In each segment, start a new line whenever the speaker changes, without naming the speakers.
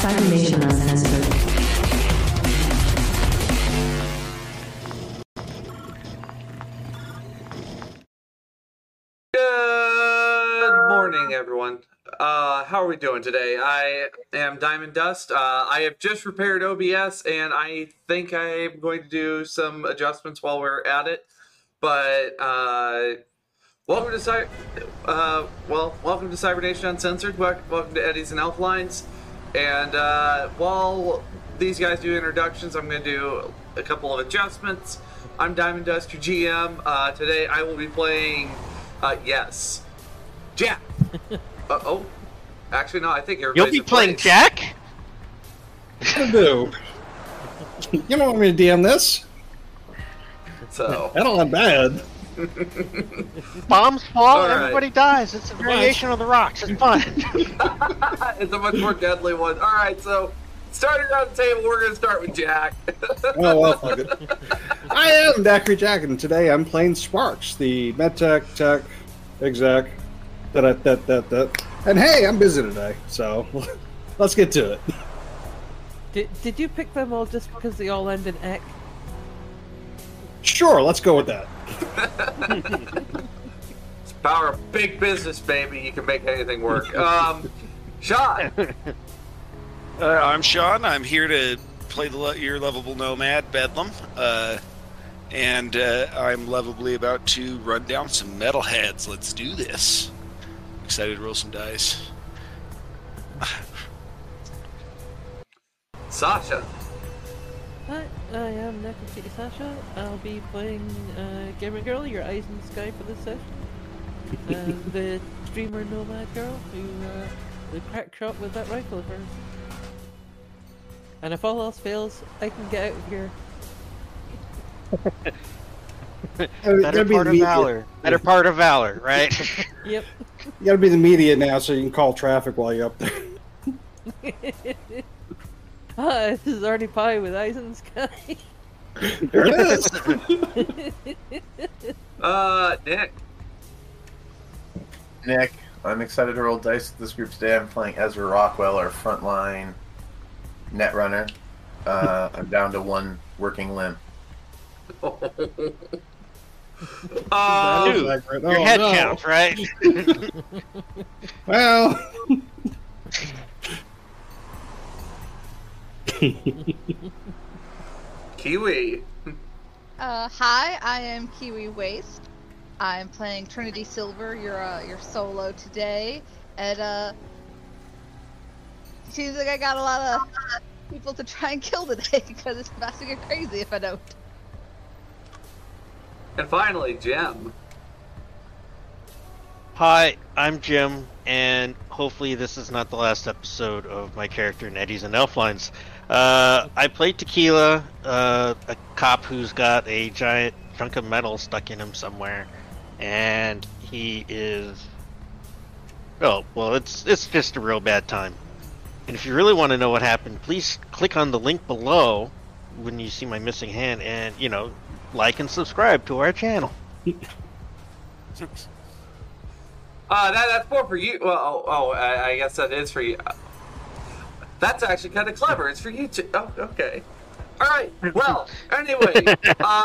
Cybernation Uncensored.
Good morning, everyone. Uh, how are we doing today? I am Diamond Dust. Uh, I have just repaired OBS, and I think I'm going to do some adjustments while we're at it. But uh, welcome to Cy- uh, well, welcome to Cybernation Uncensored. Wel- Welcome to Eddies and Elf Lines. And uh, while these guys do introductions, I'm going to do a couple of adjustments. I'm Diamond Dust, your GM. Uh, today, I will be playing. Uh, yes, Jack. uh oh. Actually, no. I think
You'll
everybody's
be
in
playing
place.
Jack?
I do. You don't want me to DM this?
So
That all bad.
Bombs fall,
All right.
everybody dies. It's a variation on the rocks. It's fun.
it's a much more deadly one. All right. So starting around the table, we're going to start with Jack.
Oh well, fuck it. I am Zachary Jack, and today I'm playing Sparks, the medtech tech exec. That that that that. And hey, I'm busy today, so let's get to it.
Did, did you pick them all just because they all end in "eck"?
Sure, let's go with that.
it's the power of big business, baby. You can make anything work. Um, Sean.
Uh, I'm Sean. I'm here to play the le- your lovable nomad, Bedlam, uh, and uh, I'm lovably about to run down some metalheads. Let's do this. Excited to roll some dice.
Sasha.
Hi, I am Nakatiti Sasha. I'll be playing uh, Gamer Girl, Your Eyes in the Sky for this session. And the streamer Nomad Girl, who uh, the crack shot with that rifle of hers. And if all else fails, I can get out of here.
Better part of
media.
valor. Better part of valor, right?
Yep.
You gotta be the media now, so you can call traffic while you're up there.
Hi, Ah, this is Arnie Pie with Eyes in the Sky.
There it is.
Uh, Nick.
Nick. I'm excited to roll dice with this group today. I'm playing Ezra Rockwell, our frontline netrunner. Uh, I'm down to one working limb.
Uh,
Dude,
Oh,
your head
no.
count, right?
Well,
Kiwi.
Uh, hi, I am Kiwi Waste. I'm playing Trinity Silver, your uh, your solo today, and uh, seems like I got a lot of people to try and kill today because it's about to get crazy if I don't.
And finally, Jim.
Hi, I'm Jim, and hopefully this is not the last episode of my character in Eddies and Elflines. Uh, I played Tequila, uh, a cop who's got a giant chunk of metal stuck in him somewhere, and he is. Oh well, it's it's just a real bad time. And if you really want to know what happened, please click on the link below when you see my missing hand, and you know, like and subscribe to our channel.
Uh, that, that's more for you. Well, oh, oh I, I guess that is for you. That's actually kind of clever. It's for you too. Oh, okay. All right. Well, anyway, uh,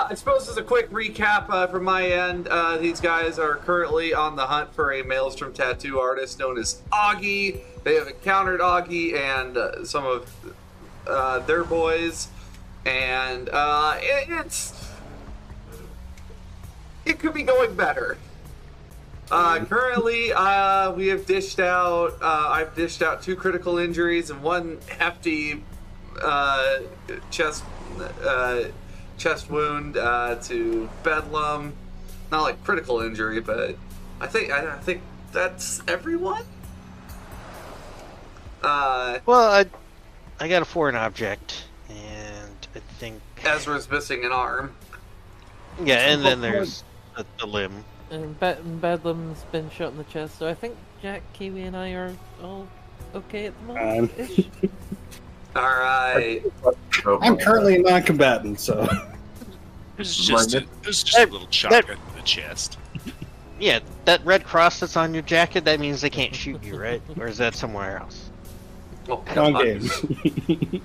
I suppose as a quick recap uh, from my end, uh, these guys are currently on the hunt for a Maelstrom tattoo artist known as Augie. They have encountered Augie and uh, some of uh, their boys, and uh, it, it's it could be going better. Uh, currently, uh, we have dished out. Uh, I've dished out two critical injuries and one hefty uh, chest uh, chest wound uh, to Bedlam. Not like critical injury, but I think I, I think that's everyone. Uh,
Well, I, I got a foreign object, and I think
Ezra's missing an arm.
yeah, and then there's the, the limb.
And, Bad- and Bedlam's been shot in the chest, so I think Jack, Kiwi, and I are all okay at the moment. ish.
All right.
So,
I'm currently a non-combatant, so
It's just, a,
Mind
it's just a little shotgun to the chest.
Yeah, that red cross that's on your jacket, that means they can't shoot you, right? Or is that somewhere else?
Well,
non
fuck.
game.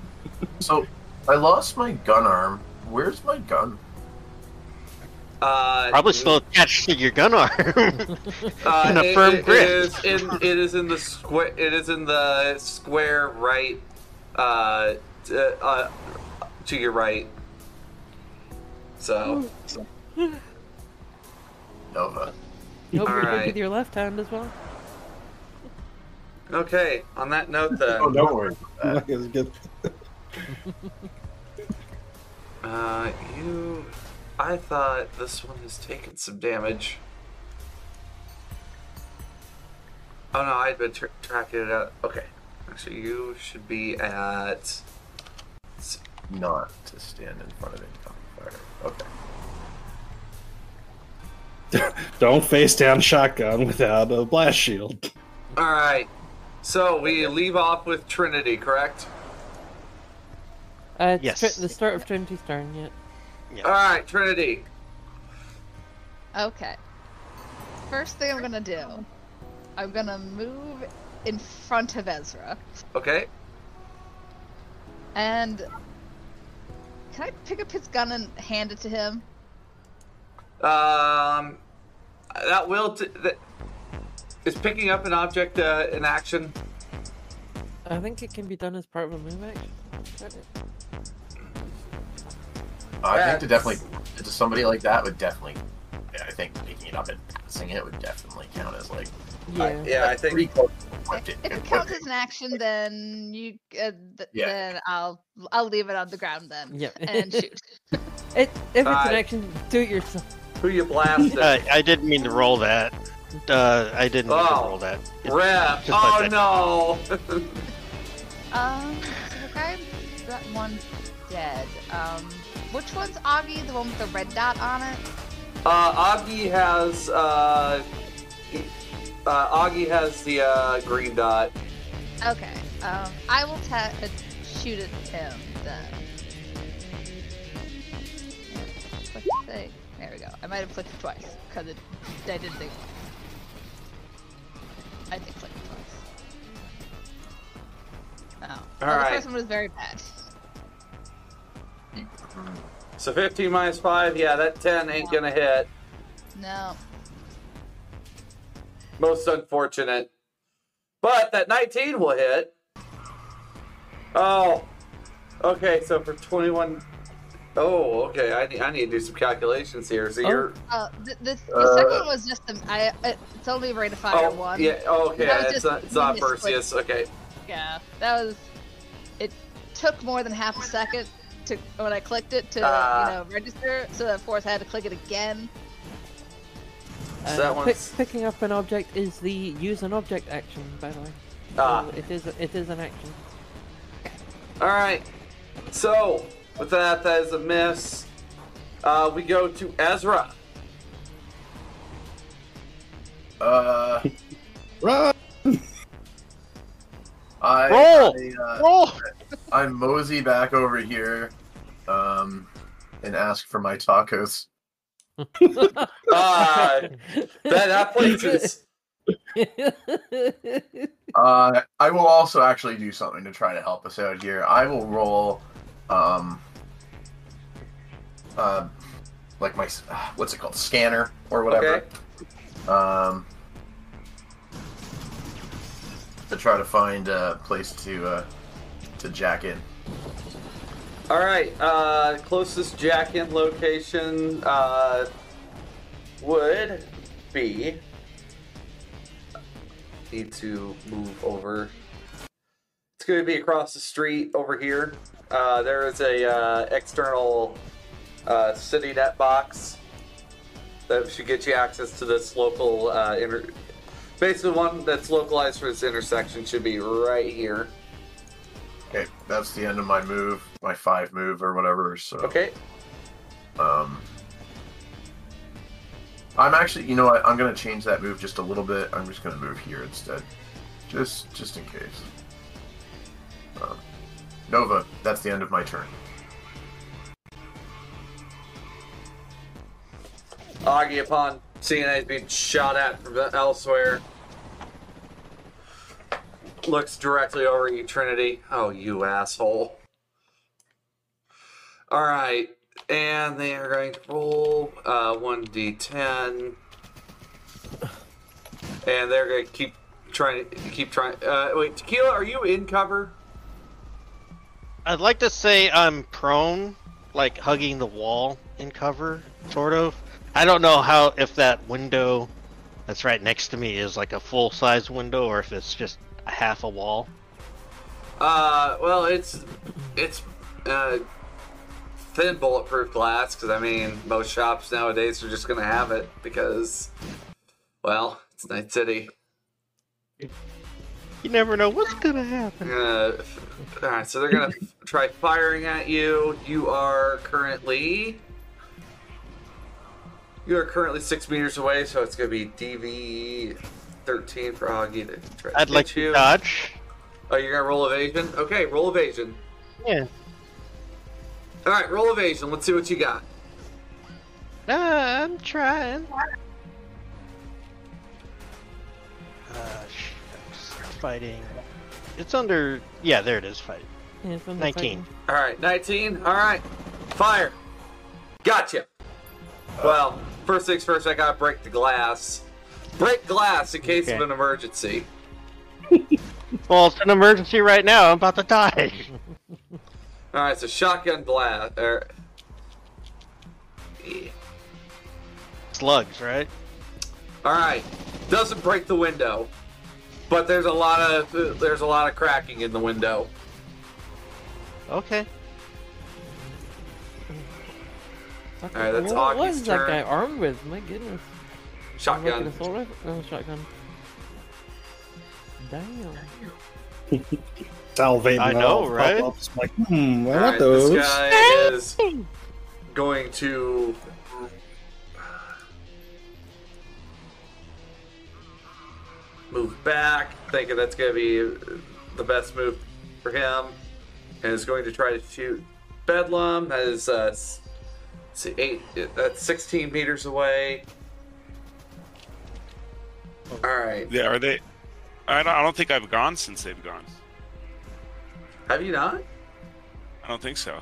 so I lost my gun arm. Where's my gun?
Uh,
Probably still attached to your gun arm.
uh,
in a
it-
firm
it-
grip.
It is, in, it is in the square. It is in the square right. Uh, t- uh, uh, to your right. So
Nova.
Hope you're good
Alright.
with your left hand as well.
okay. On that note, then.
Oh, don't worry.
It was good.
Uh, you. I thought this one has taken some damage. Oh no, I'd been tr- tracking it out. Okay. Actually, you should be at.
Not to stand in front of incoming fire. Okay.
Don't face down shotgun without a blast shield.
Alright. So we leave off with Trinity, correct?
Uh, it's
Yes.
Trin- the start of Trinity's turn yet.
Alright, Trinity.
Okay. First thing I'm gonna do, I'm gonna move in front of Ezra.
Okay.
And can I pick up his gun and hand it to him?
Um. That will. T- that, is picking up an object uh, in action?
I think it can be done as part of a move action. can't
Uh,
it?
I think
That's-
to definitely to somebody like that would definitely. yeah, I think picking it up and passing it would definitely count as like
Yeah.
Yeah, I think.
three close to
If
whipped
if
it.
it counts as an action, then you uh, th-
Yeah.
then I'll I'll leave it on the ground then
Yep.
and shoot.
It, if it's
Uh,
an action, do it yourself.
Who you blasted?
Uh, I didn't mean to roll that. Uh, I didn't mean
Oh.
to roll that. It's
Rep.
just like
Oh
that.
no.
Um, so the guy that one dead. Um, which one's Augie? The one with the red dot on it?
Uh, Augie has uh, he- uh, Augie has the uh, green dot.
Okay. Um, I will ta- uh, shoot at him then. Click the thing. There we go. I might have clicked it twice because it. I didn't think. I did click it twice. Oh. Well,
Alright.
The first one was very bad.
So 15 minus five, yeah, that 10 ain't gonna hit.
No.
Most unfortunate, but that 19 will hit. Oh, okay. So for 21. Oh, okay. I need I need to do some calculations here. So
Oh.
you're
Uh, the the, the
Uh,
second one was just an. I. It, it's only rate of fire
oh
one.
yeah oh, okay.
That was
It's
just
not, it's not
misclick.
Perseus. Okay.
Yeah, that was. It took more than half a second to when I clicked it to
Ah.
you know register, so of course I had to click it again.
So that
Uh, pick,
one's-
picking up an object is the use an object action, by the way.
Ah.
So it is it is an action.
All right. So with that, that is a miss. Uh, we go to Ezra.
Uh,
Run!
I,
Roll!
I, uh,
Roll!
I mosey back over here, um, and ask for my tacos.
Ah, that, that place is.
Uh, I will also actually do something to try to help us out here. I will roll, um, uh, like my s- ah, what's it called, scanner or whatever,
Okay.
um, to try to find a place to uh, to jack in.
All right. Uh, closest jack in location uh, would be. Need to move over. It's going to be across the street over here. Uh, there is a uh, external uh, city net box that should get you access to this local uh, inter- Basically, one that's localized for this intersection should be right here.
Okay, that's the end of my move, my five move or whatever. So
Okay.
Um, I'm actually, you know what? I'm gonna change that move just a little bit. I'm just gonna move here instead, just just in case. Um, Nova, that's the end of my turn.
Augie, upon seeing that he's being shot at from elsewhere, looks directly over you, Trinity. Oh, you asshole. All right. And they are going to roll uh, 1d10. And they're going to keep trying to keep trying. Uh, wait, Tequila, are you in cover?
I'd like to say I'm prone, like hugging the wall in cover, sort of. I don't know how if that window that's right next to me is like a full size window or if it's just a half a wall.
Uh, well, it's it's uh, thin bulletproof glass because I mean most shops nowadays are just gonna have it because, well, it's Night City.
You never know what's gonna happen.
Uh, all right, so they're gonna try firing at you. You are currently you are currently six meters away, so it's gonna be DV thirteen for Augie to try.
I'd
get
like
you.
to dodge.
Oh, you're gonna roll evasion. Okay, roll evasion.
Yeah.
All right, roll evasion. Let's see what you got.
I'm trying. Uh, shucks, fighting. It's under. Yeah, there it is. Fight.
Yeah, it's on the
19.
fighting.
All right, 19. All right, fire. Gotcha. Well, first things first, I gotta break the glass. Break glass in case of
Okay.
an emergency.
Well, it's an emergency right now. I'm about to die.
All right, so shotgun blast. Er, yeah.
Slugs, right?
All right, doesn't break the window, but there's a lot of uh, there's a lot of cracking in the window.
Okay.
Fuck,
Alright, that's
what
Augie's
was that
turn.
guy armed with? My goodness. I'm looking
Shotgun.
at assault rifle- no, shotgun. Damn.
Salvate.
I
and
know,
all pop
right?
ups. I'm like, hmm, I
All
want
right,
those.
This guy is going to. Move back, thinking that's going to be the best move for him, and is going to try to shoot Bedlam. That is, uh, s- see, eight. That's 16 meters away. All right.
Yeah, are they? I don't, I don't think I've gone since they've gone.
Have you not?
I don't think so.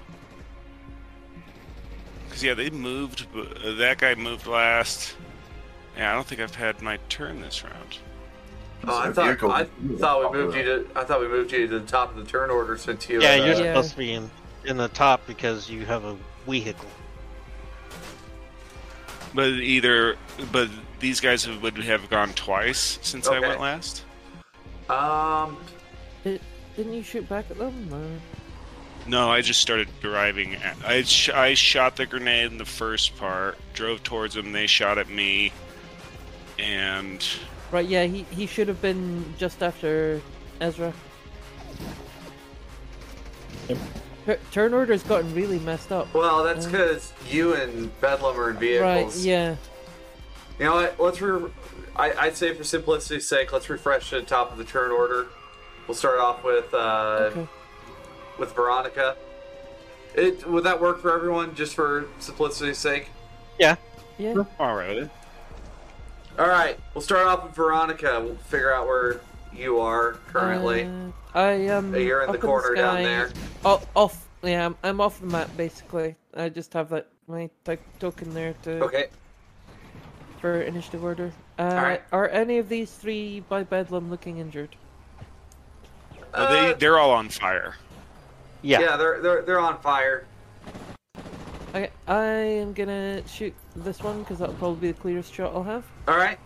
Cause yeah, they moved. b- uh, That guy moved last. Yeah, I don't think I've had my turn this round.
Oh, I
So
thought
vehicle-
I thought we moved you to. I thought we moved you to the top of the turn order since you.
Yeah,
uh,
you're
Yeah.
supposed to be in, in the top because you have a vehicle.
But either, but these guys have, would have gone twice since I
Okay.
went last.
Um,
Did, didn't you shoot back at them? Or...
No, I just started driving. At, I sh- I shot the grenade in the first part, drove towards them. They shot at me, and
Right, yeah, he, he should have been just after Ezra. Tur- turn order's gotten really messed up.
Well, that's
Uh.
because you and Bedlam are in vehicles.
Right, yeah.
You know what? Let's re- I, I'd say for simplicity's sake, let's refresh the top of the turn order. We'll start off with uh,
Okay.
with Veronica. It would that work for everyone? Just for simplicity's sake.
Yeah.
all right.
All right, we'll start off with Veronica. We'll figure out where you are currently.
Uh, I am.
Uh, you're in
up
the corner down
sky.
there.
Oh, off. Yeah, I'm, I'm off the map basically. I just have like my to- token there to
okay.
for initiative order. Uh,
Alright.
Are any of these three by Bedlam looking injured?
Well, they
Uh,
they're all on fire.
Yeah.
yeah, they're they're they're on fire.
Okay, I am gonna shoot this one because that'll probably be the clearest shot I'll have.
All right.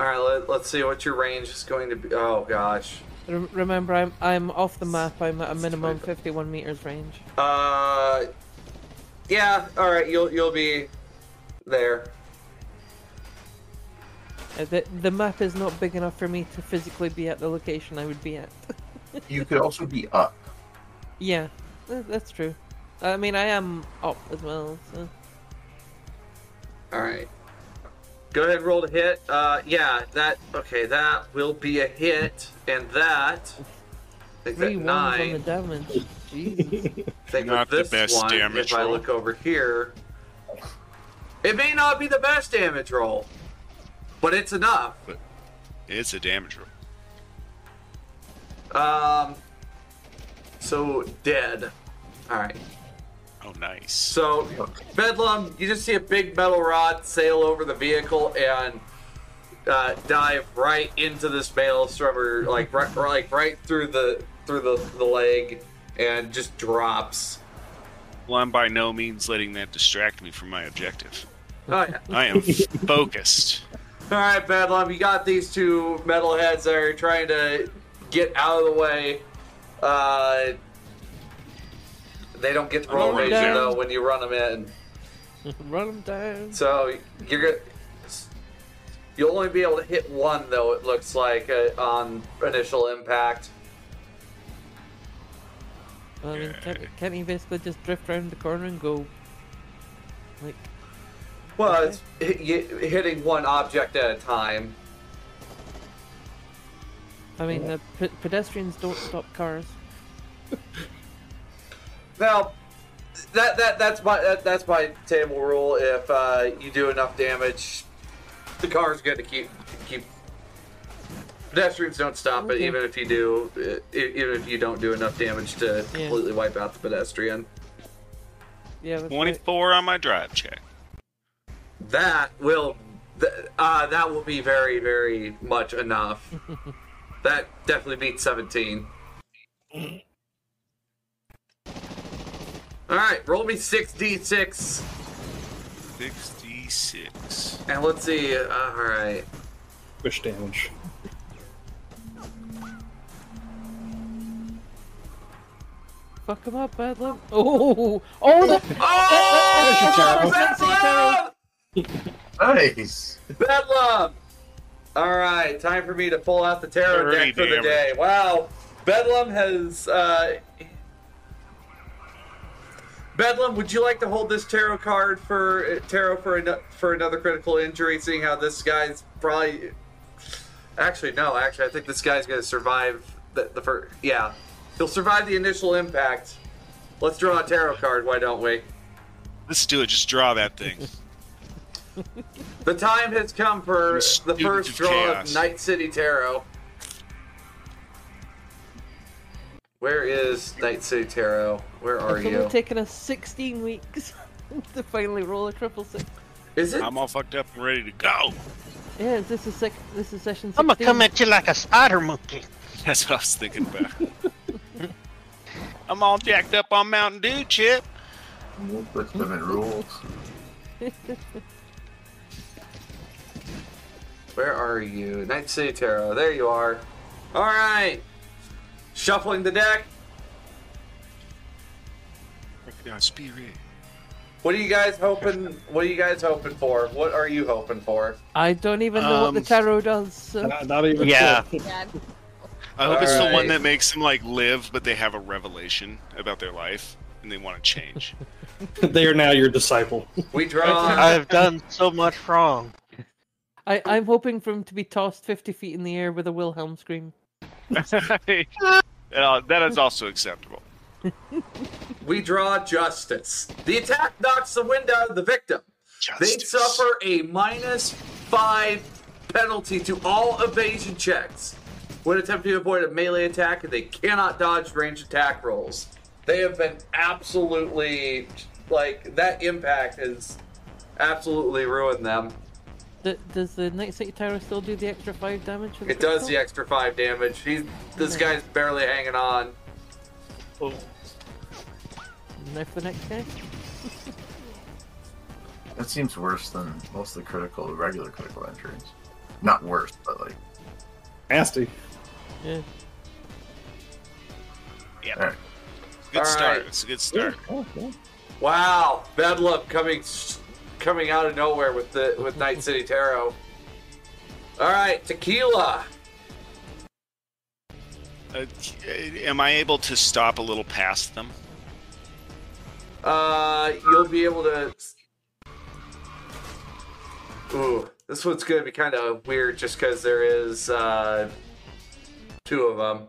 All right. Let, let's see what your range is going to be. Oh gosh.
Rem remember, I'm I'm off the map. I'm at a minimum 51 meters range.
Uh, yeah. All right. You'll you'll be there.
Uh, the, the map is not big enough for me to physically be at the location I would be at.
You could also be up.
yeah, tha- that's true. I mean, I am up as well, so.
All right. Go ahead, roll to hit. Uh, yeah, that okay. That will be a hit, and that. I think that
Three ones on the
nine.
damage. Jesus.
I think
Not the
with this
best
one,
damage
if I
roll.
look over here, it may not be the best damage roll, but it's enough.
It's a damage roll.
Um, so dead. All right.
Oh, nice.
So, Bedlam, you just see a big metal rod sail over the vehicle and uh, dive right into this maelstrom, or like right, or, like right through the through the, the leg, and just drops.
Well, I'm by no means letting that distract me from my objective.
Oh, yeah.
I am focused.
All right, Bedlam, you got these two metalheads that are trying to get out of the way. Uh, they don't get to roll
Run 'em
ranger
down.
though when you run them in.
Run them down.
So you're gonna you'll only be able to hit one though. It looks like uh, on initial impact.
Well, I mean, can't, can't he basically just drift around the corner and go, like,
Well, it's hi- y- hitting one object at a time.
I mean, the pe- pedestrians don't stop cars.
Now, that that that's my that, that's my table rule. If uh, you do enough damage, the car's good to keep keep. Pedestrians don't stop it,
Okay.
even if you do, uh, e- even if you don't do enough damage to
Yeah.
completely wipe out the pedestrian.
Yeah, that's right.
24 on my drive check.
That will, th- uh, that will be very, very much enough. that definitely beats 17. All right, roll me 6d6,
66.
and let's see. uh, all right,
Push damage.
Fuck him up, Bedlam. Oh, oh, that,
oh,
That's your
Bedlam!
Nice.
Bedlam! All right, time for me to pull out the tarot
Thirty
deck for the
damage.
day. Wow, Bedlam has. Uh... Bedlam, would you like to hold this tarot card for uh, tarot for an, for another critical injury? Seeing how this guy's probably. Actually, no. Actually, I think this guy's going to survive the, the first. Yeah, he'll survive the initial impact. Let's draw a tarot card. Why don't we?
Let's do it. Just draw that thing.
The time has come for the
Student
first
of
draw
chaos.
of Night City Tarot. Where is Night City Tarot? Where are
it's only
you?
taken us 16 weeks to finally roll a triple six.
Is it?
I'm all fucked up and ready to go.
Yeah, is this is sec- this is session 16.
I'm gonna come at you like a spider monkey.
That's what I was thinking about. I'm all jacked up on Mountain Dew, Chip.
We'll put them in rules.
Where are you? Night City Tarot. There you are. All right. Shuffling the deck.
Spirit.
What are you guys hoping? What are you guys hoping for? What are you hoping for?
I don't even know what the
Um,
tarot does. So.
Not, not even.
Yeah.
close.
Yeah.
I hope it's the
Alright.
one that makes them like live, but they have a revelation about their life and they want to change.
they are now your disciple.
We draw.
I've done so much wrong.
I, I'm hoping for him to be tossed 50 feet in the air with a Wilhelm scream.
Uh, that is also acceptable.
We draw justice. The attack knocks the wind out of the victim. They
Justice.
suffer a minus five penalty to all evasion checks when attempting to avoid a melee attack, and they cannot dodge range attack rolls. They have been absolutely like that impact has absolutely ruined them.
D- does the Night City Tarot still do the extra 5 damage? for the
It does the
critical?
extra five damage. He's this guy's barely hanging on.
Now for the next guy?
That seems worse than most of the critical, regular critical injuries. Not worse, but like,
Nasty.
Yeah.
all right.
Good
Alright.
start. It's a good start.
Wow, Bedlam coming coming out of nowhere with the with Night City Tarot. All right, tequila.
Uh, am I able to stop a little past them?
Uh, you'll be able to. Ooh, this one's gonna be kind of weird just because there is uh, two of them.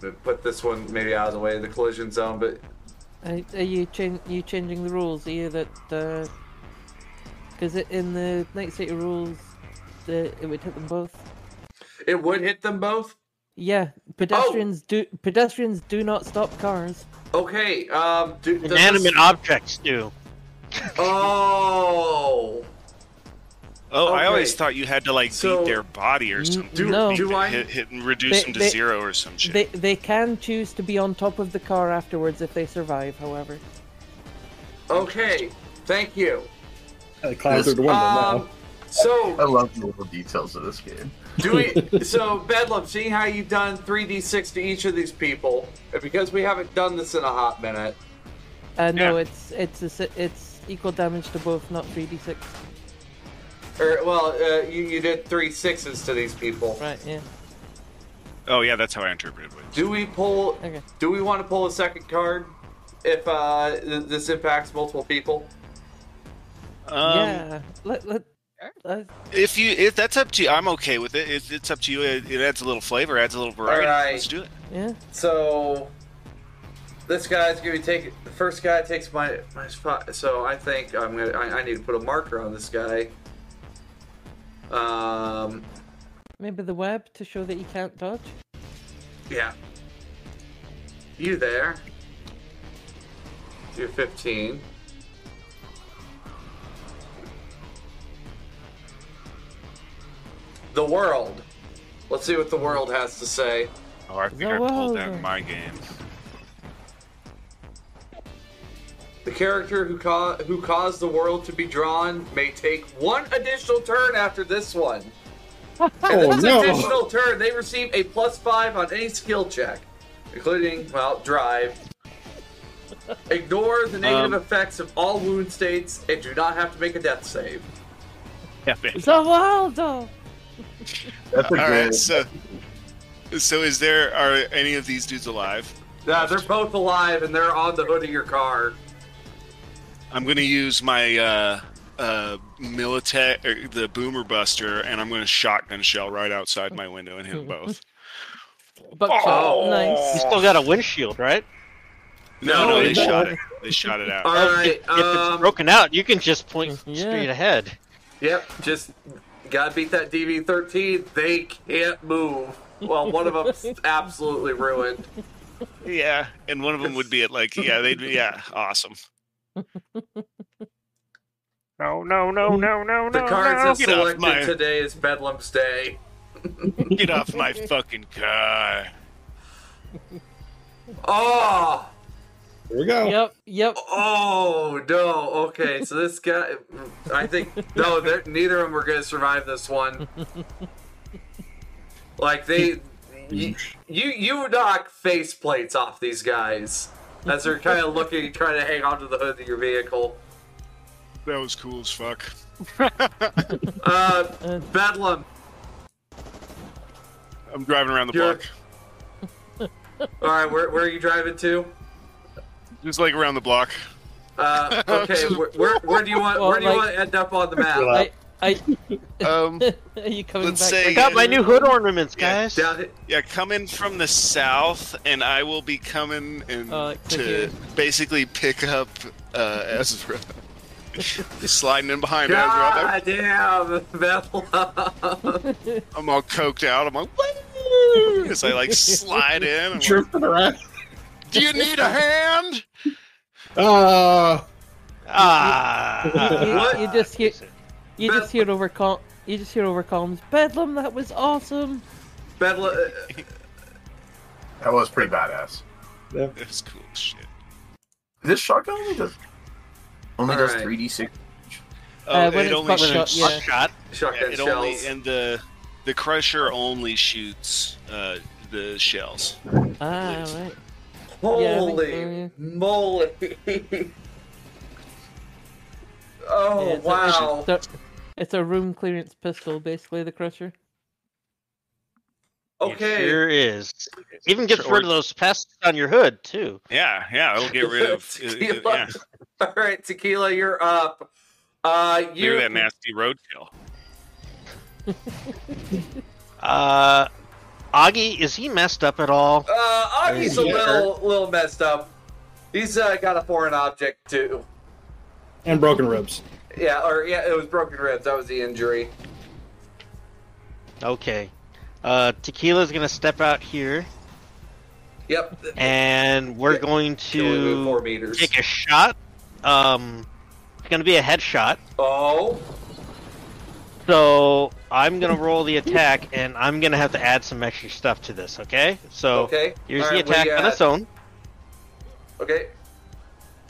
But Put this one maybe out of the way of the collision zone, but
Are, are you chan- you changing the rules here? That because it in the Night City rules, the, it would hit them both.
it would hit them both.
Yeah,
Oh!
pedestrians do pedestrians do not stop cars.
Okay. Um. Do, does this-
Inanimate objects do.
Oh.
Oh, I always
Okay.
thought you had to like
So-
beat their body or
N-
something.
do- No.
Beat
do
them-
I-
hit, hit and reduce
They-
them to
they-
zero or some shit?
They they can choose to be on top of the car afterwards if they survive. However,
Okay. Thank you.
Uh,
I climbed through the window
Um. So
I love the little details of this game.
Do we? so Bedlam, seeing how you've done three d six to each of these people, and because we haven't done this in a hot minute,
uh, no,
Yeah.
it's it's a, si- it's equal damage to both, not three d six.
or well, uh, you you did three sixes to these people.
Right? Yeah.
Oh yeah, that's how I interpreted it.
Do we pull?
Okay.
Do we want to pull a second card if uh, th- this impacts multiple people?
Um,
yeah. Let let. let-
If you, if that's up to you, I'm okay with it. It's, it's up to you. It, it adds a little flavor, adds a little variety.
Alright.
Let's do it.
yeah.
So this guy's gonna be taking the first guy takes my my spot. So I think I'm gonna I, I need to put a marker on this guy. Um.
Maybe the web to show that you can't dodge.
Yeah. You there? You're 15. The world. Let's see what the world has to say.
Oh, I think I
Wow.
pulled out my game.
The character who, ca- who caused the world to be drawn may take one additional turn after this one. And
Oh,
this
no.
additional turn, they receive a plus five on any skill check, including, well, drive. Ignore the negative
Um,
effects of all wound states and do not have to make a death save.
Yeah, baby.
The world. oh!
That's a
All right,
good.
so so is there are any of these dudes alive?
Nah, they're both alive and they're on the hood of your car.
I'm gonna use my uh, uh, militech, or the boomer buster, and I'm gonna shotgun shell right outside my window and
Mm-hmm.
hit both.
Buckshot.
Oh!
Nice.
You still got a windshield, right?
No, no, they
No.
shot Oh, it. They shot it out.
All right. um,
If it's broken out, you can just point
Yeah.
straight ahead.
Yep, just gotta beat that DV thirteen. They can't move. Well, one of them's absolutely ruined.
Yeah, and one of them would be at like, yeah, they'd be, yeah, awesome. No, no, no, no, no,
The cards
no.
that
Get off
selected
my,
today is Bedlam's day.
get off my fucking car.
now.
Oh,
Here we go.
Yep. Yep.
oh no. Okay, so this guy, I think no, they're- neither of them are gonna survive this one. Like they, you, you, you knock face plates off these guys as they're kind of looking, trying to hang onto the hood of your vehicle.
That was cool as fuck.
Uh, Bedlam,
I'm driving around the
You're-
block.
All right, where, where are you driving to?
Just like around the block.
Uh, okay, where, where, where do you want where do you want to end up on the map?
I, I,
Um,
are you coming
Let's
back?
say- uh,
for-
Yeah.
Got my new hood ornaments, guys.
Down it-
yeah, come in from the south, and I will be coming and
Uh, click
to basically pick up uh, Ezra. Just sliding in behind Ezra. I'm-
God damn, Bethlehem.
I'm all coked out. I'm like, as I like slide in. I'm like,
Tripping around.
Do you need a hand?
Uh,
Ah.
You, you just hear, you
Beth-
just hear over com, you just hear over comms. Bedlam, that was awesome.
Bethlehem.
That was pretty badass.
That's cool as shit.
This shotgun only does only does
Alright.
three d six.
Oh,
Uh, when
it
it's
only
buckshot,
shoots.
yeah.
Shot.
Shotgun
it
shells.
only and the the crusher only shoots uh, the shells.
Ah, right. yeah, I think
Holy
so, yeah.
moly!
Yeah,
oh
it's
wow!
They're, It's a room clearance pistol, basically, the Crusher.
It
Okay.
sure is. Even gets
Sure.
rid of those pests on your hood too.
Yeah, yeah, it'll get rid of uh, it- it-
Tequila.
yeah,
All right, tequila, you're up. Uh,
clear
you
that nasty roadkill.
Uh, Augie, is he messed up at all?
Uh, Augie's a
Yeah.
little little messed up. He's uh, got a foreign object too.
and broken ribs.
Yeah, or yeah, it was broken ribs. That was the injury.
Okay. Uh, Tequila's gonna step out here,
Yep.
and we're
Yeah,
going
He only moved four
to
meters.
take a shot. Um, it's gonna be a headshot.
Oh,
So I'm gonna roll the attack, and I'm gonna have to add some extra stuff to this. Okay. So
okay.
here's
All
the
right, what do
attack
you
on
got?
its own.
Okay.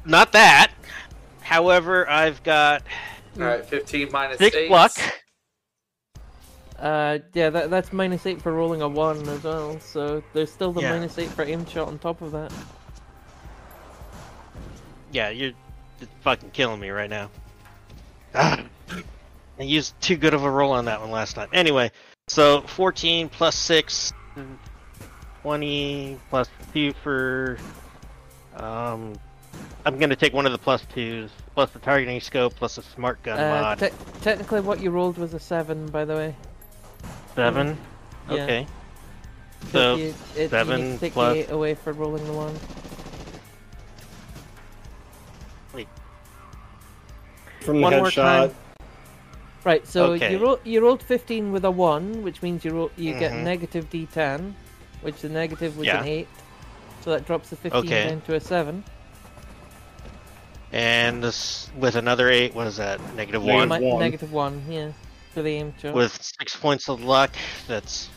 Not that. However, I've got
All right. Fifteen minus
six
eight.
luck.
Uh, yeah, that, that's minus 8 for rolling a 1 as well, so there's still the
Yeah.
minus 8 for aim shot on top of that.
Yeah, you're just fucking killing me right now. Ah, I used too good of a roll on that one last time. Anyway, so 14 plus 6, 20 plus 2 for. Um, I'm going to take one of the plus 2s, plus the targeting scope, plus the smart gun
Uh,
mod.
te- technically, what you rolled was a 7, by the way.
7?
Yeah.
Okay.
'cause
So,
you, it, you need
seven
to take
plus-
the 8 away for rolling the 1.
From the
One more
headshot.
time.
Right, so
Okay.
you, roll, you rolled 15 with a 1, which means you, roll, you get
Mhm.
negative d10, which the negative was
Yeah.
an 8. So that drops the 15
Okay.
down to a 7.
and this, with another 8, what is that? Negative
Negative
1.
Mi-
one.
Negative 1, yeah. For the aim shot.
With 6 points of luck, that's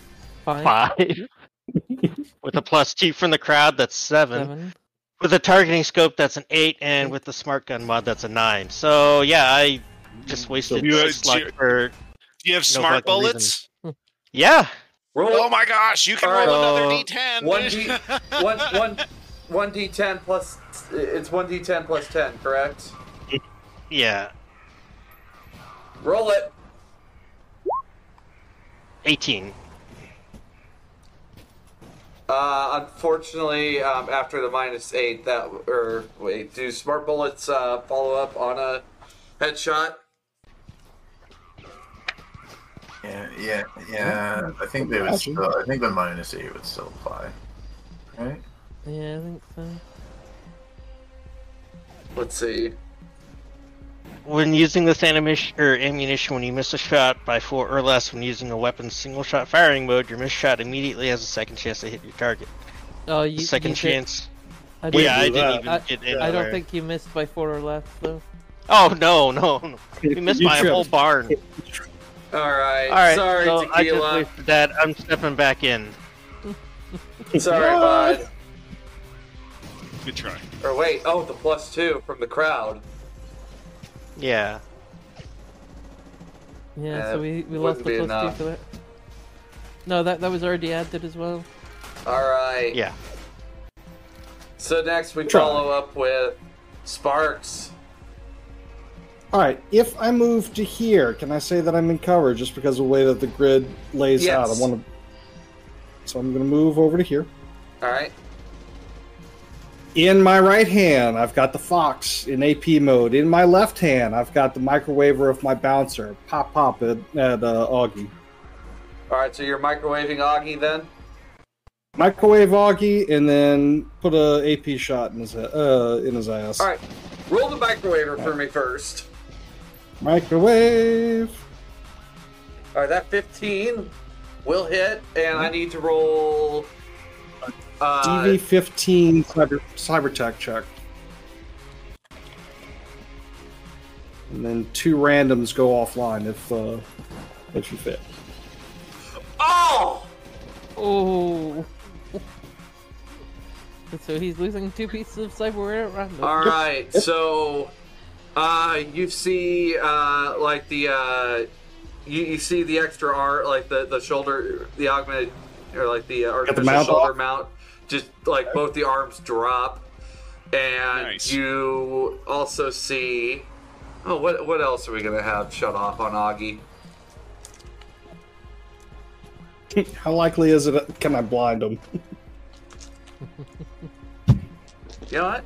five,
five. with a plus two from the crowd, that's seven.
seven.
With a targeting scope, that's an eight, and with the smart gun mod, that's a nine. So yeah, I
Mm,
just wasted
you-
six luck
you-
for
Do you have
No
smart
fucking reason.
bullets?
yeah.
Roll
Oh my gosh, you can
Alright,
roll
uh,
another d10.
one d one one one d10 plus. It's one d10 plus ten, correct?
Yeah,
Roll it.
eighteen.
Uh, unfortunately, um, after the minus eight, that or wait, do smart bullets uh, follow up on a headshot?
Yeah, yeah, yeah. I think they would still. I think the minus eight would still apply. Right?
Yeah, I think so.
Let's see.
When using this animation or ammunition, when you miss a shot by four or less, when using a weapon single shot firing mode, your missed shot immediately has a second chance to hit your target.
Oh, you,
second
you did-
chance.
I didn't-
Yeah, I
do
didn't
that.
even
I-
get
I don't
anywhere.
think you missed by four or less, though.
Oh no, no, no. we missed
You
my
tripped.
whole barn.
All right.
All right,
Sorry,
so I just
tequila.
wasted that. I'm stepping back in.
Sorry, bud.
Good try.
Or wait. Oh, the plus two from the crowd.
Yeah.
Yeah,
Uh,
so we, we
wouldn't
lost
be
the plus
enough.
two for that. No, that that was already added as well.
All right.
Yeah.
So next we
Try.
follow up with sparks.
All right. If I move to here, can I say that I'm in cover just because of the way that the grid lays out? I
Yes.
want to. So I'm going to move over to here.
All right.
In my right hand, I've got the fox in AP mode. In my left hand, I've got the microwaver of my bouncer. Pop, pop at, at uh, Augie.
All right. So you're microwaving Augie then.
Microwave Augie, and then put a AP shot in his he- uh, in his ass.
All right. Roll the microwaver for me first.
Microwave.
All right, that 15 will hit, and
Mm-hmm.
I need to roll. Uh,
DV15 cyber cybertech check. And then two randoms go offline if uh, if you fit.
oh!
Oh. so he's losing two pieces of cyberware at random.
All right, so uh, you see, uh, like the uh, you, you see the extra art, like the the shoulder, the augmented, or like the uh, artificial
mount
shoulder
off?
mount, just like both the arms drop, and
Nice.
you also see Oh, what what else are we gonna have shut off on Augie?
How likely is it? Can I blind him?
You know what?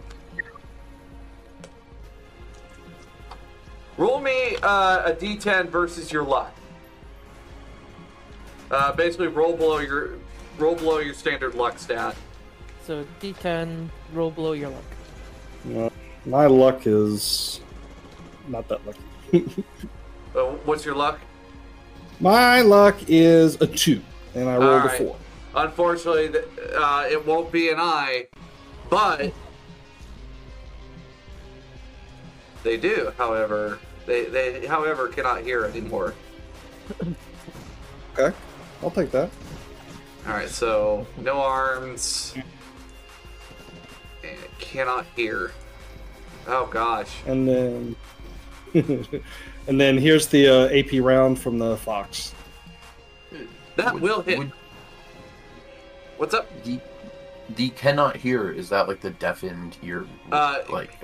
Roll me uh, a d10 versus your luck. Uh, basically, roll below your roll below your standard luck stat.
So D10, roll below your luck.
Uh, my luck is not that lucky.
Uh, what's your luck?
my luck is a two, and I rolled
right.
a four.
Unfortunately, th- uh, it won't be an I, but they do. However, they they however cannot hear anymore.
Okay, I'll take that.
All right, so no arms, and cannot hear. Oh gosh.
And then, and then here's the uh, AP round from the fox.
That will hit.
would-
What's up?
D, D cannot hear. Is that like the deafened ear,
Uh,
like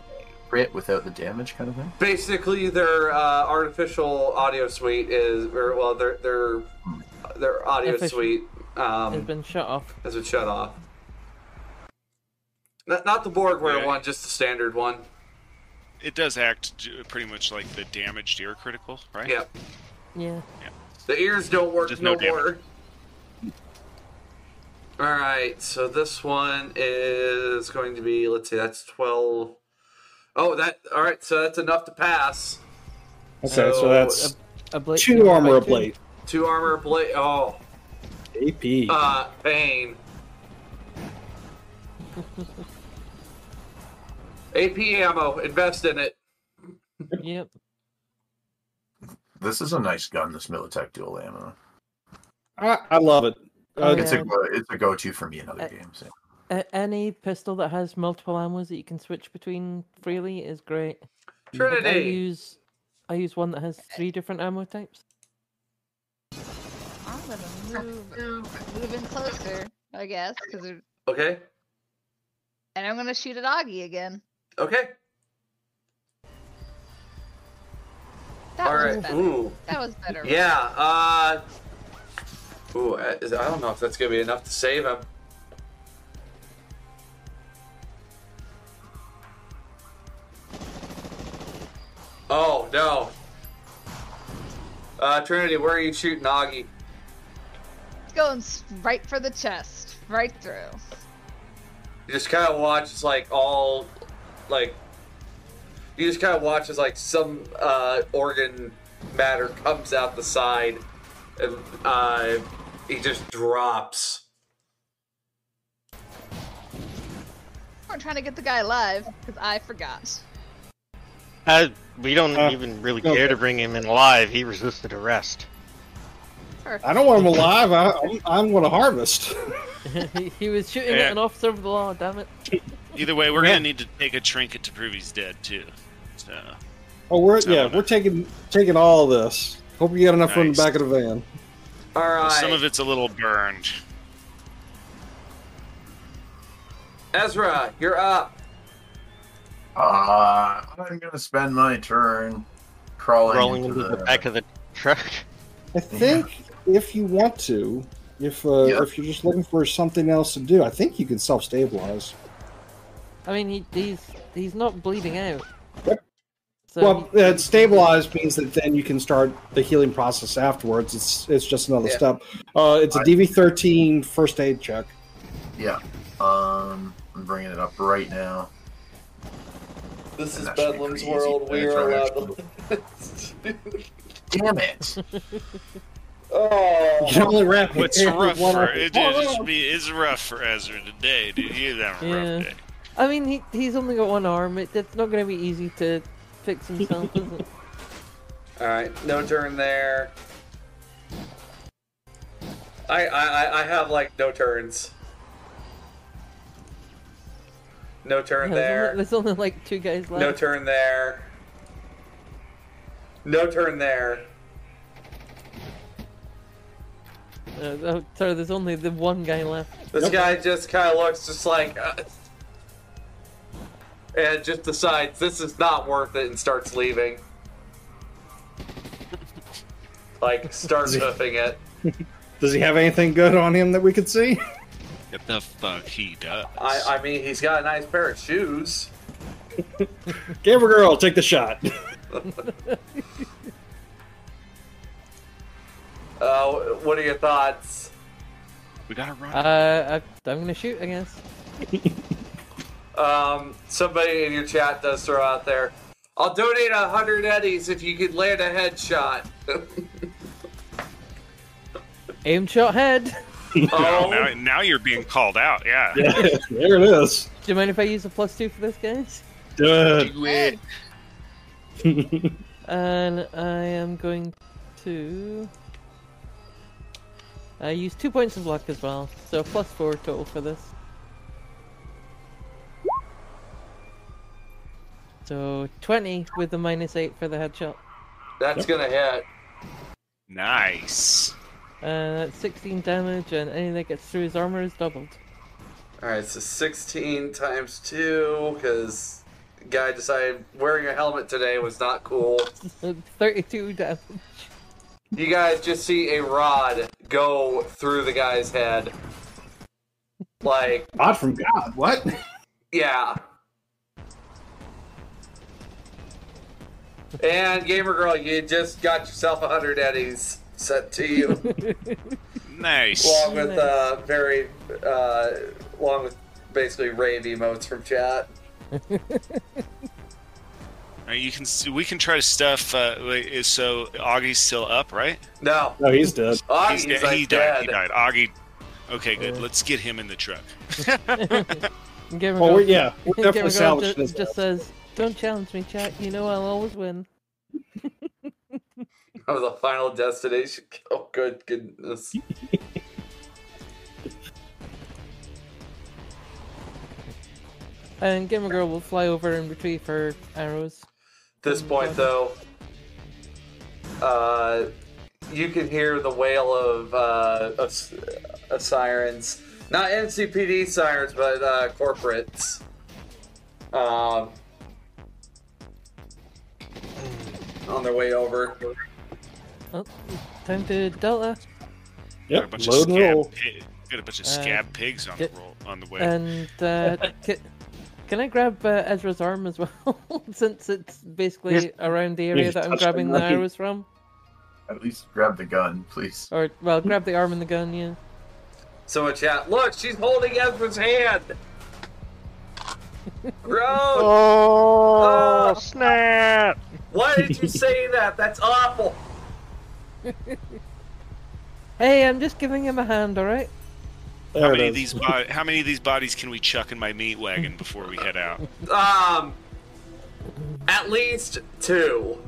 crit without the damage kind of thing?
Basically, their uh, artificial audio suite is, or well, their their their audio
Efficient.
suite
It's
um,
been shut off.
has been shut off. Not, not the Borgware
Right.
one, just the standard one.
It does act j- pretty much like the damaged ear critical, right?
Yeah,
Yeah.
the ears don't work
Just
no,
no damage.
more. All right, so this one is going to be. Let's see, that's twelve. Oh, that all right. So that's enough to pass.
Okay,
So,
so that's
Obla-
two armor
by
plate.
Two armor blade. Oh,
AP.
uh, pain. AP ammo. Invest in it.
two. Yep.
This is a nice gun. This Militech dual ammo.
I, I love it. Uh,
Oh,
It's
yeah.
a go- it's a go-to for me in other
Uh,
games. yeah.
A- any pistol that has multiple ammos that you can switch between freely is great. Like, I
Trinity.
use I use one that has three different ammo types.
I'm gonna move, move in closer, I guess, because and
Okay.
I'm gonna shoot at Augie again.
Okay.
That
All
was
right.
better.
Ooh.
That was better.
Yeah. Uh. Ooh. uh, Is, I don't know if that's gonna be enough to save him. Oh no. Uh, Trinity, where are you shooting, Augie?
It's going s- right for the chest, right through.
you just kind of watch as like all like you just kind of watch as like some uh, organ matter comes out the side and uh, he just drops
We're trying to get the guy alive because I forgot.
Uh, we don't
Uh,
even really
okay.
care to bring him in alive. He resisted arrest.
Perfect.
I don't want him alive. I, I'm, I'm going to harvest.
he, he was shooting
Yeah.
at an officer of the law. Damn it!
Either way, we're gonna need to take a trinket to prove he's dead too. So
Oh, we're
No,
yeah,
no, no.
we're taking taking all this. Hope you got enough room in the
Nice.
back of the van.
all right
some of it's a little burned.
ezra you're up
Uh, I'm gonna spend my turn crawling,
Rolling
into
into the back of the truck.
I think if you want to, if uh,
Yeah.
if you're just looking for something else to do, I think you can self stabilize.
I mean, he, he's he's not bleeding out.
Yep.
So
well,
he-
uh, stabilize means that then you can start the healing process afterwards. It's it's just another
Yeah.
step. Uh, it's a
I-
DV13 first aid check.
Yeah. Um, I'm bringing it up right now.
this
is Bedlam's world. We are allowed Damn it! Oh.
You can only wrap
What's
it in
rough
one
for
arm.
it is be is rough for Ezra today, dude. He's having a rough
Yeah.
day.
I mean, he, he's only got one arm. It, it's not going to be easy to fix himself, is it?
all right no turn there I, I I- i have like no turns no turn
Yeah,
there
There's only, there's only, like two guys left.
No turn there. No turn there.
Uh, oh, sorry, there's only the one guy left.
This guy just kind of looks just like. Uh, and just decides this is not worth it and starts leaving. like starts hoofing it.
Does he have anything good on him that we could see?
What the fuck he does?
I, I mean, he's got a nice pair of shoes.
Gamer girl, take the shot.
Uh, what are your thoughts?
we gotta run.
Uh, I, I'm gonna shoot, I guess.
Um, somebody in your chat does throw out there. I'll donate a hundred eddies if you could land a headshot.
Aim shot head.
Oh,
oh,
now, now you're being called out. Yeah.
Yeah, there it is.
Do you mind if I use a plus two for this, guys?
Dude.
Do it.
And I am going to. I use two points of luck as well, so plus four total for this. So 20 with the minus 8 for the headshot.
that's gonna hit.
Nice.
Uh, that's 16 damage, and anything that gets through his armor is doubled.
All right, so 16 times two because guy decided wearing a helmet today was not cool.
Uh, 32 damage.
You guys just see a rod go through the guy's head. Like,
Not from God. What?
yeah. And gamer girl, you just got yourself a hundred eddies sent to you.
Nice.
along with uh, very uh, along with basically rave emotes from chat.
All right, you can s- we can try to stuff. Uh, wait, is- so Augie's still up, right?
No,
No, he's dead.
Augie's
He's dead.
like
he died.
dead.
He died. Augie. Okay, good. Let's get him in the truck.
Gamer
Well,
Girl-
we're, yeah, we're
Gamer
definitely
Girl
salvaging
ju-
this.
just, says, "Don't challenge me, chat. You know I'll always win."
That was a final destination. Oh, good goodness.
And Gamer Girl will fly over and retrieve her arrows.
this point, though, uh, you can hear the wail of, uh, of, s- of sirens. Not NCPD sirens, but uh, corporates. Um, on their way over.
Oh, time to
Got
Delta.
a
Yep,
bunch
load
of
and
scab
roll.
pi- got a bunch of
Uh,
scab pigs on the
get-
roll on the way.
And uh, can, can I grab uh, Ezra's arm as well, since it's basically
Yes.
around the area
You've
that I'm
touched
grabbing the
unlucky.
arrows from?
At least grab the gun, please.
Or well, grab the arm and the gun. Yeah.
So in chat, look, she's holding Ezra's hand! Bro,
Oh, snap!
Ah. why did you say that? That's awful!
Hey, I'm just giving him a hand. All right.
There
how
it
many
is.
of these
Uh,
bo- How many of these bodies can we chuck in my meat wagon before we head out?
Um, at least two.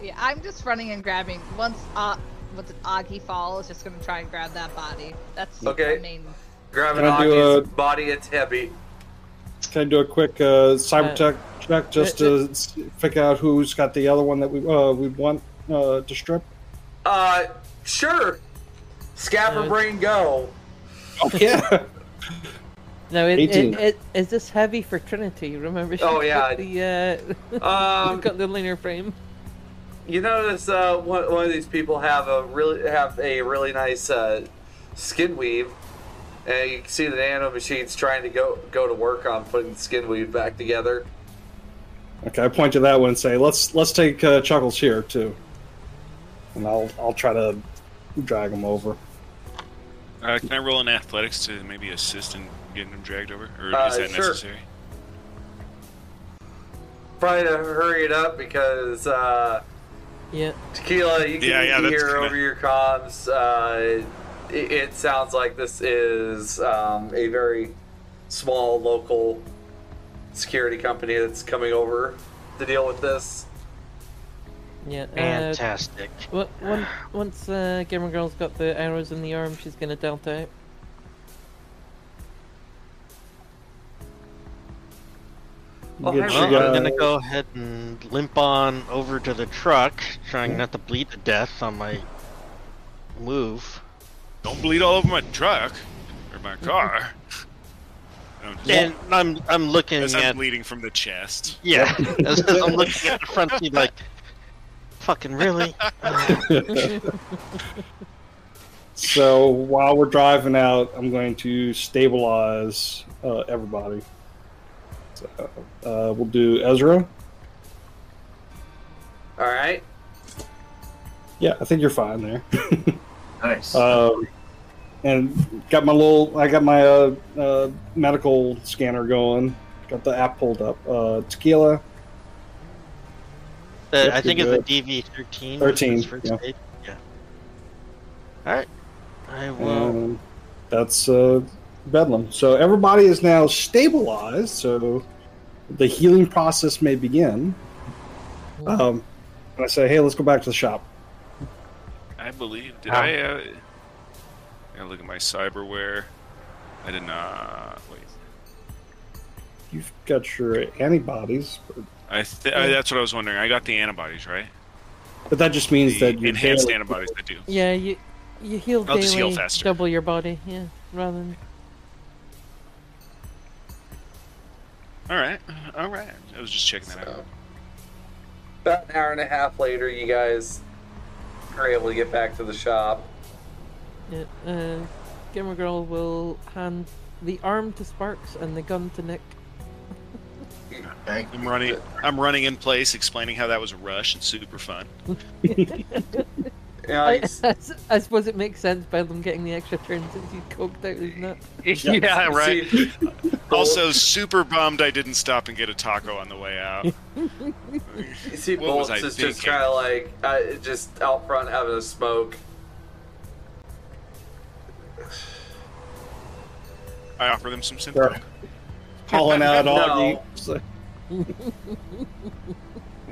Yeah, I'm just running and grabbing. Once uh, once Augie falls, just gonna try and grab that body. That's
Okay.
I mean,
Grabbing
Can I do
Aki's
a-
body, it's heavy.
Can I do a quick uh, cyber
Uh,
tech check just
uh,
to s figure out who's got the other one that we uh, we want uh, to strip?
Uh, sure. Scabber
Uh,
brain go.
Oh, yeah.
No, it, it,
18.
it, is this heavy for Trinity? Remember? She
Oh, yeah.
Got the uh,
Um,
got the linear frame.
you notice uh, one, one of these people have a really have a really nice uh, skin weave, and you can see the nano machines trying to go go to work on putting the skin weave back together.
okay, I point to that one and say, "Let's let's take uh, Chuckles here too," and I'll I'll try to drag him over.
Uh, can I roll in athletics to maybe assist in getting him dragged over, or
Uh,
is that
sure.
necessary?
Try to hurry it up because uh,
Yeah.
tequila, you can
Yeah, yeah, that's
hear
kinda-
over your comms. Uh, it, it sounds like this is um, a very small local security company that's coming over to deal with this.
Yeah. Uh,
Fantastic.
Well, one, once uh, Gamer Girl's got the arrows in the arm, she's gonna delta out.
Well, hang
Good shit.
on.
Well, uh, I'm
got-
gonna go ahead and limp on over to the truck, trying not to bleed to death on my move.
Don't bleed all over my truck or my car. I'm just-
And I'm I'm looking
as I'm
at
bleeding from the chest.
yeah, as, as I'm looking at the front seat, like fucking really?
So while we're driving out, I'm going to stabilize uh, everybody. So uh, we'll do Ezra.
All right.
Yeah, I think you're fine there.
Nice.
Um, and got my little, I got my uh, uh, medical scanner going. Got the app pulled up. Uh, tequila.
Uh,
Yep,
I think
you're
it's a DV thirteen.
13,
is first
yeah.
aid. yeah. All right. I will.
Um, that's uh, Bedlam. So everybody is now stabilized. So the healing process may begin. Um, and I say, hey, let's go back to the shop.
I believe. Did I? Uh, I gotta look at my cyberware. I did not. Wait.
You've got your antibodies, but,
I, th- I that's what I was wondering. I got the antibodies, right?
but that just means
The
that you're
enhanced antibodies. I do.
Yeah, you you heal
I'll
daily,
just heal faster.
double your body. Yeah, rather than
All right. All right. I was just checking that out.
About an hour and a half later, you guys are able to get back to the shop.
yeah, uh, Gamer Girl will hand the arm to Sparks and the gun to Nick.
Thank
I'm running. I'm running in place, explaining how that was a rush and super fun.
You know,
I,
you s-
I s- I suppose it makes sense by them getting the extra turn since you coked out his nut.
Yeah, right.
see-
Also, super bummed I didn't stop and get a taco on the way out.
You see,
What was
Bolts
I
is just
thinking?
kind of like uh, just out front having a smoke.
I offer them some simple.
They're hauling out all
No.
the.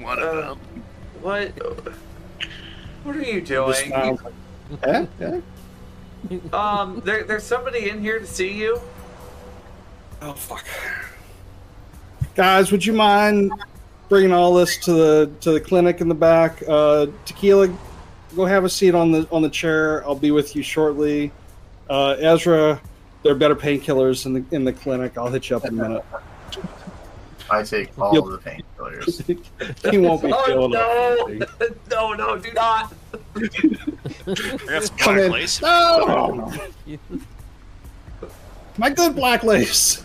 One of them.
What? What are you doing?
Um, yeah, yeah.
Um, there, there's somebody in here to see you.
Oh fuck. Guys, would you mind bringing all this to the to the clinic in the back? Uh, tequila, go have a seat on the on the chair. I'll be with you shortly. Uh, Ezra, there are better painkillers in the in the clinic. I'll hit you up in a minute.
I take all
Yep.
of the painkillers.
he won't be
Oh
feeling
no!
it.
no, no, do not.
That's
Come
black
in.
lace.
No, no, no. My good black lace.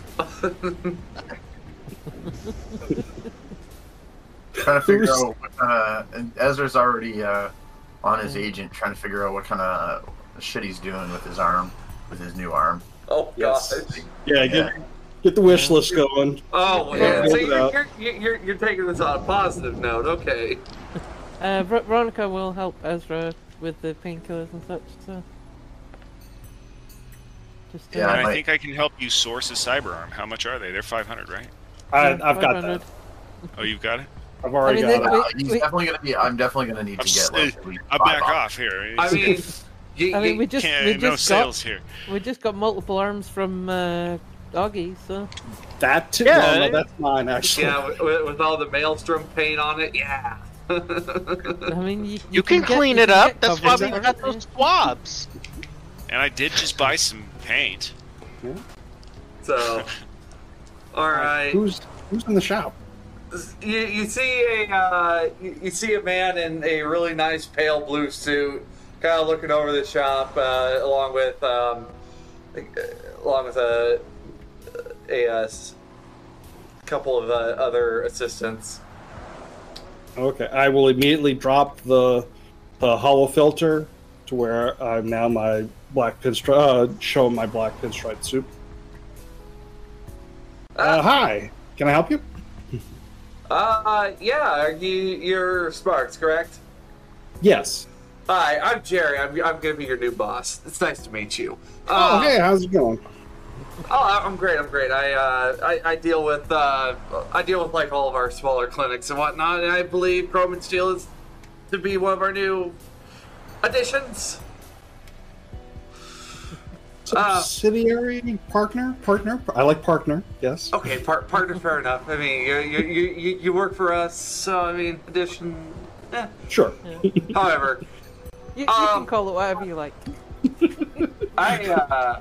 trying to figure
Who's-
out. What, uh, and Ezra's already uh, on his agent, trying to figure out what kind of shit he's doing with his arm, with his new arm.
Oh
Yes.
gosh.
Yeah, get get the wish list going.
Oh man. So you're,
Yeah.
you're, you're, you're, you're taking this on a positive note. Okay.
Uh, Ver- Veronica will help Ezra with the painkillers and such. So just uh,
Yeah,
And I
Right.
think I can help you source a cyberarm. How much are they? They're 500, right?
I, I've got
500.
that.
Oh, you've got it.
I've already
I mean,
got it.
Wait,
Uh, he's
wait.
definitely gonna be. I'm definitely gonna need
I'm
to get. Like,
s-
at least
I
five
back
arms.
off here.
I mean, you,
I mean,
you-
we just we
Can't-
just
no
got
sales here.
we just got multiple arms from uh, Doggy, so
That too. Oh,
Yeah.
no, no, that's mine actually.
yeah, with, with all the maelstrom paint on it. Yeah.
I mean you, you,
You can,
get-
clean
you
it
can
up.
get
That's why
coverage
we
over
got
it,
those swabs.
And I did just buy some paint.
so. All right.
Who's who's in the shop?
you, you see a uh, you, you see a man in a really nice pale blue suit, kind of looking over the shop, uh, along with um, along with a a, uh, s- couple of uh, other assistants.
Okay, I will immediately drop the the hollow filter to where I'm now my black pinstripe. Uh, show my black pinstripe soup. Uh, hi, can I help you?
Uh, yeah, you, you're Sparks, correct?
Yes.
Hi, I'm Jerry. I'm, I'm gonna be your new boss. It's nice to meet you.
Oh,
Uh,
hey, how's it going?
Oh, I- I'm great. I'm great. I uh, I, I deal with uh, I deal with like all of our smaller clinics and whatnot, and I believe Chrome and Steel is to be one of our new additions. Uh,
Subsidiary partner, partner. I like partner. Yes.
Okay, part, partner, fair enough. I mean, you you, you, you you work for us, so I mean, addition. Eh.
Sure.
However,
You, you
Um,
can call it whatever you like.
I. Uh,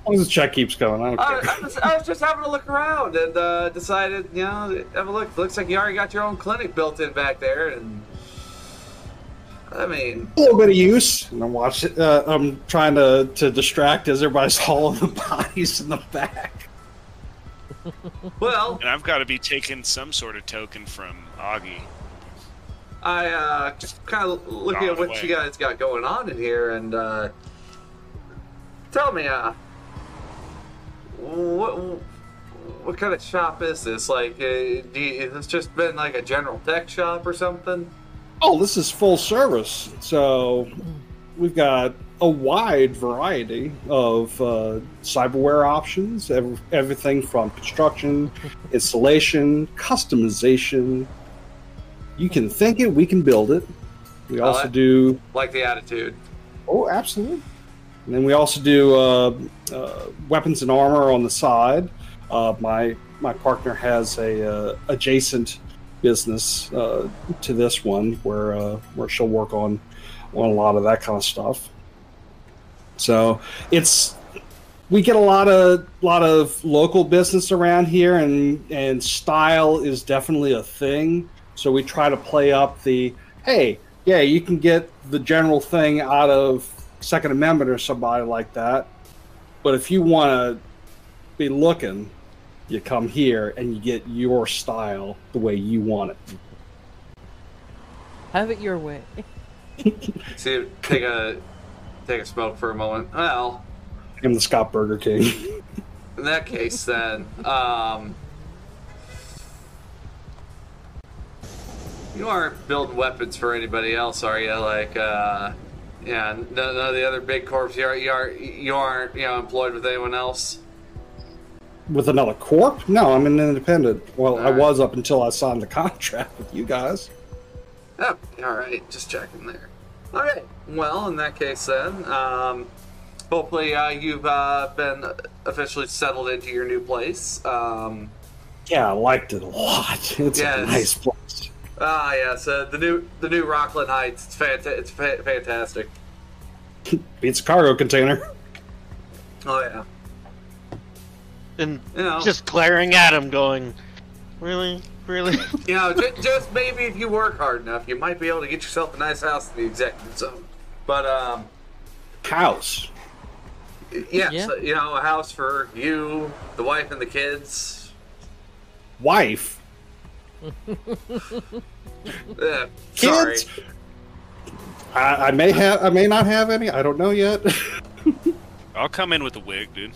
As long as the check keeps going, I don't
I,
care.
I, was, I was just having a look around and uh, decided, you know, have a look. Looks like you already got your own clinic built in back there, and I mean,
a little bit of use, and I'm watching. Uh, I'm trying to to distract as everybody's hauling the bodies in the back.
well,
And I've got to be taking some sort of token from Augie.
I uh, just kind of looking
Gone
at what
away.
you guys got going on in here, and uh, tell me, uh, what what kind of shop is this? Like, uh, do you, has this just been like a general tech shop or something?
Oh, this is full service, so we've got a wide variety of uh, cyberware options. Ev- everything from construction, installation, customization. You can think it, we can build it. We
I
also
like-
do
Like the attitude.
Oh, absolutely. And then we also do uh, uh, weapons and armor on the side. Uh, my my partner has a uh, adjacent business uh, to this one where uh, where she'll work on on a lot of that kind of stuff. So it's we get a lot of lot of local business around here, and and style is definitely a thing. So we try to play up the hey, yeah, you can get the general thing out of Second Amendment or somebody like that, but if you want to be looking, you come here and you get your style the way you want it.
Have it your way.
See, take a take a smoke for a moment. Well,
I'm the Scott Burger King.
in that case, then, um, you aren't building weapons for anybody else, are you? Like, uh, yeah, none, none of the other big corps you are you are you aren't you know employed with anyone else.
With another corp? No, I'm an independent. Well, I
Alright.
was up until I signed the contract with you guys.
Oh, all right, just checking there. All right, well, in that case, then, um, hopefully uh, you've uh, been officially settled into your new place. Um,
Yeah, I liked it a lot. It's a
Yes.
nice place.
Ah, yes, uh, the new the new Rockland Heights. It's, fanta- it's fa- fantastic.
Beats a cargo container.
Oh yeah,
And
you know, just
just glaring at him, going, "Really, really."
you know, j- just maybe if you work hard enough, you might be able to get yourself a nice house in the executive zone. But um,
House.
yeah,
Yeah.
so, you know, a house for you, the wife, and the kids.
Wife.
Eh, sorry,
Kids. I, I may have I may not have any. I don't know yet.
I'll come in with a wig, dude.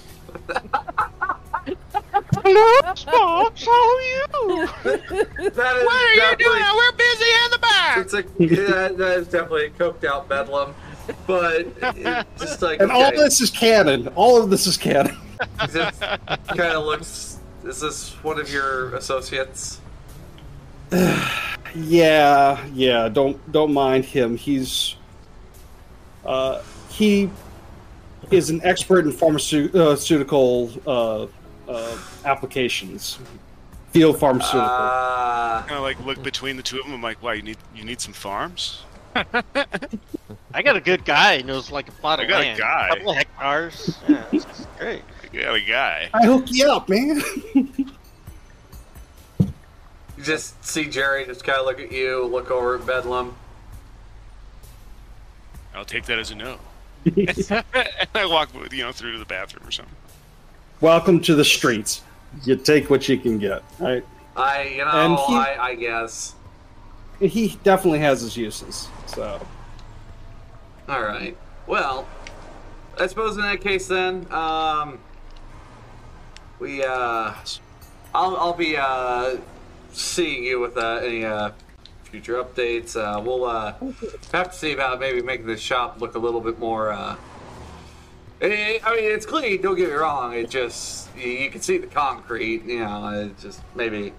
Hello, Sparks. How are you?
that is definitely-
We're busy in the back.
It's a, yeah, that is definitely a coked out bedlam, but it- just like
And all
okay,
this is canon. All of this is canon.
this kind of looks. Is this one of your associates?
Yeah, yeah. Don't don't mind him. He's uh, he is an expert in uh, pharmaceutical uh, uh, applications, field pharmaceutical.
Uh,
Kind of like look between the two of them. I'm like, wow, you need you need some farms.
I got a good guy. He knows like a plot
I
of
got a
land.
guy.
couple of hectares. Yeah, it's it's great.
Yeah, the guy.
I hook you up, man.
you just see Jerry just kind of look at you, look over at Bedlam.
I'll take that as a no. and I walk, you know, through to the bathroom or something.
Welcome to the streets. You take what you can get. Right?
I, you
And
know,
he-
I, I guess.
He definitely has his uses. So
All right. Well, I suppose in that case, then, um, we, uh, I'll, I'll be, uh, seeing you with, uh, any, uh, future updates. Uh, we'll, uh, have to see about maybe making the shop look a little bit more, uh, eh, I mean, it's clean, don't get me wrong. It just, you, you can see the concrete, you know, it just maybe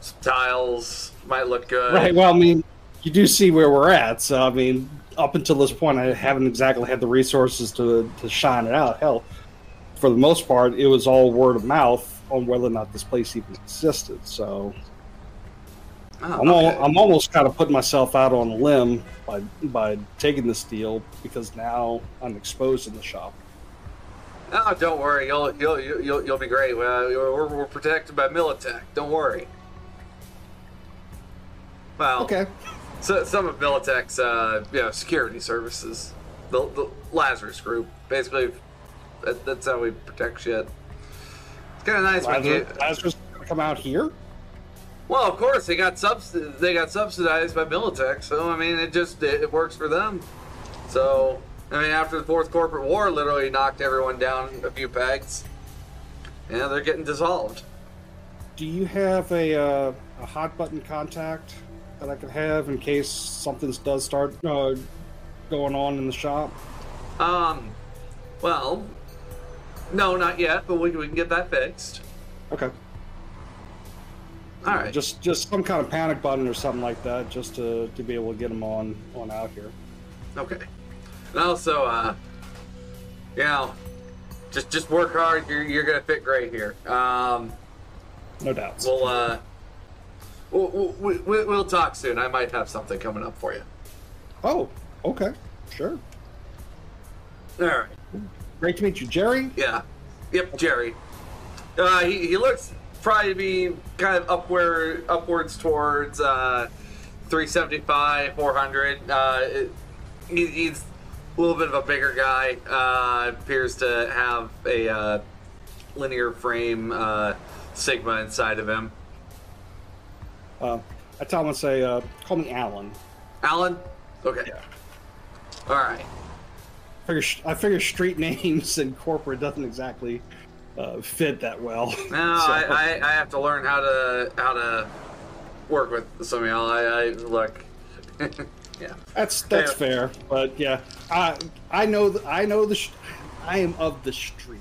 some tiles might look good.
right. Well, I mean, you do see where we're at. So I mean, up until this point, I haven't exactly had the resources to to shine it out. Hell, for the most part, it was all word of mouth on whether or not this place even existed. So
Oh,
I'm al-
okay.
I'm almost kind of putting myself out on a limb by by taking this deal because now I'm exposed in the shop.
Oh, don't worry. You'll you'll you'll, you'll be great. Uh, We're, we're protected by Militech. Don't worry. Well,
Okay.
So, some of Militech's, uh, you know, security services, the, the Lazarus Group, basically, that, that's how we protect shit. It's kind of nice when you.
Lazarus, Lazarus gonna come out here?
Well, of course, they got subs- they got subsidized by Militech, so I mean, it just it, it works for them. So I mean, after the fourth corporate war, literally knocked everyone down a few pegs. Yeah, they're getting dissolved.
Do you have a, uh, a hot button contact that I could have in case something does start uh, going on in the shop?
Um, well, no, not yet, but we, we can get that fixed.
Okay.
All right.
Just just some kind of panic button or something like that, just to, to be able to get them on on out here.
Okay. And also, uh, you know, just just work hard. You're, you're gonna fit great here. Um,
No doubts.
we'll uh, we'll, we'll, we'll we'll talk soon. I might have something coming up for you.
oh, okay, sure.
All right.
Great to meet you, Jerry.
Yeah. Yep, Jerry. Uh, he, he looks probably to be kind of upward upwards towards uh, 375, 400. Uh, it- he, he's a little bit of a bigger guy. Uh, appears to have a uh, linear frame uh, Sigma inside of him.
Uh, I tell him to say, uh, call me Alan.
Alan? Okay. All right.
Figure, I figure street names in corporate doesn't exactly uh, fit that well.
No, I, I, I have to learn how to how to work with some of y'all. I, I look. yeah.
That's that's
Yeah.
fair, but yeah, I I know th- I know the sh- I am of the street.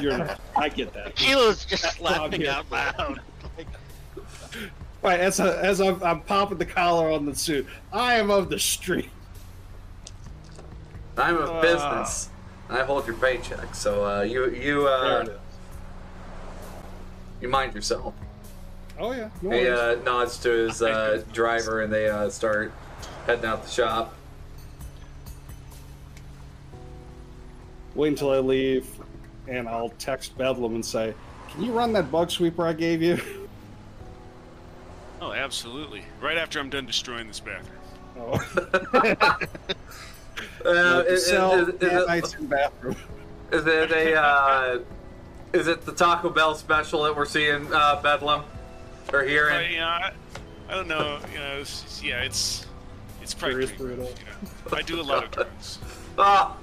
You're not. I get that.
Keela's just
That's what I'm
laughing
here
out
for.
loud. Like,
Right as I, as I'm, I'm popping the collar on the suit, I am of the street.
I'm a
Ah.
business. I hold your paycheck, so uh, you you
There
uh,
it is.
you mind yourself.
Oh yeah. No
He
worries.
uh, nods to his uh, driver, and they uh, start heading out the shop.
Wait until I leave, and I'll text Bedlam and say, "Can you run that bug sweeper I gave you?"
Oh, absolutely. Right after I'm done destroying this bathroom.
Oh,
Uh, is, is,
sell
is, is,
that
it,
night's in bathroom.
is it a uh, is it the Taco Bell special that we're seeing uh, Bedlam or
But,
hearing?
you know, I, I don't know. You know, it's, it's- yeah, it's it's probably
Curious
pretty
brutal.
gross, you know. I do a lot of drugs,
Ah,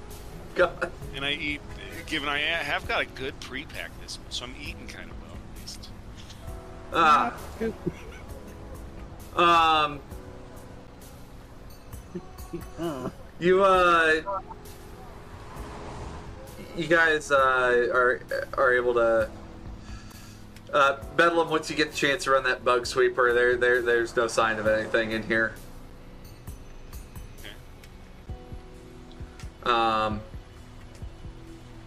God.
and I eat. Given I have got a good pre-pack this, month, so I'm eating kind of well at least.
Ah. Um. You uh. You guys uh, are are able to. Uh, Bedlam, once you get the chance to run that bug sweeper, there there there's no sign of anything in here. Um.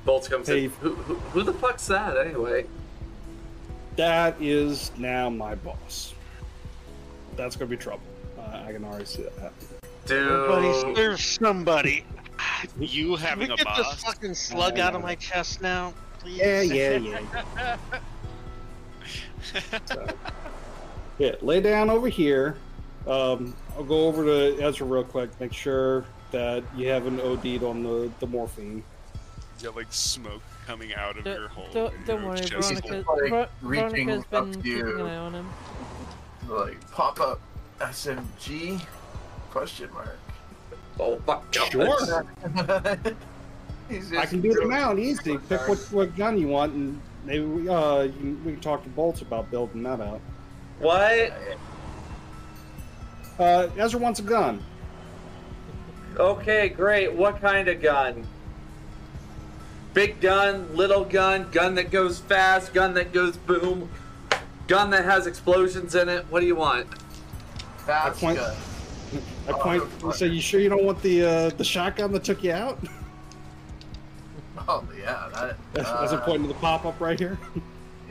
Bolts comes
Hey.
in. Who, who, who the fuck's that anyway?
That is now my boss. That's gonna be trouble. Uh, I can already see that. happening.
Dude.
Everybody serve somebody.
You
Can we
having a
get this
boss?
fucking slug out of my chest now, please?
Yeah, yeah, yeah. So, yeah, lay down over here. Um, I'll go over to Ezra real quick, make sure that you haven't OD'd on the, the morphine.
You got like smoke coming out of your hole.
Don't, don't, don't
you know,
worry,
just-
Veronica.
like
Ver-
reaching
Veronica's
up
been
to
keeping
you.
an eye on him.
Like pop up SMG question mark.
Oh fuck.
Sure.
He's
I
just
can do the
doing-
mount easy. Pick what, what gun you want, and maybe we, uh, you can- we can talk to Bolts about building that out.
What?
Uh, Ezra wants a gun.
Okay, great. What kind of gun? Big gun, little gun, gun that goes fast, gun that goes boom, gun that has explosions in it. What do you want?
That's
point-
good.
I
Oh,
point
fuck.
and say, "You sure you don't want the uh, the shotgun that took you out?"
Oh yeah, that.
As,
uh,
as I'm pointing to the pop up right here.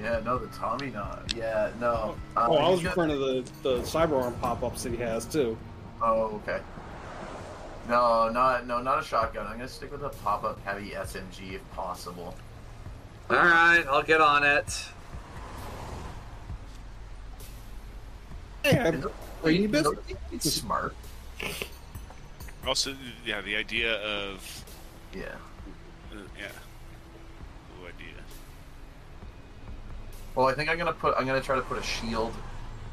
Yeah, no, the Tommy knot. Yeah, no. Uh,
Oh, I was
he's got-
referring to the, the cyberarm pop ups that he has too.
Oh, okay. No, not no, not a shotgun. I'm gonna stick with a pop-up heavy SMG if possible.
All right, I'll get on it.
Yeah, brainy
You know,
business.
It's smart.
Also, yeah, the idea of
Yeah.
uh, yeah, cool idea.
Well, I think I'm gonna put. I'm gonna try to put a shield,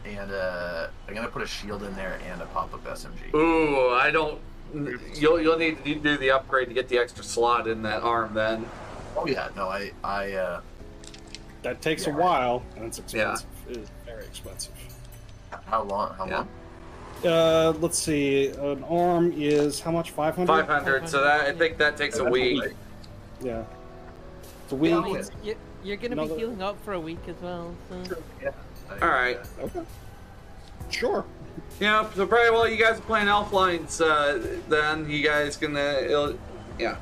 and uh, I'm gonna put a shield in there and a pop-up SMG.
Ooh, I don't. You'll you'll need to do the upgrade to get the extra slot in that arm. Then
Oh yeah, no, I, I, uh,
That takes a
Yeah.
while, and it's expensive. It is very expensive.
how long? How
Yeah.
long?
Uh, let's see. An arm is how much? Five hundred.
five hundred. So that I think that takes a
That's
week.
alright.
Yeah. It's a week.
Yeah, okay.
You're, you're gonna
Another-
be healing up for a week as well. So.
I-
All right.
Okay. Sure.
Yeah. So probably while you guys are playing elf lines, uh, then you guys can. Uh, it'll- yeah.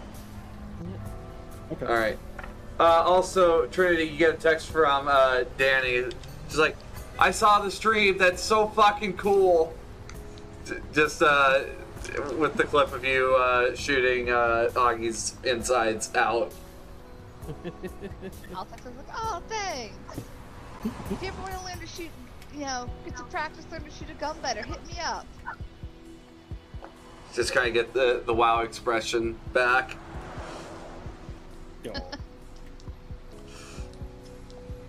Okay.
All right. Uh, also, Trinity, you get a text from uh, Danny. She's like, "I saw the stream. That's so fucking cool." J- Just uh, with the clip of you uh, shooting uh, Augie's insides out.
Altex was like, oh, thanks. if you ever want to learn to shoot, you know, get to practice, learn to shoot a gun better, hit me up.
Just kind of get the, the wow expression back.
Yo.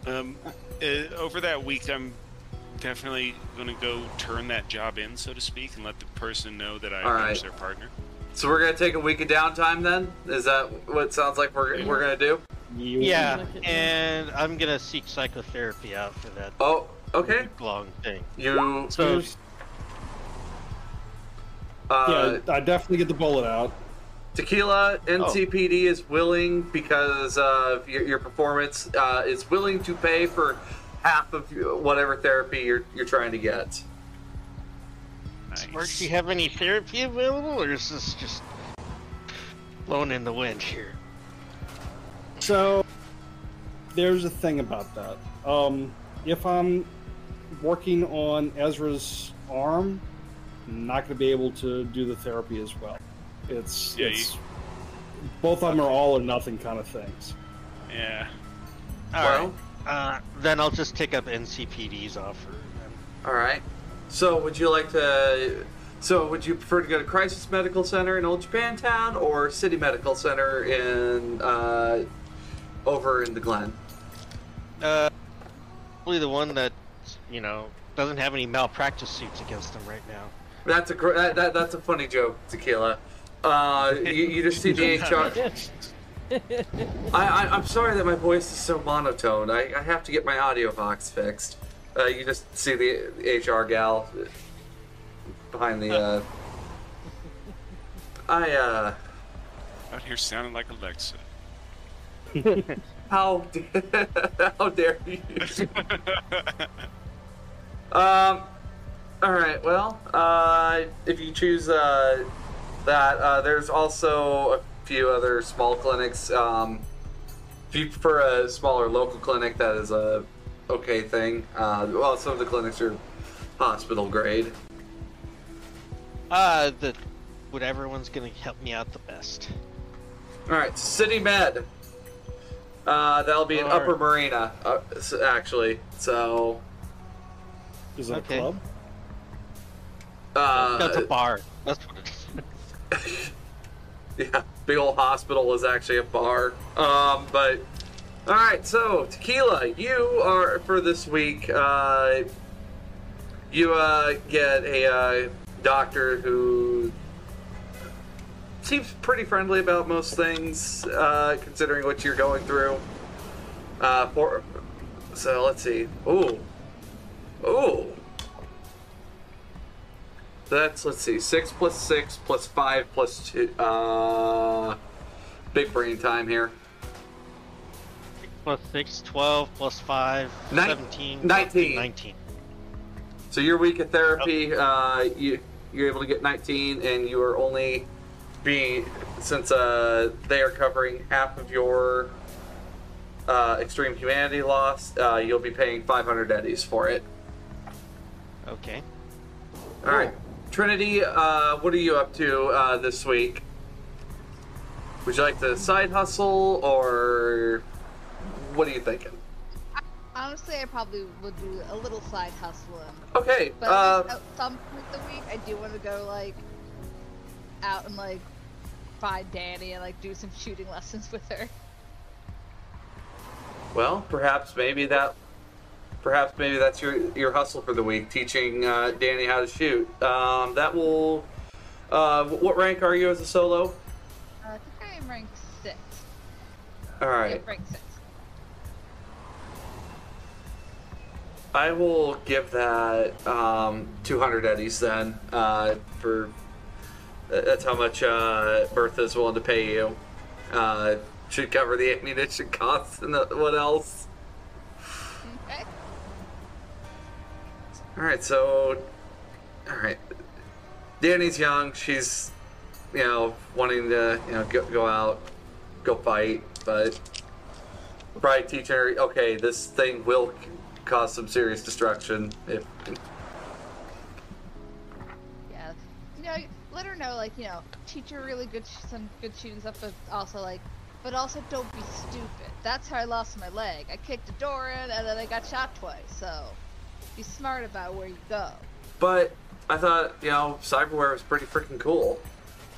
Um, uh, over that week, I'm definitely going to go turn that job in, so to speak, and let the person know that I
All
finished
right.
their partner.
So we're gonna take a week of downtime then. Is that what it sounds like we're we're gonna do?
You-
Yeah,
Like it, yeah.
and I'm gonna seek psychotherapy out for that
Oh, okay.
long thing.
You
So
uh,
Yeah, I definitely get the bullet out.
Tequila
Oh.
NCPD is willing because of your, your performance uh, is willing to pay for half of your- whatever therapy you're, you're trying to get.
Or do you
Nice.
have any therapy available, or is this just blown in the wind here?
So there's a thing about that. Um, if I'm working on Ezra's arm, I'm not going to be able to do the therapy as well. It's,
Yeah,
it's both of them are all or nothing kind of things.
Yeah.
All right.
well,
Uh, then I'll just take up NCPD's offer. then.
all right. So would you like to? So would you prefer to go to Crisis Medical Center in Old Japantown or City Medical Center in uh, over in the Glen?
Uh, probably the one that you know doesn't have any malpractice suits against them right now.
That's a gr- that, that, that's a funny joke, Tequila. Uh, you, you just see the HR. I, I, I'm sorry that my voice is so monotone. I, I have to get my audio box fixed. Uh, you just see the HR gal behind the. Uh... I uh,
Out here sounding like Alexa.
how da- how dare you? um, all right. Well, uh, if you choose uh, that, uh, there's also a few other small clinics. Um, if you prefer a smaller local clinic, that is a okay thing. Uh, well, some of the clinics are hospital grade.
Uh, the whatever one's gonna help me out the best.
All right, City Med. Uh, that'll be in
All right.
Upper Marina, uh, s- actually. So
Is it
Okay.
a club?
uh,
That's a bar. That's what it is.
Yeah, big old hospital is actually a bar. Um, but all right, so tequila, you are for this week. Uh, you uh, get a uh, doctor who seems pretty friendly about most things, uh, considering what you're going through. Uh, for so let's see. Ooh, ooh. That's let's see, six plus six plus five plus two. Uh, big brain time here.
Plus six, twelve, plus five,
Nine-
seventeen,
nineteen.
nineteen.
So your week of therapy, uh, you you're able to get 19, and you are only being since uh, they are covering half of your uh, extreme humanity loss. Uh, you'll be paying 500 eddies for it.
Okay.
All right, Trinity, uh, what are you up to uh, this week? Would you like to side hustle, or what are you thinking?
I honestly, I probably would do a little side hustling.
Okay.
But
Uh,
at some point of the week, I do want to go like out and like find Danny and like do some shooting lessons with her.
well, perhaps maybe that, perhaps maybe that's your your hustle for the week, teaching uh, Danny how to shoot. Um, that will. Uh, what rank are you as a solo?
Uh, I think I am rank six.
All
Yeah,
right.
rank six.
I will give that um, 200 eddies then uh, for that- that's how much uh, Bertha's willing to pay you. Uh, should cover the ammunition costs and the, what else.
Okay.
All right, so all right, Danny's young. She's you know wanting to you know go, go out, go fight, but probably teaching her okay, this thing will c- cause some serious destruction if
Yeah. You know, let her know like you know, teach her really good sh- some good shooting stuff, but also like, but also don't be stupid. That's how I lost my leg. I kicked a door in and then I got shot twice. So, be smart about where you go.
But I thought, you know, cyberware was pretty freaking cool.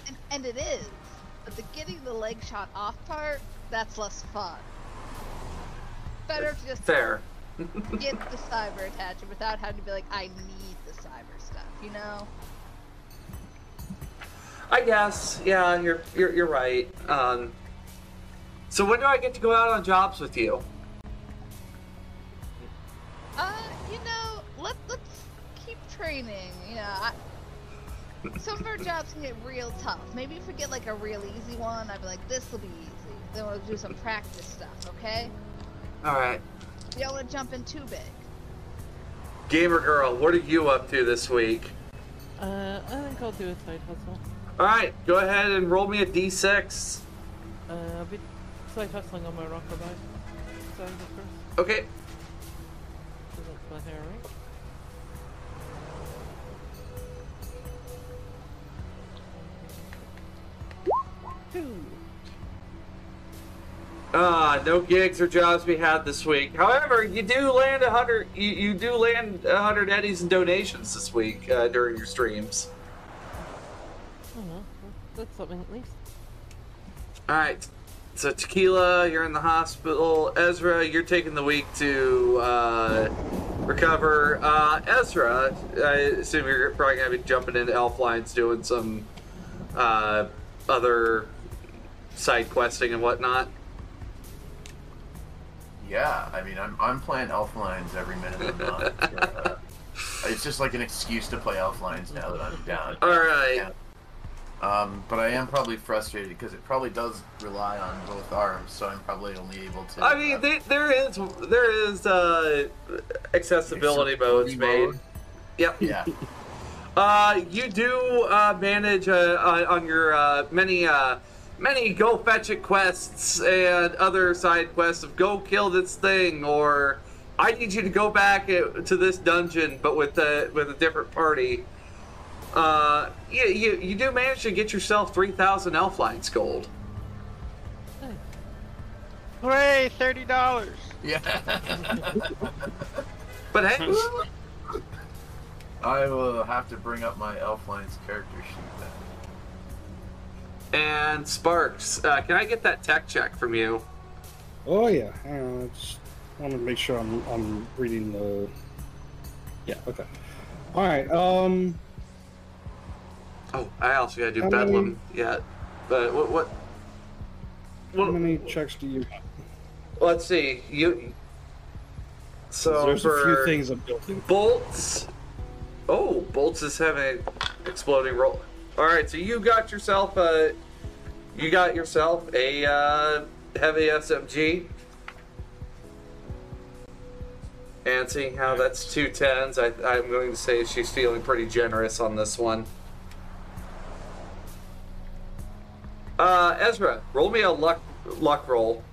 And, and it is. But the getting the leg shot off part, that's less fun. Better to just
Fair.
get the cyber attachment without having to be like, I need the cyber stuff, you know?
I guess. Yeah, you're you're, you're right. Um, so when do I get to go out on jobs with you?
Uh, you know, let, let's keep training, you know. I, some of our jobs can get real tough. Maybe if we get like a real easy one, I'd be like, this will be easy. Then we'll do some practice stuff, okay?
All right.
You don't want to jump in too big.
Gamer girl, what are you up to this week?
Uh, I think I'll do a side hustle.
All right, go ahead and roll me a d6.
Uh, I'll be side hustling on my rocker bike. So the first,
Okay.
so that's my hair, right? Two.
Ah, no gigs or jobs we had this week. However, you do land a hundred. You, you do land a hundred eddies in donations this week uh, during your streams.
Oh well, that's something at least.
All right. So Tequila, you're in the hospital. Ezra, you're taking the week to uh, recover. Uh, Ezra, I assume you're probably gonna be jumping into Elf Lines doing some uh, other side questing and whatnot.
Yeah, I mean, I'm, I'm playing Elf Lines every minute of the month. Uh, it's just like an excuse to play Elf Lines now that I'm down.
All right.
Um, but I am probably frustrated because it probably does rely on both arms, so I'm probably only able to. uh,
I mean, there, there is there is uh, accessibility modes made. Yep.
Yeah.
Uh, you do uh, manage uh, uh, on your uh, many uh, many go fetch it quests and other side quests of go kill this thing or I need you to go back uh, to this dungeon but with a with a different party. Uh, you, you, you do manage to get yourself 3,000 elf lines gold.
Hey,
Hooray, thirty dollars.
Yeah.
But hey,
I will have to bring up my Elf Lines character sheet then.
and Sparks, uh, can I get that tech check from you?
Oh yeah, hang on. I just want to make sure I'm I'm reading the. Yeah. Okay. All right. Um.
Oh, I also gotta do
How many-
Bedlam yet. But what, what, what-
How many checks do you?
Let's see. You. So
There's
for
a few things I'm building.
bolts. Oh, bolts is having an exploding roll. All right, so you got yourself a. You got yourself a uh, heavy SMG. And seeing how that's two tens, I, I'm going to say she's feeling pretty generous on this one. Uh, Ezra, roll me a luck luck roll.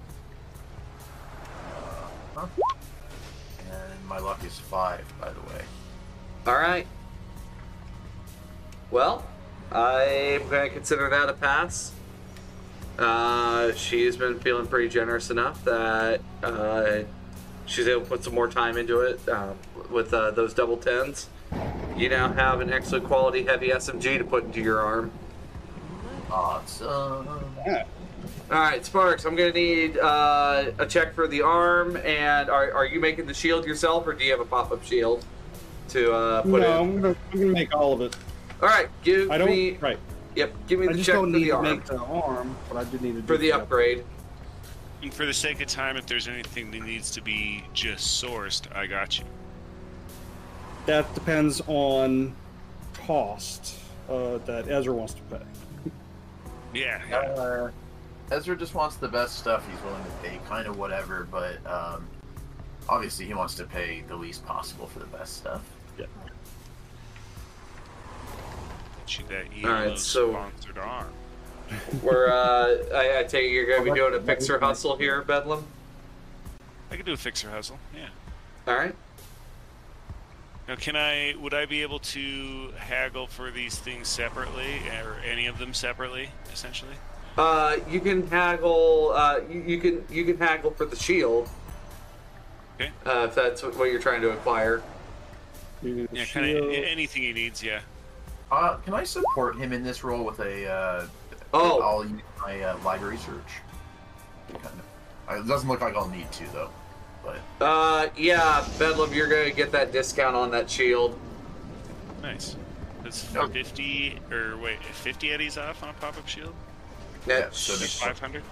And my luck is five, by the way.
All right. Well, I'm going to consider that a pass. Uh, she's been feeling pretty generous enough that uh, she's able to put some more time into it um, with uh, those double tens. You now have an excellent quality heavy SMG to put into your arm.
Awesome.
All right, Sparks, I'm gonna need uh, a check for the arm, and are, are you making the shield yourself, or do you have a pop-up shield to uh, put
no,
in?
I'm gonna, I'm gonna make all of it.
All right, give
I don't.
me.
Right.
Yep, give me
I
the
just
check for
don't need
the
to
arm
make the arm, but I do need to do
for the
that.
upgrade.
And for the sake of time, if there's anything that needs to be just sourced, I got you.
That depends on cost uh, that Ezra wants to pay.
Yeah. yeah.
Uh, Ezra just wants the best stuff. He's willing to pay kind of whatever, but um, obviously he wants to pay the least possible for the best stuff.
Got you that
All right,
ELO
so-
sponsored arm.
Where uh, I, I take it you're gonna be doing a fixer hustle here, Bedlam.
I could do a fixer hustle. Yeah.
All right.
Now, can I? Would I be able to haggle for these things separately, or any of them separately, essentially?
Uh, you can haggle. Uh, you, you can you can haggle for the shield.
Okay.
Uh, if that's what, what you're trying to acquire.
You
Yeah, kind of anything he needs. Yeah.
Uh, can I support him in this role with a? Uh,
Oh.
I'll use my uh, library search. Kind of. It doesn't look like I'll need to though, but
Uh, yeah, Bedlam, you're gonna get that discount on that shield.
Nice. That's
Nope.
fifty, or wait, fifty eddies off on a pop-up shield.
That-
so
Like
just-
Five hundred.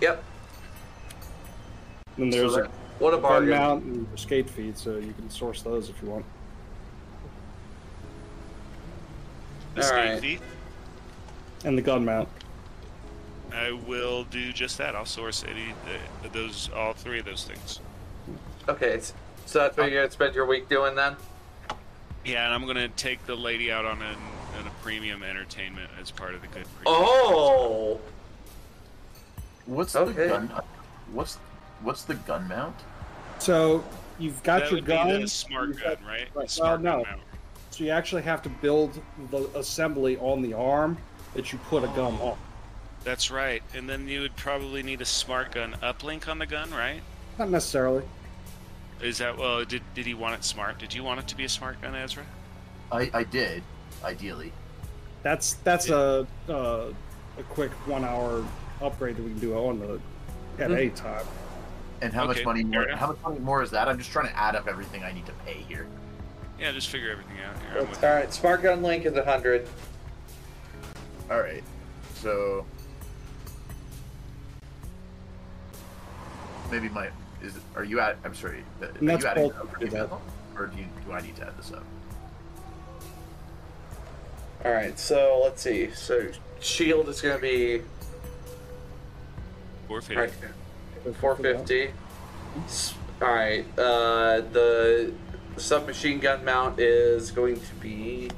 Yep.
And there's
So
a
What a
gun
bargain.
mount and escape feed, so you can source those if you want.
All
Escape
right.
thief.
And the gun mount.
I will do just that. I'll source any uh, those, all three of those things.
Okay, s- so that's what you're gonna spend your week doing then.
Yeah, and I'm gonna take the lady out on a, on a premium entertainment as part of the good. Premium.
Oh.
what's
Okay.
the gun? What's what's the gun mount?
So you've got
that
your
would
gun.
be the smart
you've got-
gun, right? The
Well,
smart
no.
gun mount.
So you actually have to build the assembly on the arm that you put a gun on.
That's right. And then you would probably need a smart gun uplink on the gun, right?
Not necessarily.
Is that well? Did did he want it smart? Did you want it to be a smart gun, Ezra?
I I did, ideally.
That's that's a uh, a quick one hour upgrade that we can do on the at any
Mm-hmm.
time.
And how
Okay,
much money
fair
more?
enough.
How much money more is that? I'm just trying to add up everything I need to pay here.
Yeah, just figure everything out here. I'm with
All right, smart gun link is a hundred.
All right, so maybe my is are you at? I'm sorry, uh, are
And that's
you adding
both
up for
do that.
email? or do you, do I need to add this up?
All right, so let's see. So shield is gonna be
you. Forfeit.
right, four fifty. All right, uh, the submachine gun mount is going to be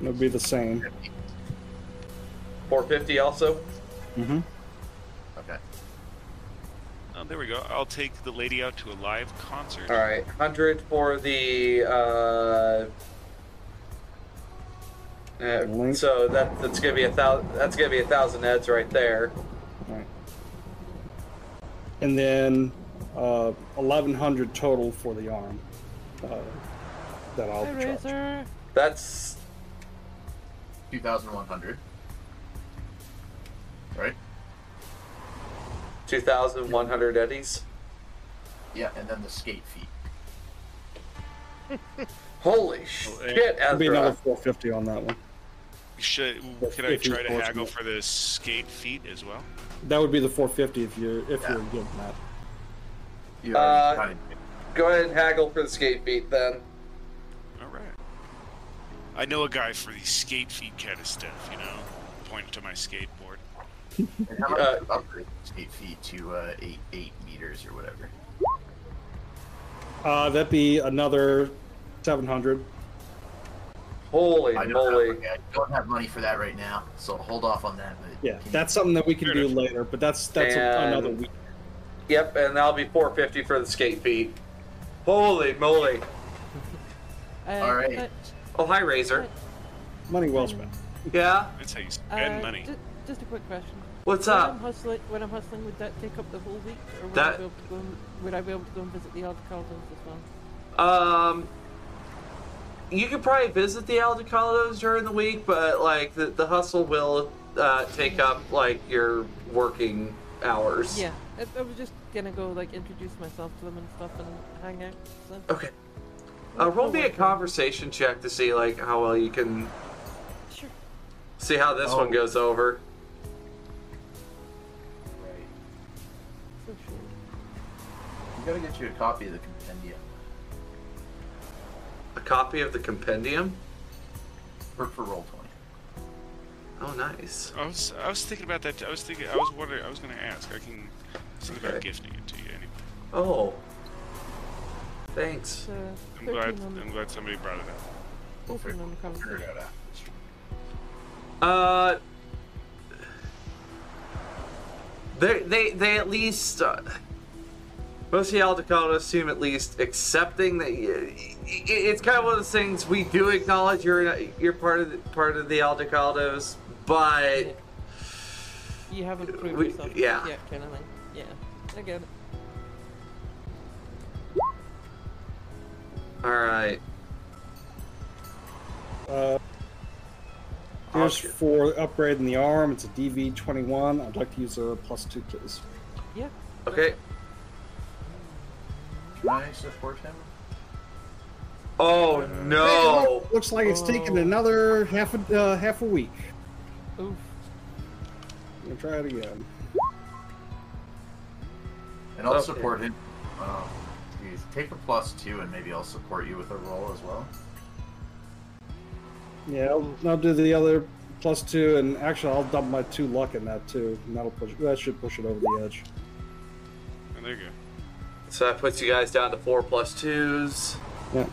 It'll be the same.
four fifty also.
Mm-hmm.
Okay.
Oh, there we go. I'll take the lady out to a live concert.
All right, hundred for the. Uh, uh,
Link.
so that that's gonna be a thousand. That's gonna be a thousand eds right there.
Right. And then uh, eleven hundred total for the arm. Uh, that I'll
Hi,
charge.
Razor.
That's
Two thousand one hundred. Right.
two thousand one hundred eddies.
Yeah, and then the skate fee.
Holy
eh,
shit,
It'll be another
Ezra!
four fifty on that one.
Should
That's
can I
if he's
try to
fortunate.
haggle for the skate feet as well?
That would be the four fifty if you if
Yeah.
you're getting that.
You
Uh,
already counted.
Go ahead and haggle for the skate beat then.
All right. I know a guy for the skate feet kind of stuff. You know, point to my skateboard.
And how much
uh,
to upgrade the skate fee to uh, eight eight meters or whatever?
Uh, that'd be another seven hundred.
Holy
I don't, have,
moly!
okay, I don't have money for that right now, so hold off on that. But
Yeah,
can you-
that's something that we can
Fair
do
enough.
later, but that's that's a,
And-
another week.
Yep, and that'll be four fifty for the skate beat. Holy moly!
Uh,
All right.
uh,
Oh hi, Razor.
Money well spent.
Yeah.
That's how you
uh,
spend money.
ju- just a quick question.
What's
When I'm
up?
hustling, when I'm hustling, would that take up the whole week, or would, I,
That-
be able to go and, would I be able to go and visit the Alder Caldos as well?
Um, you could probably visit the Aldecaldos during the week, but like the, the hustle will uh, take up like your working hours.
Yeah, I, I was just gonna go like introduce myself to them and stuff and hang out. So.
Okay. Uh, roll me a conversation check to see like how well you can
Sure.
see how
Oh.
this one goes over.
Right.
So sure.
We gotta get you a copy of the compendium.
A copy of the compendium.
Work for roll twenty.
Oh, nice.
I was I was thinking about that. I was thinking. I was wondering. I was going to ask. I can think about
Okay.
gifting it to you anyway.
Oh, thanks.
So
I'm glad.
13 uh, on,
I'm glad somebody brought it up.
13 on the
Figure it
conversation.
out after.
Uh, they they they at least uh, most of y'all Dakota assume at least accepting that you, it, it's kind of one of those things we do acknowledge you're you're part of the, part of the Aldecaldos, but.
You haven't proven
We-
yourself
yeah.
yet, kind of thing. Yeah, I get it.
All right.
Uh, here's
shit.
for upgrading the arm. It's a DV21. I'd like to use a plus two, please.
Yeah.
Okay.
Can I support him?
Oh no.
Looks like it's
Oh.
taking another half a uh, half a week.
Oof.
I'm gonna try it again.
And I'll
Okay.
support him. Um, geez, take a plus two, and maybe I'll support you with a roll as well.
Yeah, I'll, I'll do the other plus two, and actually, I'll dump my two luck in that too, and that'll push. That should push it over the edge.
Oh, there you go.
So that puts you guys down to four plus twos.
Yeah,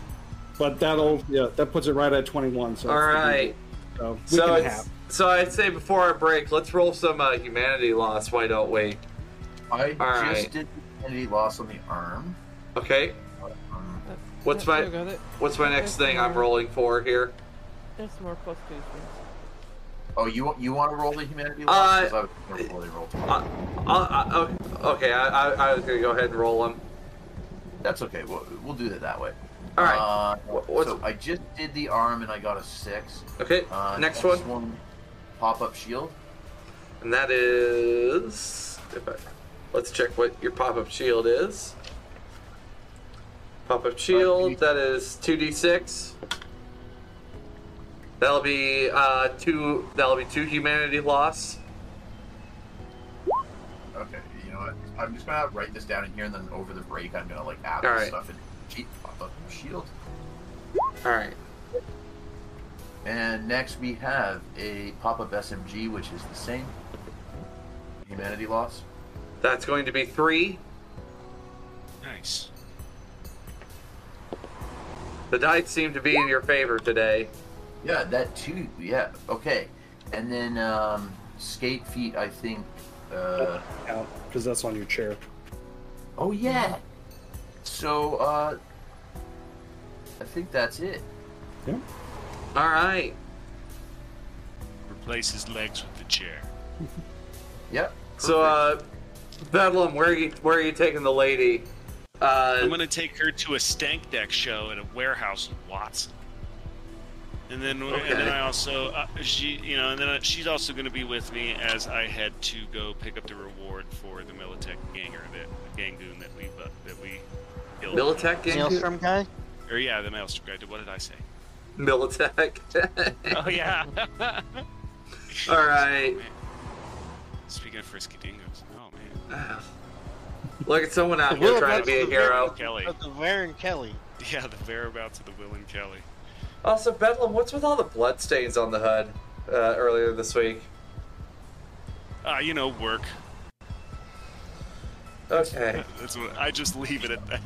but that'll yeah, that puts it right at 21. So
All
it's the
right.
DV. so we
so
can
it's,
have.
so I'd say before our break, let's roll some uh, humanity loss. Why don't we?
I
All
just
right.
did identity loss on the arm.
Okay.
Um,
That's,
What's
yeah,
my-
I got it.
What's my next thing I'm rolling for here?
There's more plus twos. man.
oh, you you want to roll the humanity loss? 'Cause I was gonna roll the roll 20.
Uh, uh, uh, okay, I, I, I was gonna go ahead and roll them.
That's okay. We'll, we'll do it that way.
All right.
Uh,
Wh- what's-
so I just did the arm, and I got a six.
okay.
Uh,
next one,
Pop up shield.
and that is. If I, let's check what your pop-up shield is. Pop-up shield. That is two d six. That'll be uh, two. That'll be two humanity loss.
Okay, you know what? I'm just gonna write this down in here, and then over the break, I'm gonna like add
All
this
right.
stuff in cheat pop up shield.
All right.
And next we have a pop up SMG, which is the same humanity loss.
That's going to be three.
Nice.
The dice seem to be in your favor today.
Yeah, that too. Yeah, okay. And then um, skate feet, I think. Uh,
Yeah, because that's on your chair.
oh yeah. So uh, I think that's it.
Yeah.
All right.
Replace his legs with the chair.
Yep.
So, uh, Bedlam, where are you where are you taking the lady? Uh,
I'm gonna take her to a stank deck show at a warehouse in Watson. And then, and then
Okay.
I also, uh, she, you know, and then I, she's also going to be with me as I head to go pick up the reward for the Militech ganger, that gangoon that we bu- that we killed.
Militech into
Maelstrom guy?
Or yeah, the Maelstrom guy. did- What did I say?
Militech.
oh yeah.
All right.
Speaking of frisky dingoes, oh man,
Look at someone out here trying to be a hero.
Kelly.
Of Oh, the Varen Kelly.
Yeah, the whereabouts of the Will and Kelly.
Also, Bedlam, what's with all the bloodstains on the HUD uh, earlier this week?
Ah, you know, work.
Okay.
That's what I just leave it at that.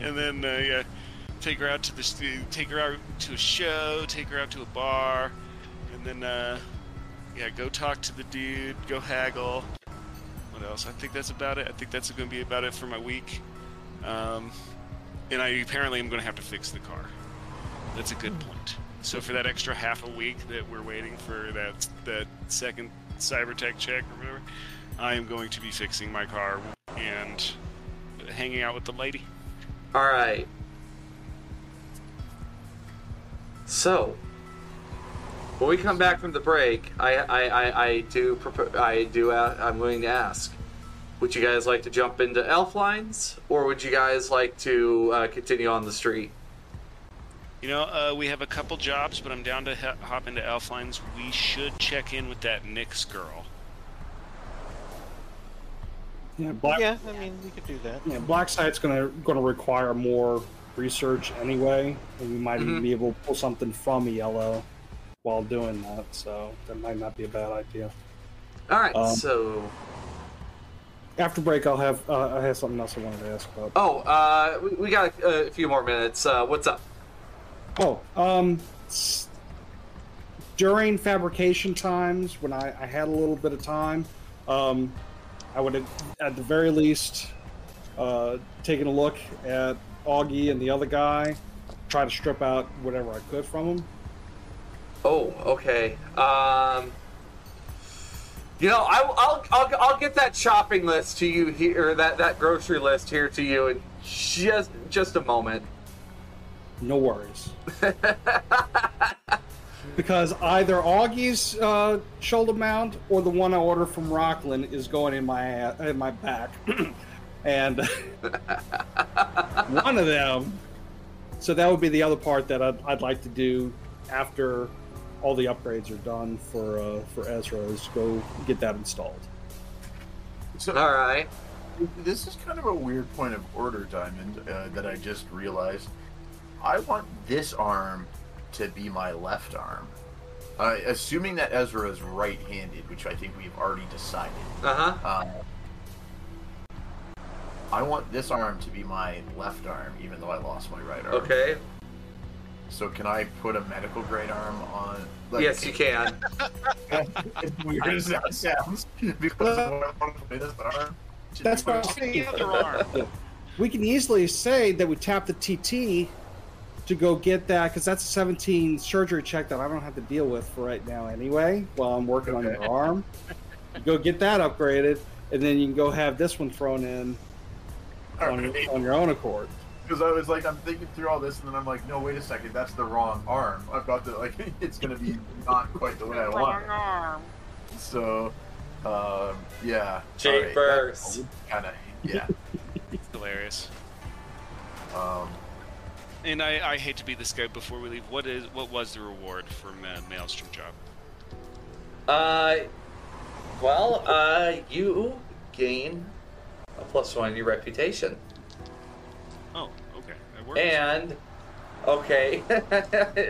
and then uh, yeah, take her out to the stu- take her out to a show, take her out to a bar, and then uh, yeah, go talk to the dude, go haggle. What else? I think that's about it. I think that's going to be about it for my week. Um, and I apparently am going to have to fix the car. That's a good point.
So for that extra half a week that we're waiting for that that second cybertech check or whatever, I am going to be fixing my car and hanging out with the lady.
All right. So, when we come back from the break, I I, I, I do propo- I do a- I'm going to ask, would you guys like to jump into elf lines, or would you guys like to uh, continue on the street?
You know, uh, we have a couple jobs, but I'm down to he- hop into elf lines. We should check in with that Nyx girl.
Yeah, Black,
Yeah, I mean, we could do that.
yeah, Black Site's gonna gonna require more research anyway, and we might
Mm-hmm.
even be able to pull something from Yellow while doing that. So that might not be a bad idea.
All right.
Um,
so,
After break, I'll have uh, I have something else I wanted to ask about.
oh, uh, we, we got a, a few more minutes. Uh, what's up?
Oh, um, s- during fabrication times, when I, I had a little bit of time, um, I would have, at the very least, uh, taken a look at Augie and the other guy, try to strip out whatever I could from them.
Oh, okay. Um, you know, I, I'll, I'll I'll get that shopping list to you here, or that that grocery list here to you in just just a moment.
No worries. because either Augie's uh, shoulder mount or the one I ordered from Rockland is going in my a- in my back, and one of them. So that would be the other part that I'd, I'd like to do after all the upgrades are done for uh, for Ezra is go get that installed.
So,
All right.
This is kind of a weird point of order, Diamond, uh, that I just realized. I want this arm to be my left arm. Uh, assuming that Ezra is right handed, which I think we've already decided.
Uh huh.
Um, I want this arm to be my left arm, even though I lost my right arm.
Okay.
So can I put a medical grade arm on?
Yes, you can.
As weird as that sounds, because I want to play this arm. to
That's
do
what
my
I'm saying.
The other arm.
We can easily say that we tapped the TT to go get that because that's a 17 surgery check that I don't have to deal with for right now anyway. While I'm working on your arm, go get that upgraded, and then you can go have this one thrown in on,
Alright.
on your own accord.
Because I was like, I'm thinking through all this, and then I'm like, no, wait a second, that's the wrong arm. I've got the like, it's gonna be not quite the way I want. It. So, um, yeah.
Jeepers.
Kind of, yeah.
Hilarious.
Um,
And I, I hate to be this guy before we leave. What is what was the reward for Ma- Maelstrom job?
Uh, well, uh, you gain a plus one in your reputation.
Oh, okay, that works.
And, okay.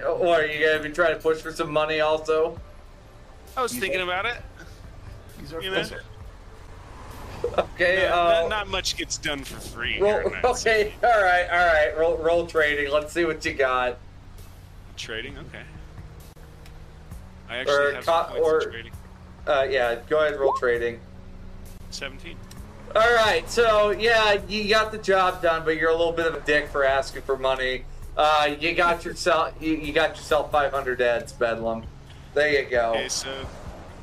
or are you gonna be trying to push for some money also?
I was
You
thinking
think-
about it.
these are
You know?
Okay,
Not-
uh.
not, not much gets done for free.
Roll,
here in that
okay,
city.
alright, alright. Roll, roll trading. Let's see what you got.
Trading, okay. I actually
Or
have
co-
some points in
or-
trading.
Uh, yeah, go ahead, roll trading.
Seventeen.
All right, so yeah, you got the job done, but you're a little bit of a dick for asking for money. Uh, you got yourself, you, you got yourself 500 ads, Bedlam. There you go.
Okay, so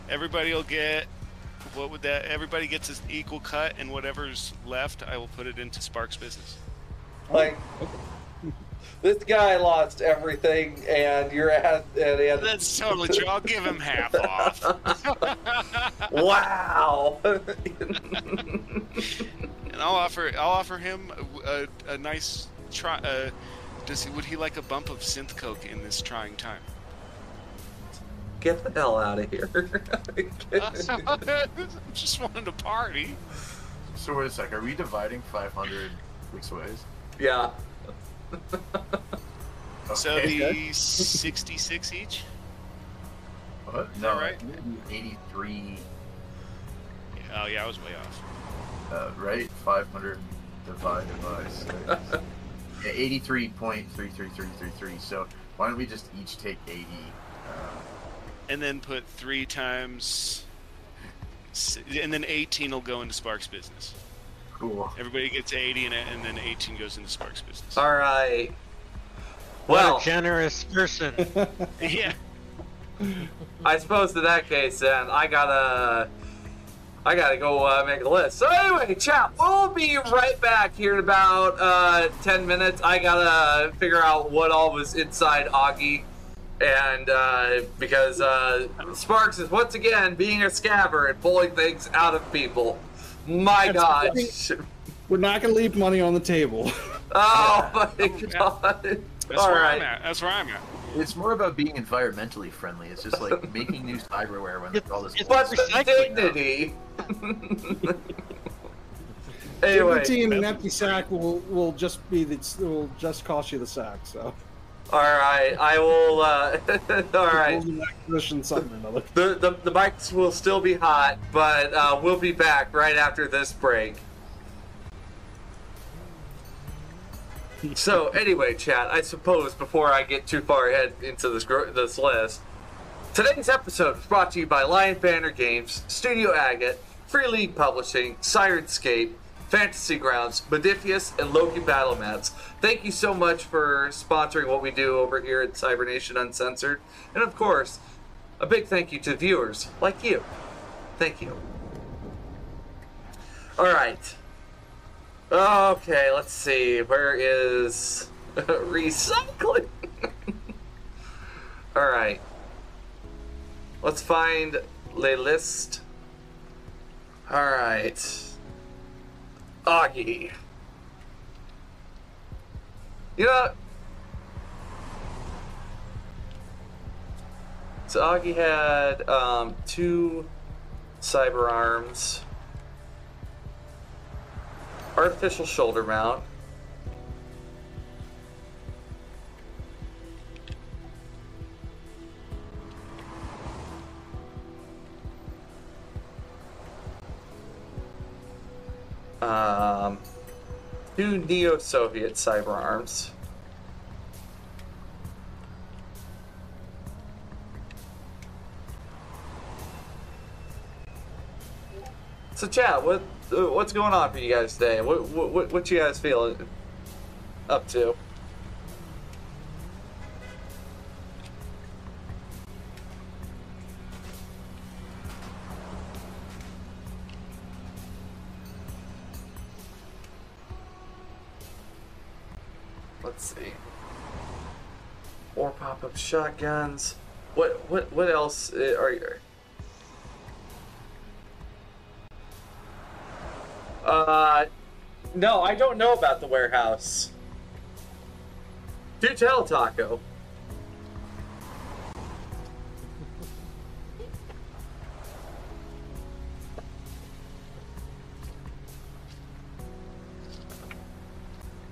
everybody will get what would that? Everybody gets an equal cut, and whatever's left, I will put it into Sparks business.
Like this guy lost everything, and you're at, and he had
That's totally true. I'll give him half off.
wow.
And I'll offer I'll offer him a, a, a nice try. Uh, does he, would he like a bump of synth coke in this trying time?
Get the hell out of here.
just wanted to party.
so wait a sec, are we dividing 500 six ways?
yeah.
So
Okay.
the sixty-six each.
What?
that
No,
right?
83,
Oh yeah, I was way off.
uh, right? 500 divided by six. yeah, 83.33333. So why don't we just each take 80? Uh,
And then put three times, s- and then eighteen will go into Sparks business.
cool.
Everybody gets eighty, and, and then eighteen goes into Sparks business.
All right. Well,
What a generous person.
yeah.
I suppose in that case, then I gotta, I gotta go uh, make a list. So anyway, chap, we'll be right back here in about uh, ten minutes. I gotta figure out what all was inside Augie, and uh, because uh, Sparks is once again being a scabber and pulling things out of people. My God!
That's We're not going to leave money on the table.
Oh my God!
That's
All
where
right.
I'm at. That's where I'm at.
It's more about being environmentally friendly. It's just like making new cyberware when there's all this.
It's-
But
old
the
stuff.
dignity.
Anyway,
anyway,
team an empty sack will will just be the will just cost you the sack. So
all right, I will. Uh, all right,
We'll acquisition something or another.
the, the the mics will still be hot, but uh, we'll be back right after this break. So anyway, chat. I suppose before I get too far ahead into this gro- this list, Today's episode is brought to you by Lion Banner Games, Studio Agate, Free League Publishing, Sirenscape, Fantasy Grounds, Modifius, and Loki Battle Mats. Thank you so much for sponsoring what we do over here at Cybernation Uncensored. And of course, a big thank you to viewers like you. Thank you. All right. Okay, let's see. Where is recycling? All right. Let's find the list. All right. Augie. You know. So Augie had um, two cyber arms, artificial shoulder mount, um, two neo-Soviet cyber arms. So, chat, what uh, what's going on for you guys today? What what what, what you guys feel up to? Let's see. More pop-up shotguns. What what what else uh, are you? Uh, no, I don't know about the warehouse. Do tell, Taco.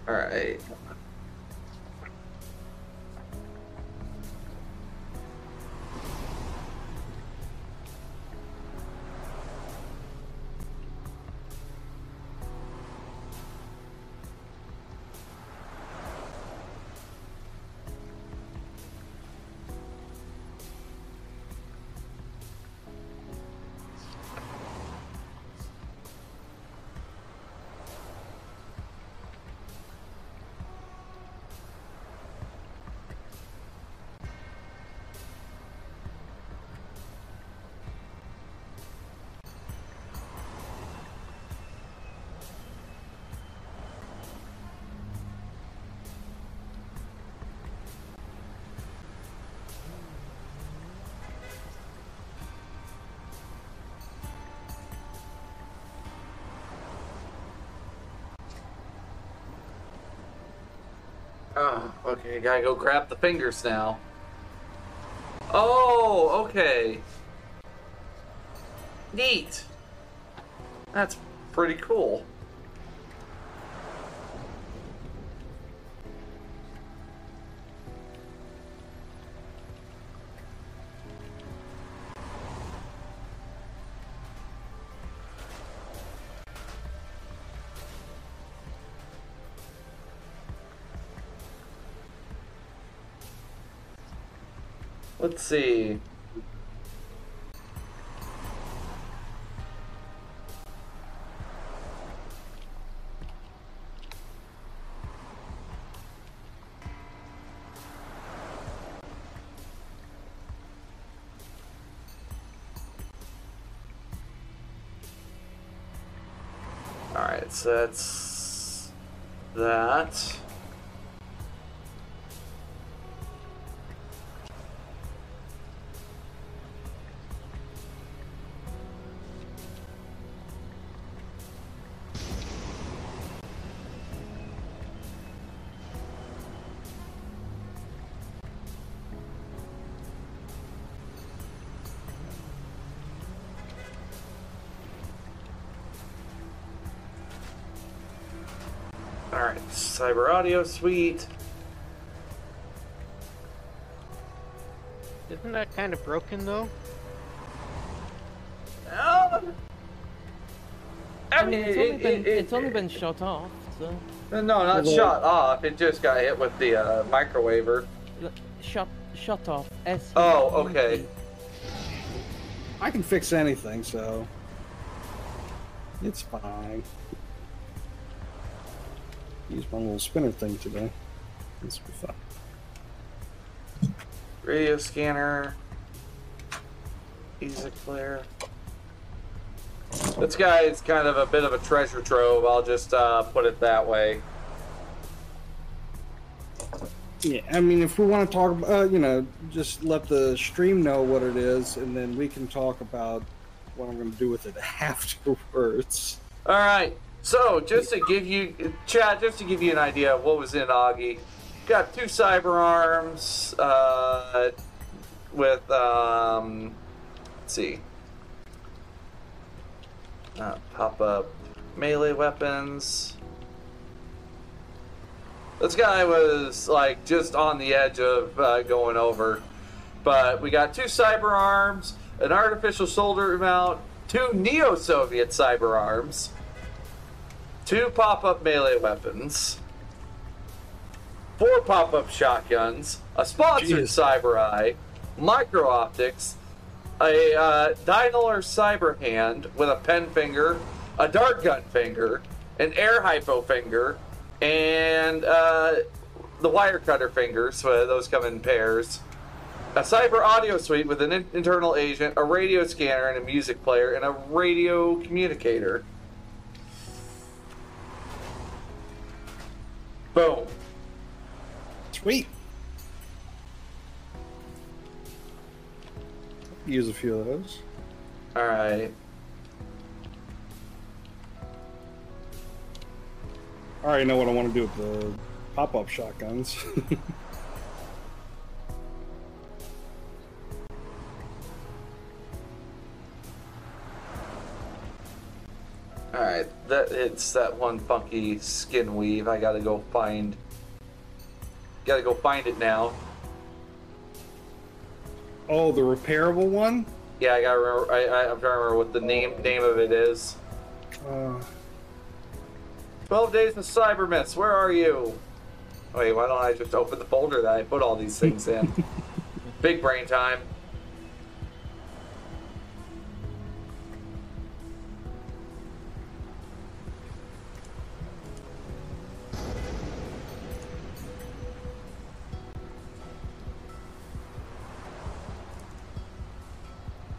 All right. Oh, okay, gotta go grab the fingers now. Oh, okay. Neat. That's pretty cool. Let's see. Alright, so that's that. Alright, cyber audio suite.
Isn't that kind of broken though?
Um, I
I mean,
mean,
it's
it-
only been,
it-
it's only been shut off, so.
No, not
Although-
shot off. It just got hit with the uh, microwaver.
L- Shut, shut off. S.
Oh, okay.
I can fix anything, so it's fine. Use my little spinner thing today. This will be fun.
Radio scanner. Music player. This guy is kind of a bit of a treasure trove. I'll just uh, put it that way.
Yeah, I mean, if we want to talk about, uh, you know, just let the stream know what it is, and then we can talk about what I'm going to do with it afterwards.
All right. So just to give you, Chad, just to give you an idea of what was in Augie, got two cyber arms uh, with um, let's see, uh, pop up melee weapons. This guy was like just on the edge of uh, going over, but we got two cyber arms, an artificial shoulder mount, two neo-Soviet cyber arms two pop up melee weapons, four pop up shotguns, a sponsored cyber eye, micro optics, a uh, Dynalar cyber hand with a pen finger, a dart gun finger, an air hypo finger, and uh, the wire cutter fingers. So those come in pairs. A cyber audio suite with an in- internal agent, a radio scanner, and a music player, and a radio communicator. Boom.
Sweet. Use a few of those.
All right.
I already know what I want to do with the pop-up shotguns.
All right, that it's that one funky skin weave. I gotta go find. Gotta go find it now.
oh, the repairable one.
Yeah, I gotta remember. I, I, I'm trying to remember what the name name of it is.
Uh,
Twelve days in Cybermyths. Where are you? Wait, why don't I just open the folder that I put all these things in? Big brain time.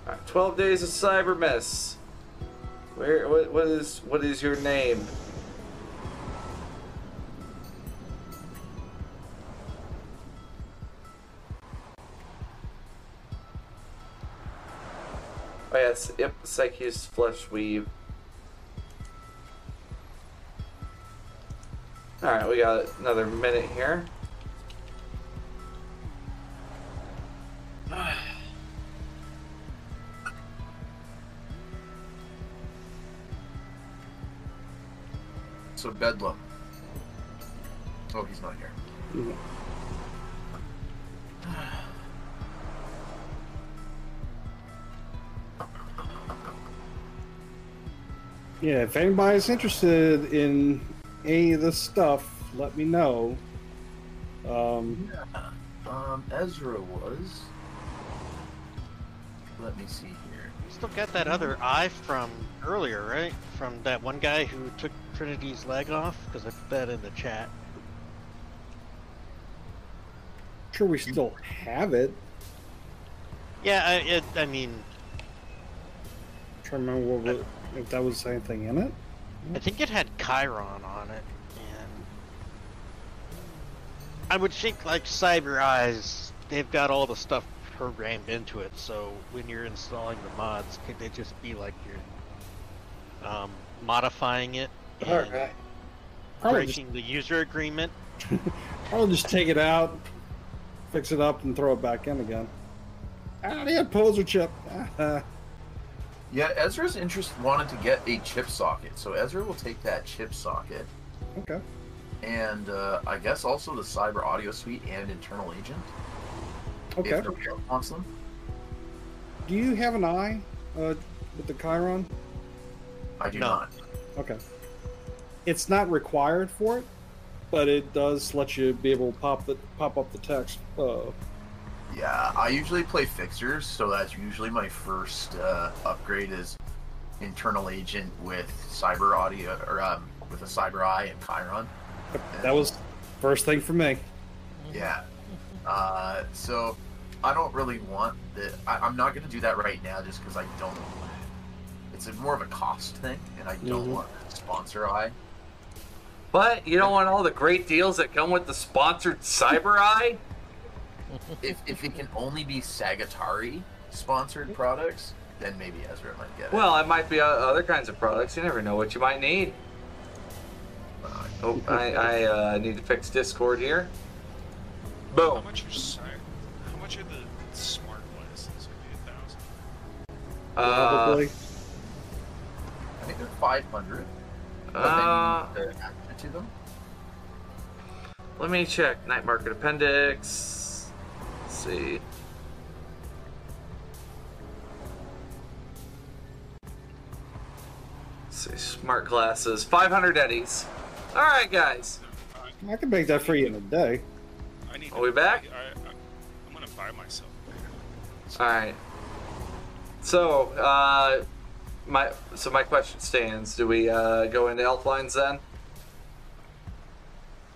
Alright, Twelve days of Cybermyths. Where? What, what is? What is your name? Oh yes, yep, Psyche's flesh weave. Alright, we got another minute here.
So Bedlam. Oh, he's not here.
yeah, if anybody's interested in any of this stuff, let me know. Um,
Um, Ezra was. Let me see here.
You still got that other eye from earlier, right? From that one guy who took Trinity's leg off? Because I put that in the chat.
sure, we still have it.
Yeah, I, it, I mean,
trying to remember what, we- if that was anything in it.
I think it had Chiron on it, and I would think like Cyber Eyes, they've got all the stuff programmed into it. So when you're installing the mods, could they just be like you're um, modifying it and
All right. Probably just,
breaking the user agreement?
probably just take it out, fix it up, and throw it back in again. Ah, they had poser chip. Ah, uh,
Yeah, Ezra's interest wanted to get a chip socket, so Ezra will take that chip socket,
okay.
and uh, I guess also the cyber audio suite and internal agent.
Okay.
If Darrell wants them.
Do you have an eye uh, with the Chiron?
I do
No.
not.
Okay. It's not required for it, but it does let you be able to pop the pop up the text. Uh,
Yeah, I usually play fixers, so that's usually my first uh, upgrade is internal agent with cyber audio or um, with a cyber eye and Chiron.
that was first thing for me.
Yeah. Uh, so I don't really want the. I, I'm not going to do that right now just because I don't. It's a, more of a cost thing, and I don't
Mm-hmm.
Mhm.
want a sponsor eye.
But you don't want all the great deals that come with the sponsored Cyber Eye?
If, if it can only be Sagatari sponsored products, then maybe Ezra might get it.
Mm-hmm. Well, it might be o- other kinds of products. You never know what you might need. Oh, I, I uh, need to fix Discord here.
How
Boom.
much are si- How much are the smart glasses? Maybe a thousand.
Uh,
Probably.
I think they're 500. But
uh,
then you need to add to them.
let me check. Night Market Appendix. Let's see. Let's see. Smart glasses. 500 eddies. All right, guys.
I,
I could make that for you in a day.
I need.
Are we back?
I, I, I'm gonna buy myself. a pair.
All right. So, uh, my so my question stands: Do we uh, go into elf lines then,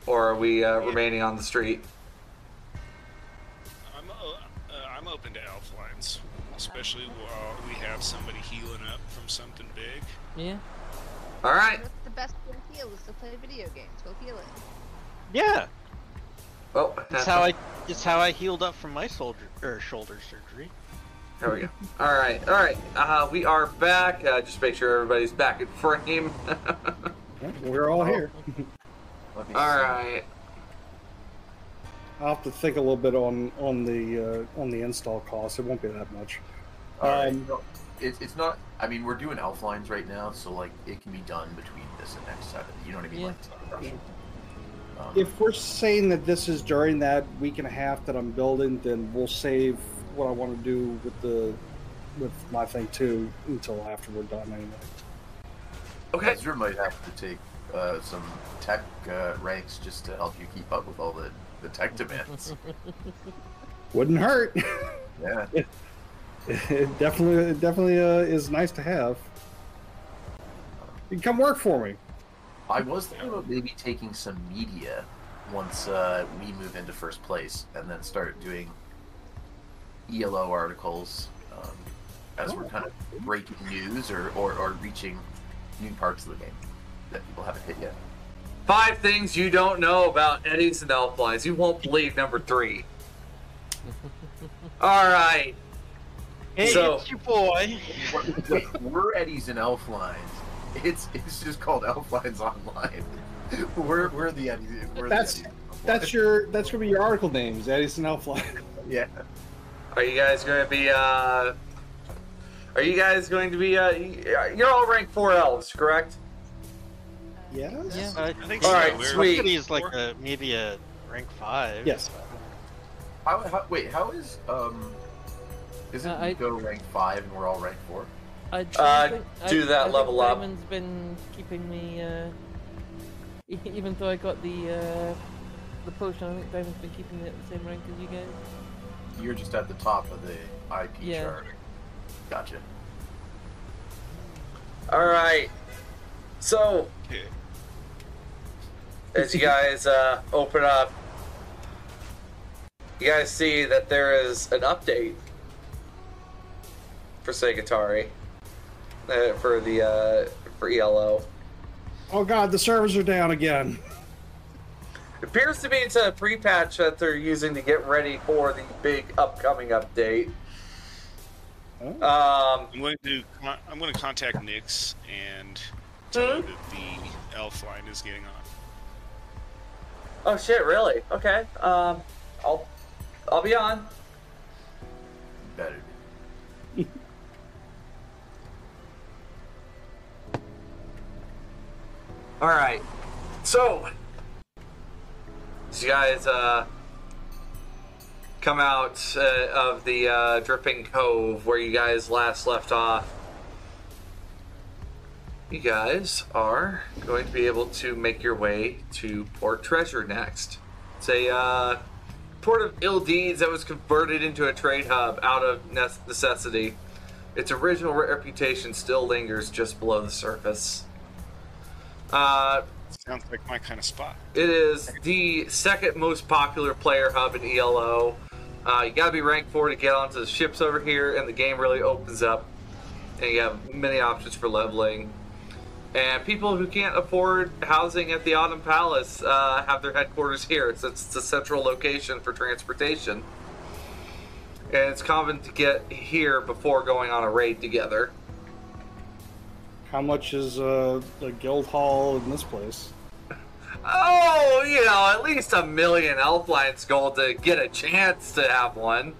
or are we uh, remaining on the street?
I'm o- uh, I'm open to elf lines, especially while we have somebody healing up from something big.
Yeah.
All right.
What's the best way to heal is to play video games. We'll heal it.
Yeah,
Oh,
that's how I. It's how I healed up from my soldier or shoulder surgery.
There we go. All right. All right. Uh, we are back. Uh, just make sure everybody's back in frame.
Yeah, we're all here.
Oh,
Let me
all
see.
right.
I'll have to think a little bit on on the uh, on the install cost. It won't be that much.
All right.
Um,
No, it, it's not. I mean, we're doing elf lines right now, so like it can be done between this and next Saturday. You know what I mean?
Yeah.
Like, it's not a rush. Um,
If we're saying that this is during that week and a half that I'm building, then we'll save what I want to do with the with my thing too until after we're done anyway.
Okay.
Ezra might have to take uh, some tech uh, ranks just to help you keep up with all the, the tech demands.
Wouldn't hurt.
yeah.
it definitely it definitely uh, is nice to have. You can come work for me.
I was thinking about maybe taking some media once uh, we move into first place, and then start doing ELO articles um, as we're kind of breaking news or, or, or reaching new parts of the game that people haven't hit yet.
Five things you don't know about eddies and elf lines. You won't believe number three. All right.
Hey,
So-
it's your boy.
Wait, wait, we're Eddie's in Elf Lines. It's it's just called Elf Lines Online. We're we're the Eddie's. We're
That's-
the Eddie's Online.
That's your that's gonna be your article names, Edison Elfline.
yeah.
Are you guys going to be? uh Are you guys going to be? uh y- You're all ranked four elves, correct?
Yes.
Yeah.
Uh,
I think
All
so.
right,
We're-
sweet.
He's like a, maybe a rank five.
Yes.
How, how, wait, how is um? Isn't
Uh, I-
Nico rank five and we're all rank four?
I
Uh,
think-
do that
think
level up.
Diamond's been keeping me. Uh, e- even though I got the uh, the potion, I think Diamond's been keeping me at the same rank as you guys.
You're just at the top of the IP
Yeah.
chart. Gotcha.
All right. So,
Okay.
as you guys uh, open up, you guys see that there is an update E for Segatari, uh, for the uh, for ELO,
Oh god, the servers are down again.
Appears to be it's a pre-patch that they're using to get ready for the big upcoming update.
Oh.
Um,
I'm going to con- I'm going to contact Nix and tell him that the elf line is getting on.
oh shit, really? Okay. Um, I'll I'll be on.
Better.
All right. So, these guys uh, come out uh, of the uh, Dripping Cove where you guys last left off. You guys are going to be able to make your way to Port Treasure next. It's a uh, port of ill deeds that was converted into a trade hub out of ne- necessity. Its original reputation still lingers just below the surface. Uh,
Sounds like my kind of spot.
it is the second most popular player hub in ELO. Uh, you gotta be ranked four to get onto the ships over here, and the game really opens up. And you have many options for leveling. And people who can't afford housing at the Autumn Palace uh, have their headquarters here, since it's a central location for transportation. And it's common to get here before going on a raid together.
How much is uh, the guild hall in this place?
Oh, you know, at least a million elf lines gold to get a chance to have one.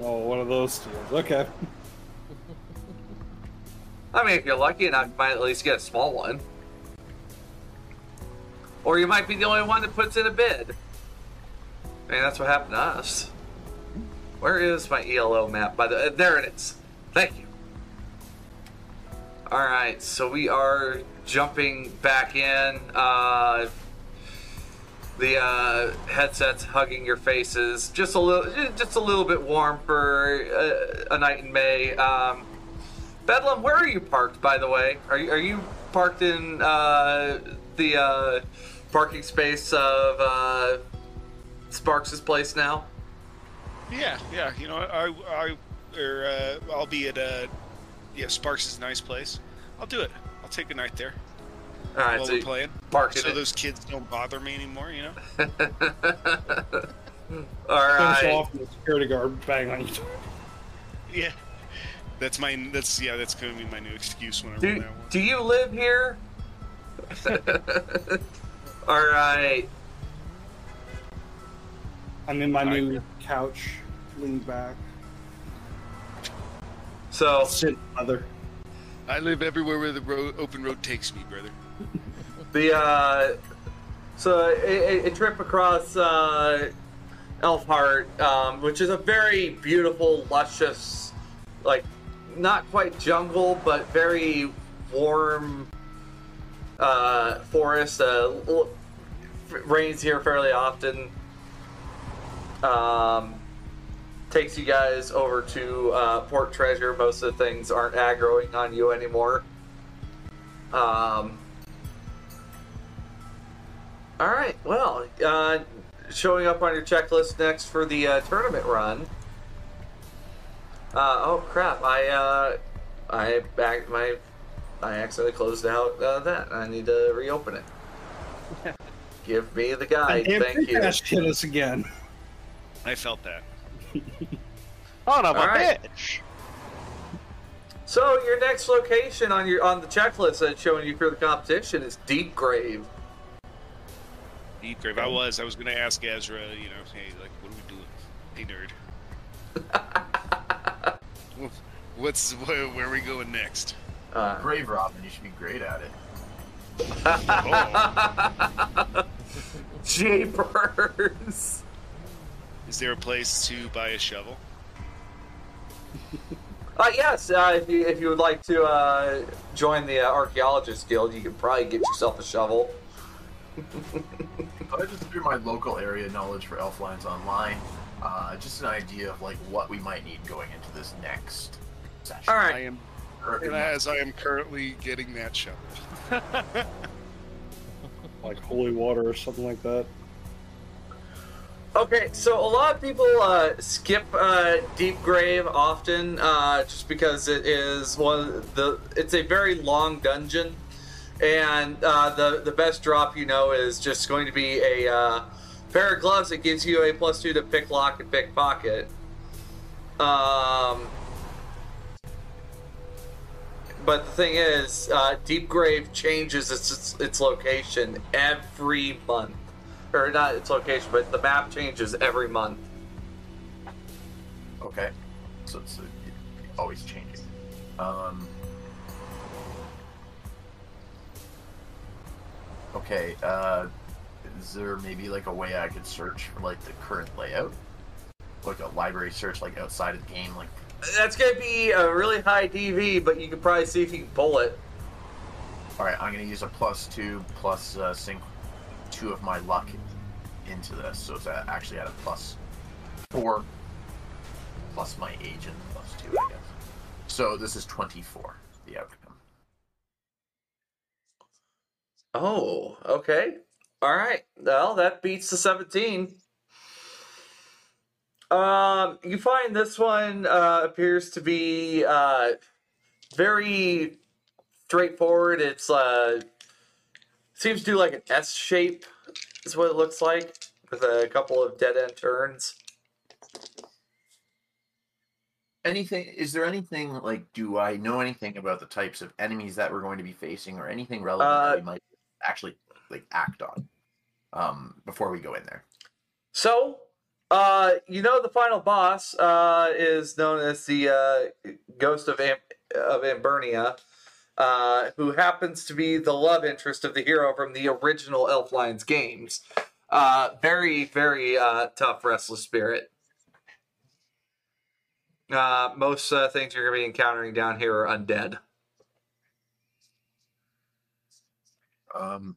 Oh, one of those deals. Okay.
I mean, if you're lucky enough, you might at least get a small one. Or you might be the only one that puts in a bid. I mean, that's what happened to us. Where is my ELO map? By the uh, there it is. Thank you. All right, so we are jumping back in. Uh, the uh, headsets hugging your faces, just a little, just a little bit warm for uh, a night in May. Um, Bedlam, where are you parked, by the way? Are you, are you parked in uh, the uh, parking space of uh, Sparks' place now?
Yeah, yeah. You know, I I or uh, I'll be at uh, yeah, Sparks is a nice place. I'll do it. I'll take a night there
All right,
while
so
we're
you
playing.
parked
So
in
those kids don't bother me anymore. You know.
it. All
Finish
right.
off the security guard bang on you.
Yeah. That's my. That's yeah. That's gonna be my new excuse when I run
Do,
that one.
do you live here? All right.
I'm in my new couch, leaned back,
So
sit leather.
I live everywhere where the road, open road takes me, brother.
The uh, so a, a- a trip across uh, Elfheart, um, which is a very beautiful, luscious, like not quite jungle, but very warm uh, forest. Uh, l- f- rains here fairly often. Um, takes you guys over to uh, Port Treasure. Most of the things aren't aggroing on you anymore. Um, all right. Well, uh, showing up on your checklist next for the uh, tournament run. Uh, oh crap! I uh, I back my I accidentally closed out uh, that. I need to reopen it. Give me the guide.
Damn,
Thank you.
Pikachu hit us again.
I felt that.
Son of a
All right.
bitch!
So your next location on your on the checklist that's showing you for the competition is Deep Grave.
Deep grave. I was. I was gonna ask Ezra. You know, hey, like, what are we doing? Hey, nerd. Wh- What's where, where are we going next?
Uh,
Grave Robin, you should be great at it.
Oh,
Jeepers.
is there a place to buy a shovel?
Uh, yes, uh, if, you, if you would like to uh, join the uh, Archaeologist Guild, you could probably get yourself a shovel.
I just threw my local area knowledge for elf lines online. Uh, just an idea of like what we might need going into this next session.
All
I
right.
am
Or-
as I am currently getting that shovel.
Like holy water or something like that.
Okay, so a lot of people uh, skip uh, Deep Grave often uh, just because it is one of the. It's a very long dungeon, and uh, the the best drop you know is just going to be a uh, pair of gloves that gives you a plus two to pick lock and pick pocket. Um, but the thing is, uh, Deep Grave changes its, its its location every month, or not its location, but the map changes every month.
Okay. So it's uh, always changing. Um, okay. Uh, is there maybe like a way I could search for like the current layout? Like a library search, like outside of the game, like
That's going to be a really high DV, but you can probably see if you can pull it.
All right, I'm gonna use a plus two plus uh, sync two of my luck into this, so it's a- actually at a plus four plus my agent plus two, I guess. So this is twenty-four. The outcome.
Oh, okay. All right. Well, that beats the 17. Um, you find this one uh, appears to be uh, very straightforward. It's uh, seems to do like an S shape. Is what it looks like with a couple of dead end turns.
Anything? Is there anything like? Do I know anything about the types of enemies that we're going to be facing, or anything relevant
Uh,
that we might actually like act on um, before we go in there?
So, uh, you know, the final boss uh, is known as the uh, Ghost of Am- of Ambernia, uh, who happens to be the love interest of the hero from the original Elf Lions games. Uh, very, very uh, tough, restless spirit. Uh, most uh, things you're going to be encountering down here are undead.
Um,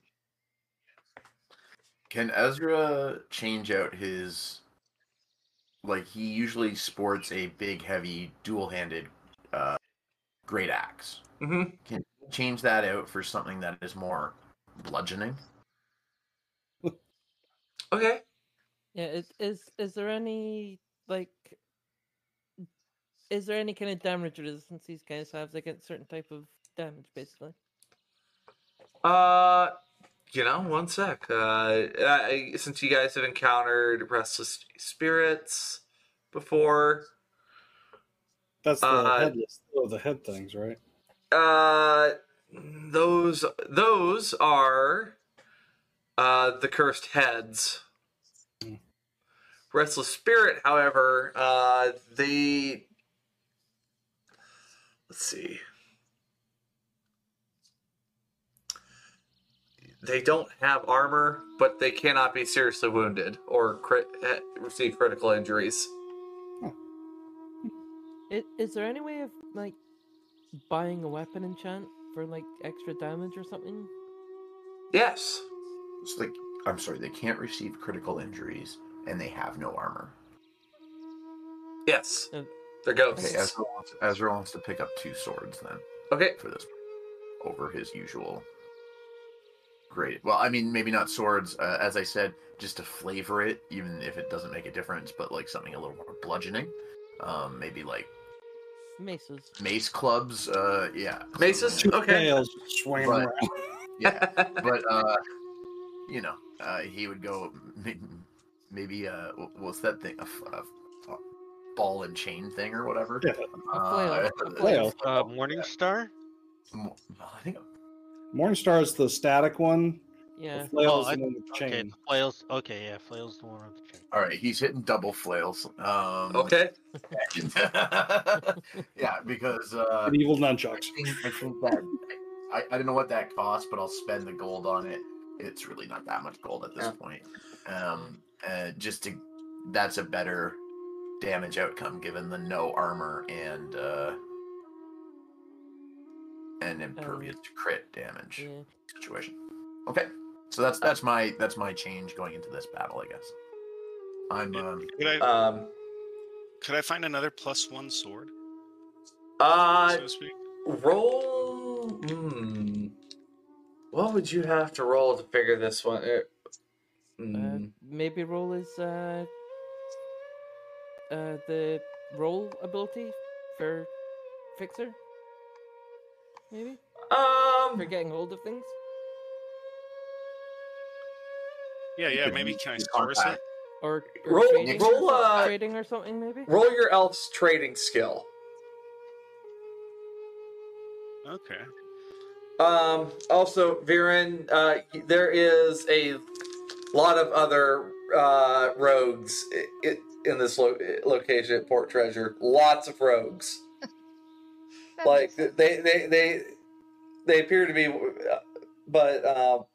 can Ezra change out his? Like he usually sports a big, heavy, dual-handed, uh, great axe.
Mm-hmm.
Can he change that out for something that is more bludgeoning?
Okay.
Yeah, is is is there any like is there any kind of damage resistance these guys have against certain type of damage basically?
Uh, you know, one sec. Uh, I, since you guys have encountered restless spirits before,
That's the
Uh,
headless, oh, the head things, right?
uh, those those are uh the cursed heads. Restless spirit, however, uh, they let's see. They don't have armor, but they cannot be seriously wounded or crit- eh, receive critical injuries.
Is, is there any way of like buying a weapon enchant for like extra damage or something?
Yes.
It's like I'm sorry, they can't receive critical injuries and they have no armor.
Yes.
Uh,
They're
Okay,
ghosts.
Ezra wants, Ezra wants to pick up two swords then
Okay.
for this over his usual. Great. Well, I mean, maybe not swords. Uh, as I said, just to flavor it, even if it doesn't make a difference, but like something a little more bludgeoning. Um, maybe like
Maces.
mace clubs. Uh, yeah,
Maces?
something
Okay.
Nails just swinging
Right.
around.
like that. Yeah, but uh, you know, uh, he would go may- maybe uh, wh- what's that thing? A, f- a f- a ball and chain thing or whatever.
Yeah.
flail,
Uh,
a
flail.
Uh, Morningstar?
m- I think
Morningstar is the static one.
Yeah.
The flails
Oh, I-
and then the chain.
Okay, the flails. Okay, yeah, flails the one on the chain.
All right, he's hitting double flails. Um,
Okay.
yeah, because uh,
Medieval
I
nunchucks.
think, I think that I, I don't know what that costs, but I'll spend the gold on it. It's really not that much gold at this
Yeah.
point. Um, uh, just to that's a better damage outcome given the no armor and uh, and impervious to crit damage
Yeah.
situation. Okay, so that's that's my that's my change going into this battle, I guess. I'm um,
Could I
Um,
could I find another plus one sword,
uh,
so to speak?
Roll. Hmm. What would you have to roll to figure this one? eh,
Uh,
hmm.
maybe roll is uh uh the roll ability for fixer. Maybe.
Um,
For getting hold of things?
Yeah, yeah.
could
Maybe
use
can I
your
source it?
contact.
Or, or
Roll-
trading,
roll, uh,
trading or something, maybe?
roll your elf's trading skill.
Okay.
Um, also, Viren, uh, there is a lot of other uh, rogues i- i- in this lo- location at Port Treasure. Lots of rogues.
That
like
makes sense.
they they they they appear to be but um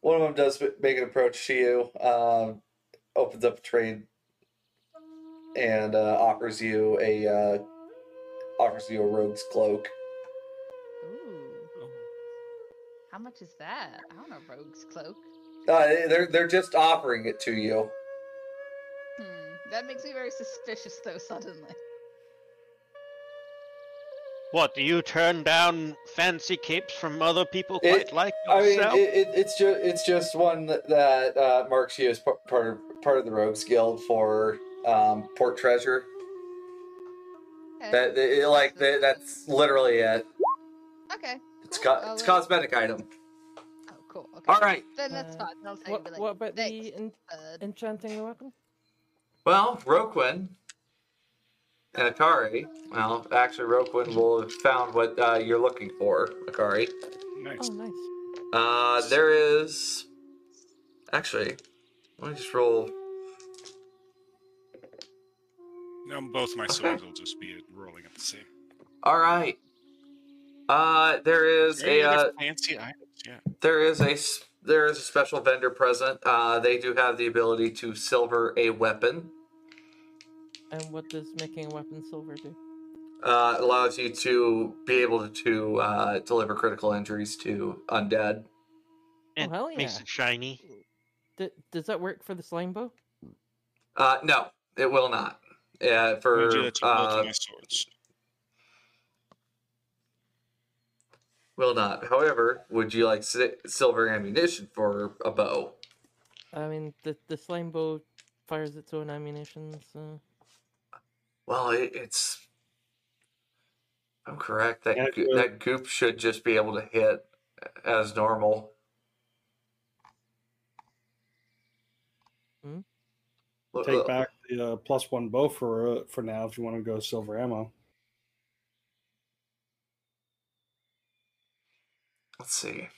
one of them does make an approach to you um opens up a trade and uh, offers you a uh, offers you a rogue's cloak
Ooh. How much is that? I don't know, Rogue's Cloak.
uh, they're they're just offering it to you
Hmm. That makes me very suspicious, though, suddenly.
What, do you turn down fancy capes from other people
It-
quite like
I mean,
yourself?
it, it, it's just it's just one that, that uh, marks you as par- part of part of the Rogues Guild for um, Port Treasure.
Okay.
That it, like that, that's literally it.
Okay.
It's
cool.
co-
I'll,
it's
uh,
cosmetic item.
Oh, cool. Okay.
All right.
Then that's
Uh,
fine. I'll tell you,
What,
be like,
what about
thanks, uh,
the en-
bud."
enchanting the weapon?
Well, Roquin and Akari. Well, actually, Roquin will have found what uh, you're looking for, Akari.
Nice.
Oh, nice.
Uh, there is actually. Let me just roll. Oh.
Now both my swords will just be rolling at the same.
All right. Uh, there is a.
Any
Uh,
other fancy items? Yeah.
There is a s- there is a special vendor present. Uh, they do have the ability to silver a weapon.
And what does making a weapon silver do?
Uh, it allows you to be able to, uh, deliver critical injuries to undead.
It
Oh, hell
makes
yeah.
it shiny.
D- does that work for the slime bow?
Uh, no, it will not. Yeah,
I'm
for
gonna do that to both
uh,
of my swords.
will not. However, would you like si- silver ammunition for a bow?
I mean, the, the slime bow fires its own ammunition, so.
Well, it, it's. I'm correct. That
Yeah,
goo-
sure.
that goop should just be able to hit as normal.
Hmm?
Look-
Take
look-
back the uh, plus one bow for uh, for now if you want to go silver ammo.
Let's see.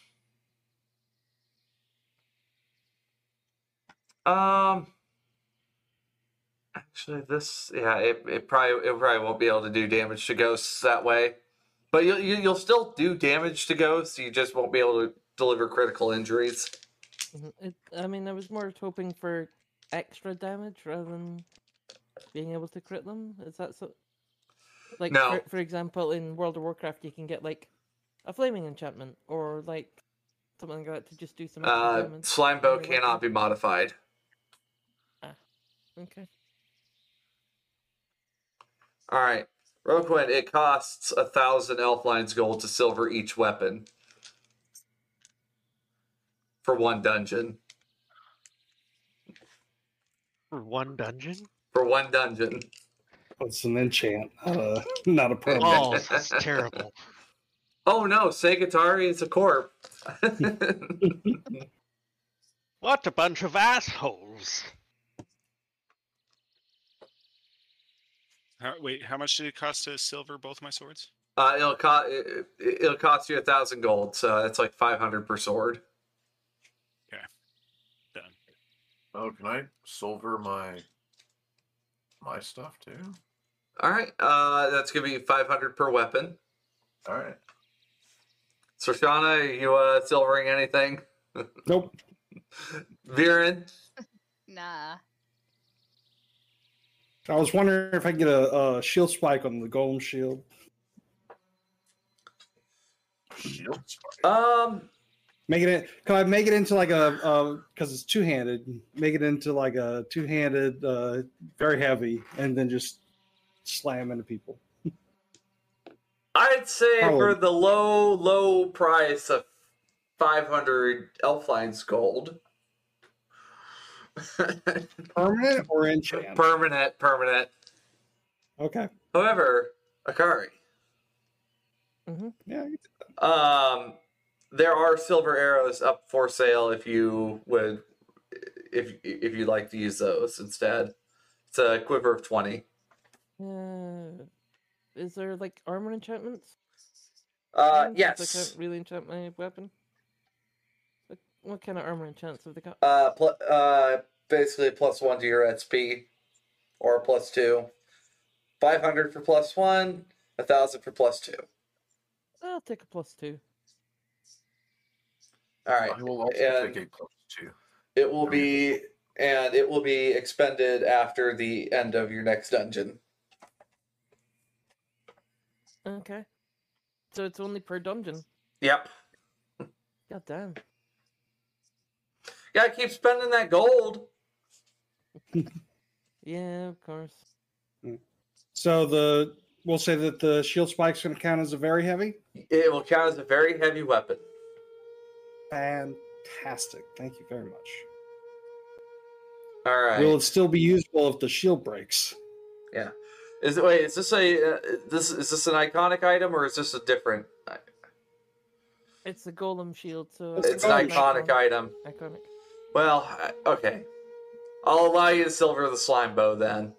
Um. Actually, this yeah, it, it probably it probably won't be able to do damage to ghosts that way, but you'll you, you'll still do damage to ghosts. You just won't be able to deliver critical injuries.
Mhm. It, I mean, I was more hoping for extra damage rather than being able to crit them. Is that so? Like,
No.
for, for example, in World of Warcraft, you can get like a flaming enchantment or like something like that to just do some extra
Uh,
damage.
slime bow
Anyway,
cannot be modified.
Okay.
All right, Roquin. It costs a thousand elf lines gold to silver each weapon for one dungeon.
For one dungeon?
For one dungeon.
It's an enchant, not a not a permanent.
Oh, that's terrible.
Oh no, Segatari is a corp.
What a bunch of assholes.
How, wait, how much did it cost to silver both my swords?
uh, it'll, co- it, it- it'll cost you a thousand gold, so that's like 500 per sword.
Done.
Oh, can I silver my my stuff too?
All right, uh, that's gonna be 500 per weapon.
All right.
So, Shauna, are you uh, silvering anything?
Nope.
Viren,
Nah.
I was wondering if I could get a, a shield spike on the golem shield.
Shield.
um,
Make it. Can I make it into like a because it's two handed? Make it into like a two handed, uh, very heavy, and then just slam into people.
I'd say for
Probably.
the low, low price of 500 Elfline's gold,
Permanent or enchant?
permanent, permanent.
okay.
However, Akari,
Yeah. you-
Um, there are silver arrows up for sale if you would, if if you'd like to use those instead. It's a quiver of twenty.
Uh, is there like armor enchantments?
Uh,
things? 'Cause I
yes.
can't really enchant my weapon. What, what kind of armor enchants have they got?
Uh, pl- uh, basically plus one to your SP, or plus two. Five hundred for plus one. A thousand for plus two.
I'll take a plus two.
All right.
I will also
and-
take a plus two.
It will be, and it will be expended after the end of your next dungeon.
Okay. So it's only per dungeon.
Yep.
God damn.
Gotta keep spending that gold.
Yeah, of course.
So the we'll say that the shield spike's going to count as a very heavy.
It will count as a very heavy weapon.
Fantastic. Thank you very much.
All right.
Will it still be usable if the shield breaks?
Is it, wait, is this a uh, this is this an iconic item or is this a different?
It's a golem shield, so
It's a
It's an iconic item.
Iconic.
Well, I- okay. I'll allow you to silver the slime bow then.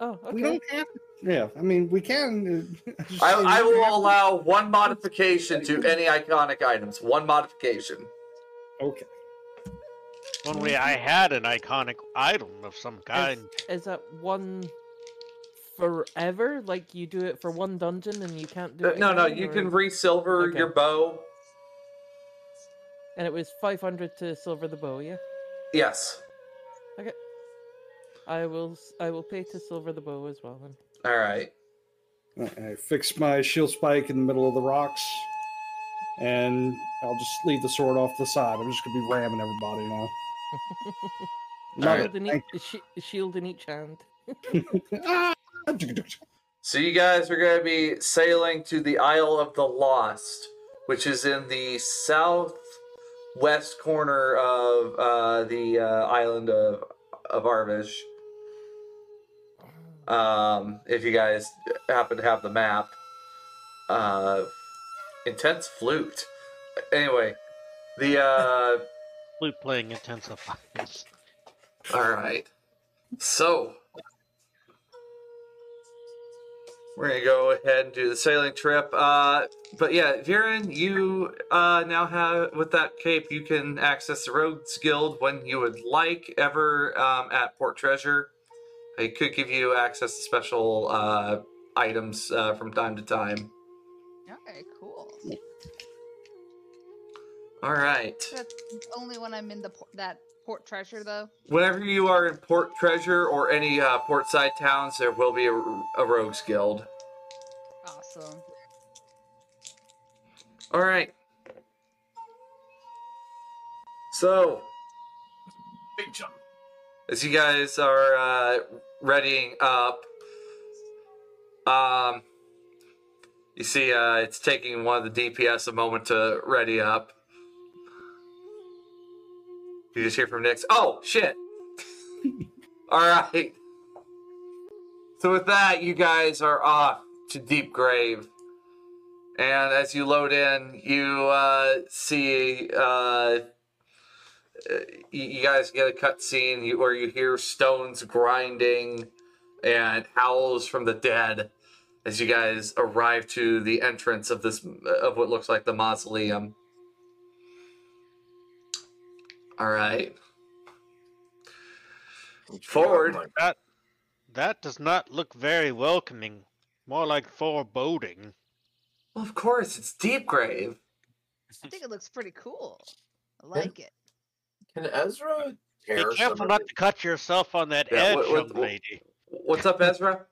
Oh, okay.
We don't have. Yeah, I mean we can.
I, I will allow one modification to any iconic items. One modification.
Okay.
Only I had an iconic item of some kind.
Is that one forever? Like you do it for one dungeon and you can't do
Uh,
it.
No, no,
again,
you
or-
can re-silver
Okay.
your bow.
And it was 500 to silver the bow, yeah?
Yes.
I will s- I will pay to silver the bow as well then.
All right.
I fix my shield spike in the middle of the rocks, and I'll just leave the sword off the side. I'm just gonna be ramming everybody now. Love
Shield in
it.
each, shi- shield in each hand.
Ah!
So you guys are going to be sailing to the Isle of the Lost, which is in the southwest corner of uh, the uh, island of of Arvish. Um, if you guys happen to have the map, uh, intense flute. Anyway, the uh,
Flute playing intensifies.
All right. So we're gonna go ahead and do the sailing trip. Uh, but yeah, Viren, you uh, now have with that cape, you can access the Rogues Guild when you would like. Ever um, at Port Treasure, it could give you access to special uh, items uh, from time to time.
Okay, cool.
All right.
That's only when I'm in the por- that port treasure though.
Whenever you are in Port Treasure or any uh, portside towns, there will be a, a Rogues Guild.
Awesome.
All right. So,
Big jump.
as you guys are uh, readying up, um, you see uh, it's taking one of the DPS a moment to ready up. You just hear from Nix. Oh shit! All right. So with that, you guys are off to Deep Grave. And as you load in, you uh, see uh, you, you guys get a cutscene you- where you hear stones grinding and howls from the dead as you guys arrive to the entrance of this of what looks like the mausoleum. All right. Forward.
That that does not look very welcoming. More like foreboding.
Well, of course, it's Deep Grave.
I think it looks pretty cool. I like it.
Can Ezra
Be
tear some
careful
of
not
it?
to cut yourself on that
Yeah,
edge,
what- what-
young
what-
lady.
What's up, Ezra?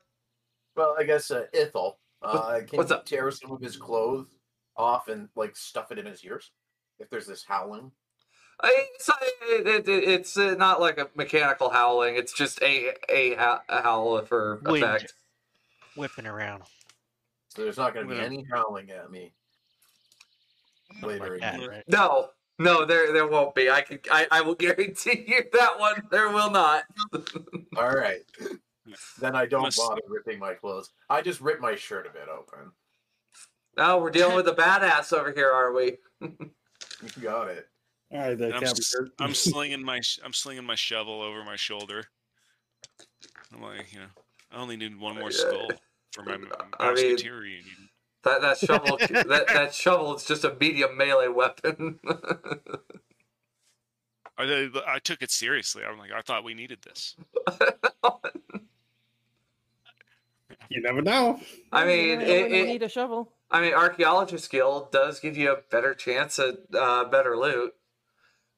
Well, I guess uh, Ithel. Uh, can
what's
he
up?
tear some of his clothes off and like stuff it in his ears? If there's this howling,
I, it's it, it, it- it's uh, not like a mechanical howling. It's just a a, ho- a howl for
Wind.
effect.
Whipping around.
so there's not going to be
Yeah.
any howling at me
Something
later.
like
in
that,
here.
right?
No, no, there there won't be. I can I, I will guarantee you that one. There will not.
All right. Then I don't
Must-
bother ripping my clothes. I just rip my shirt a bit open.
Oh, we're dealing with a badass over here, are we?
You got it.
All right, that
And I'm,
can't be
s-
hurt.
I'm slinging my sh- I'm slinging my shovel over my shoulder. I'm like, you know, I only need one more
Yeah.
skull for my
I mean-
musketeering.
That that shovel that that shovel is just a medium melee weapon.
I, I took it seriously. I'm like, I thought we needed this.
You never know.
I mean,
Yeah,
it,
when you
it,
need a shovel.
I mean, archaeologist guild does give you a better chance at uh, better loot.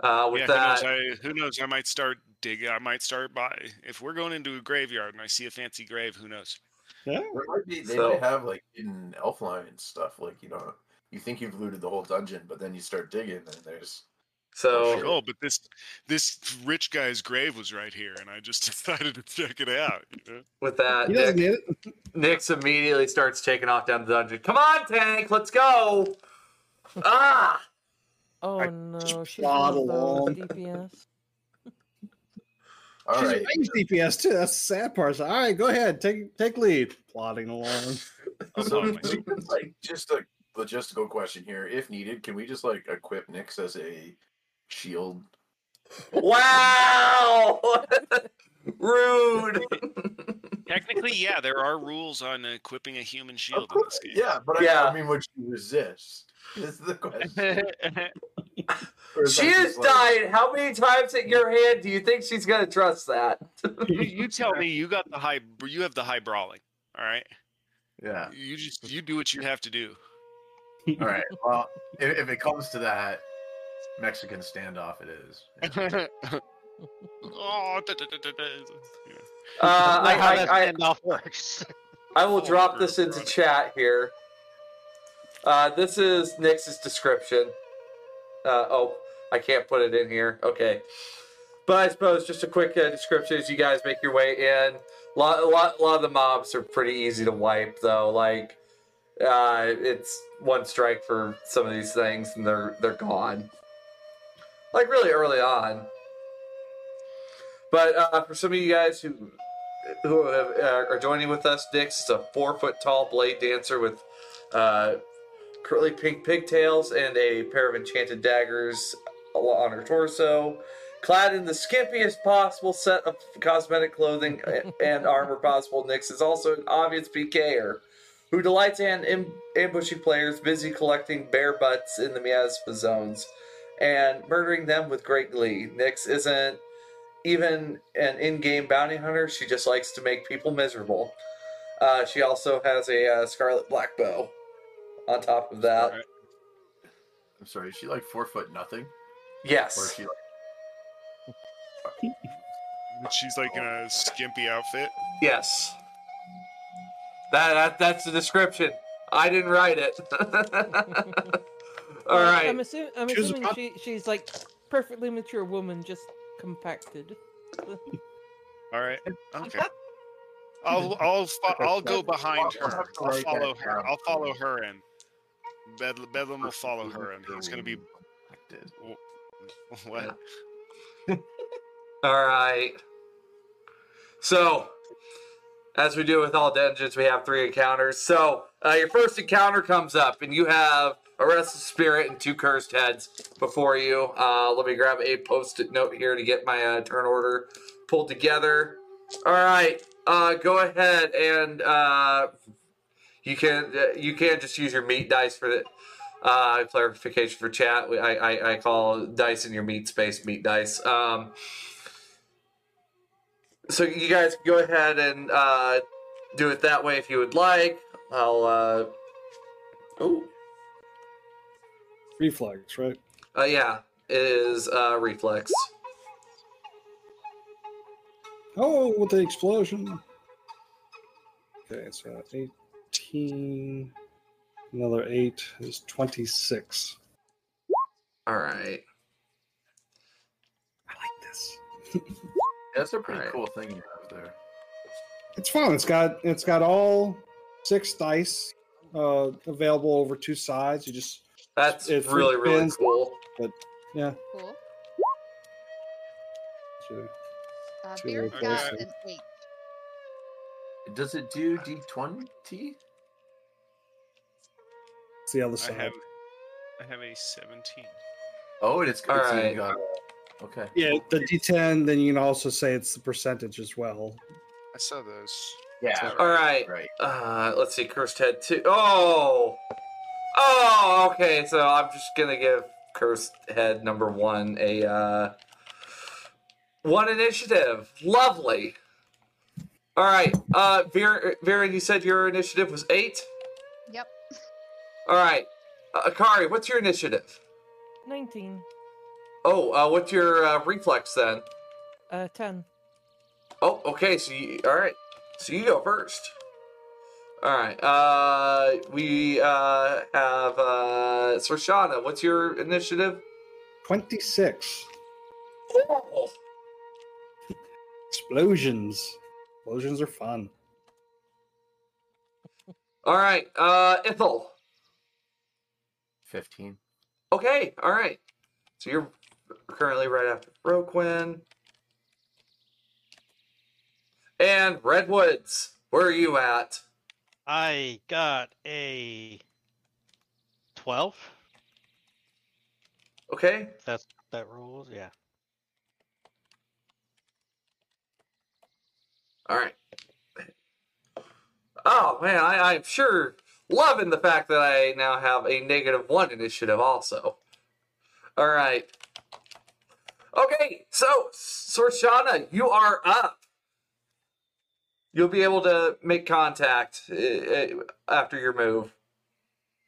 Uh, with
yeah,
that,
who knows? I, who knows? I might start digging. I might start by. If we're going into a graveyard and I see a fancy grave, who knows?
There might be, they
So-
might have like hidden elf line and stuff. Like you know, you think you've looted the whole dungeon, but then you start digging, and there's
so
Sure.
Oh, but this this rich guy's grave was right here, and I just decided to check it out. You know?
with that,
He doesn't
Nick,
need it.
Nix immediately starts taking off down the dungeon. Come on, tank, let's go! ah,
Oh
I
no, she's
plod
one of
along.
those DPS.
all
She's
right.
a range DPS too. That's the sad part. So, all right, go ahead, take take lead. Plodding along.
So,
Oh, my-
so, like, just a logistical question here. If needed, can we just like equip Nyx as a shield?
wow! Rude.
Technically, yeah, there are rules on equipping a human shield
Of
in
course,
this game.
yeah, but I,
Yeah.
I mean, would you resist? Is the question. Or is
She
that
has
just, like-
died. How many times at your hand do you think she's gonna trust that? Uh,
you, you tell me you got the high you have the high brawling all right
Yeah.
you just you do what you have to do
All right. Well, if, if it comes to that, Mexican standoff, it is.
Uh,
Uh,
oh, da, da, da, da, da. Yeah.
Uh, I,
how that
I, I,
standoff works.
I will
Oh,
drop
you're
this into
running.
chat here. Uh, this is Nix's description. Uh, oh, I can't put it in here. Okay. But I suppose just a quick uh, description as you guys make your way in. A lot, a lot, a lot of the mobs are pretty easy to wipe, though. Like, uh, it's one strike for some of these things, and they're they're gone. Like really early on. But uh, for some of you guys who who have, uh, are joining with us, Nix is a four foot tall blade dancer with uh, curly pink pigtails and a pair of enchanted daggers on her torso. Clad in the skimpiest possible set of cosmetic clothing and armor possible, Nix is also an obvious PKer who delights in am- ambushing players busy collecting bare butts in the miasma zones and murdering them with great glee. Nix isn't even an in-game bounty hunter. She just likes to make people miserable. Uh, she also has a uh, scarlet black bow. On top of that,
Alright.
I'm sorry. Is she like four foot nothing, or is
yes,
she like,
But she's like in a skimpy outfit
yes. That, that that's the description. I didn't write it. All
Well,
right.
I'm, assu- I'm
Choose a
assuming
pop-
she, she's like perfectly mature woman, just compacted.
all right okay i'll i'll fo- i'll go behind
I'll
her
have to
i'll
write that
follow her
down.
i'll follow her in Bedlam, Bedlam will follow her in. He's gonna be
Protected.
what?
All right. So, as we do with all dungeons, we have three encounters. So, uh, your first encounter comes up, and you have a restless spirit and two cursed heads before you. Uh, let me grab a post-it note here to get my uh, turn order pulled together. All right. Uh, go ahead and uh, you can uh, you can just use your meat dice for the uh, clarification for chat. I, I I call dice in your meat space meat dice. Um, so you guys can go ahead and uh, do it that way if you would like. I'll. Uh, oh,
Reflex, right?
uh, yeah, it is uh, reflex.
Oh, with the explosion. Okay, so 18. Another 8 is 26.
All right.
I like this.
That's a pretty
Alright.
cool thing you have there.
It's fun. It's got it's got all six dice uh, available over two sides. You just
That's
It's
really really
been-
cool.
Cool.
you-
Uh,
Two
Beer's
eight
Uh, got
dice.
an eight.
Does it do D20?
It's the other
I
side.
have, I have a 17.
Oh, and it's
All
good. so you
right.
got it. Okay.
Yeah, the D10. Then you can also say it's the percentage as well.
I saw those.
Yeah.
All right.
Right.
Uh, let's see, cursed head two. Oh, oh, okay. So I'm just gonna give cursed head number one a uh, one initiative. Lovely. All right, uh, Viren, Viren, you said your initiative was eight.
Yep.
All right, uh, Akari, what's your initiative?
19.
Oh, uh, what's your uh, reflex then?
Uh, 10.
Oh, okay. So you, all right. So you go first. All right. Uh, we uh have uh Sershana. What's your initiative?
26
Oh,
explosions. Explosions are fun.
All right. Uh, Ithel.
15.
Okay. All right. So you're currently right after Roquin. And Redwoods. Where are you at?
I got a 12.
Okay.
If That's that rules. Yeah.
All right. Oh man, I, I'm sure loving the fact that I now have a negative one initiative also. All right. Okay, so Sorshana, you are up. You'll be able to make contact uh, uh, after your move.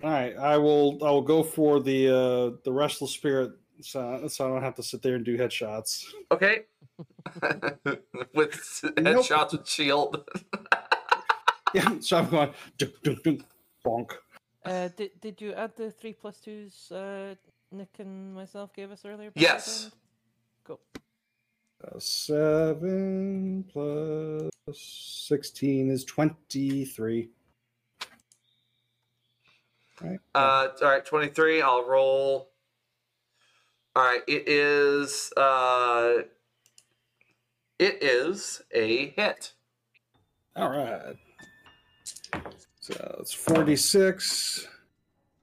All right, I will. I will go for the uh, the restless spirit, so, so I don't have to sit there and do headshots.
Okay. with s- E
Nope.
headshots with shield.
Yeah, so I'm going dunk, dunk, dunk, bonk.
Uh, did, did you add the 3 plus 2s uh, Nick and myself gave us earlier? before
Yes.
then? Cool.
Uh, seven plus sixteen is twenty-three. Right.
Uh, all right, 23. I'll roll. All right, it is uh it is a hit.
All right. So it's forty-six,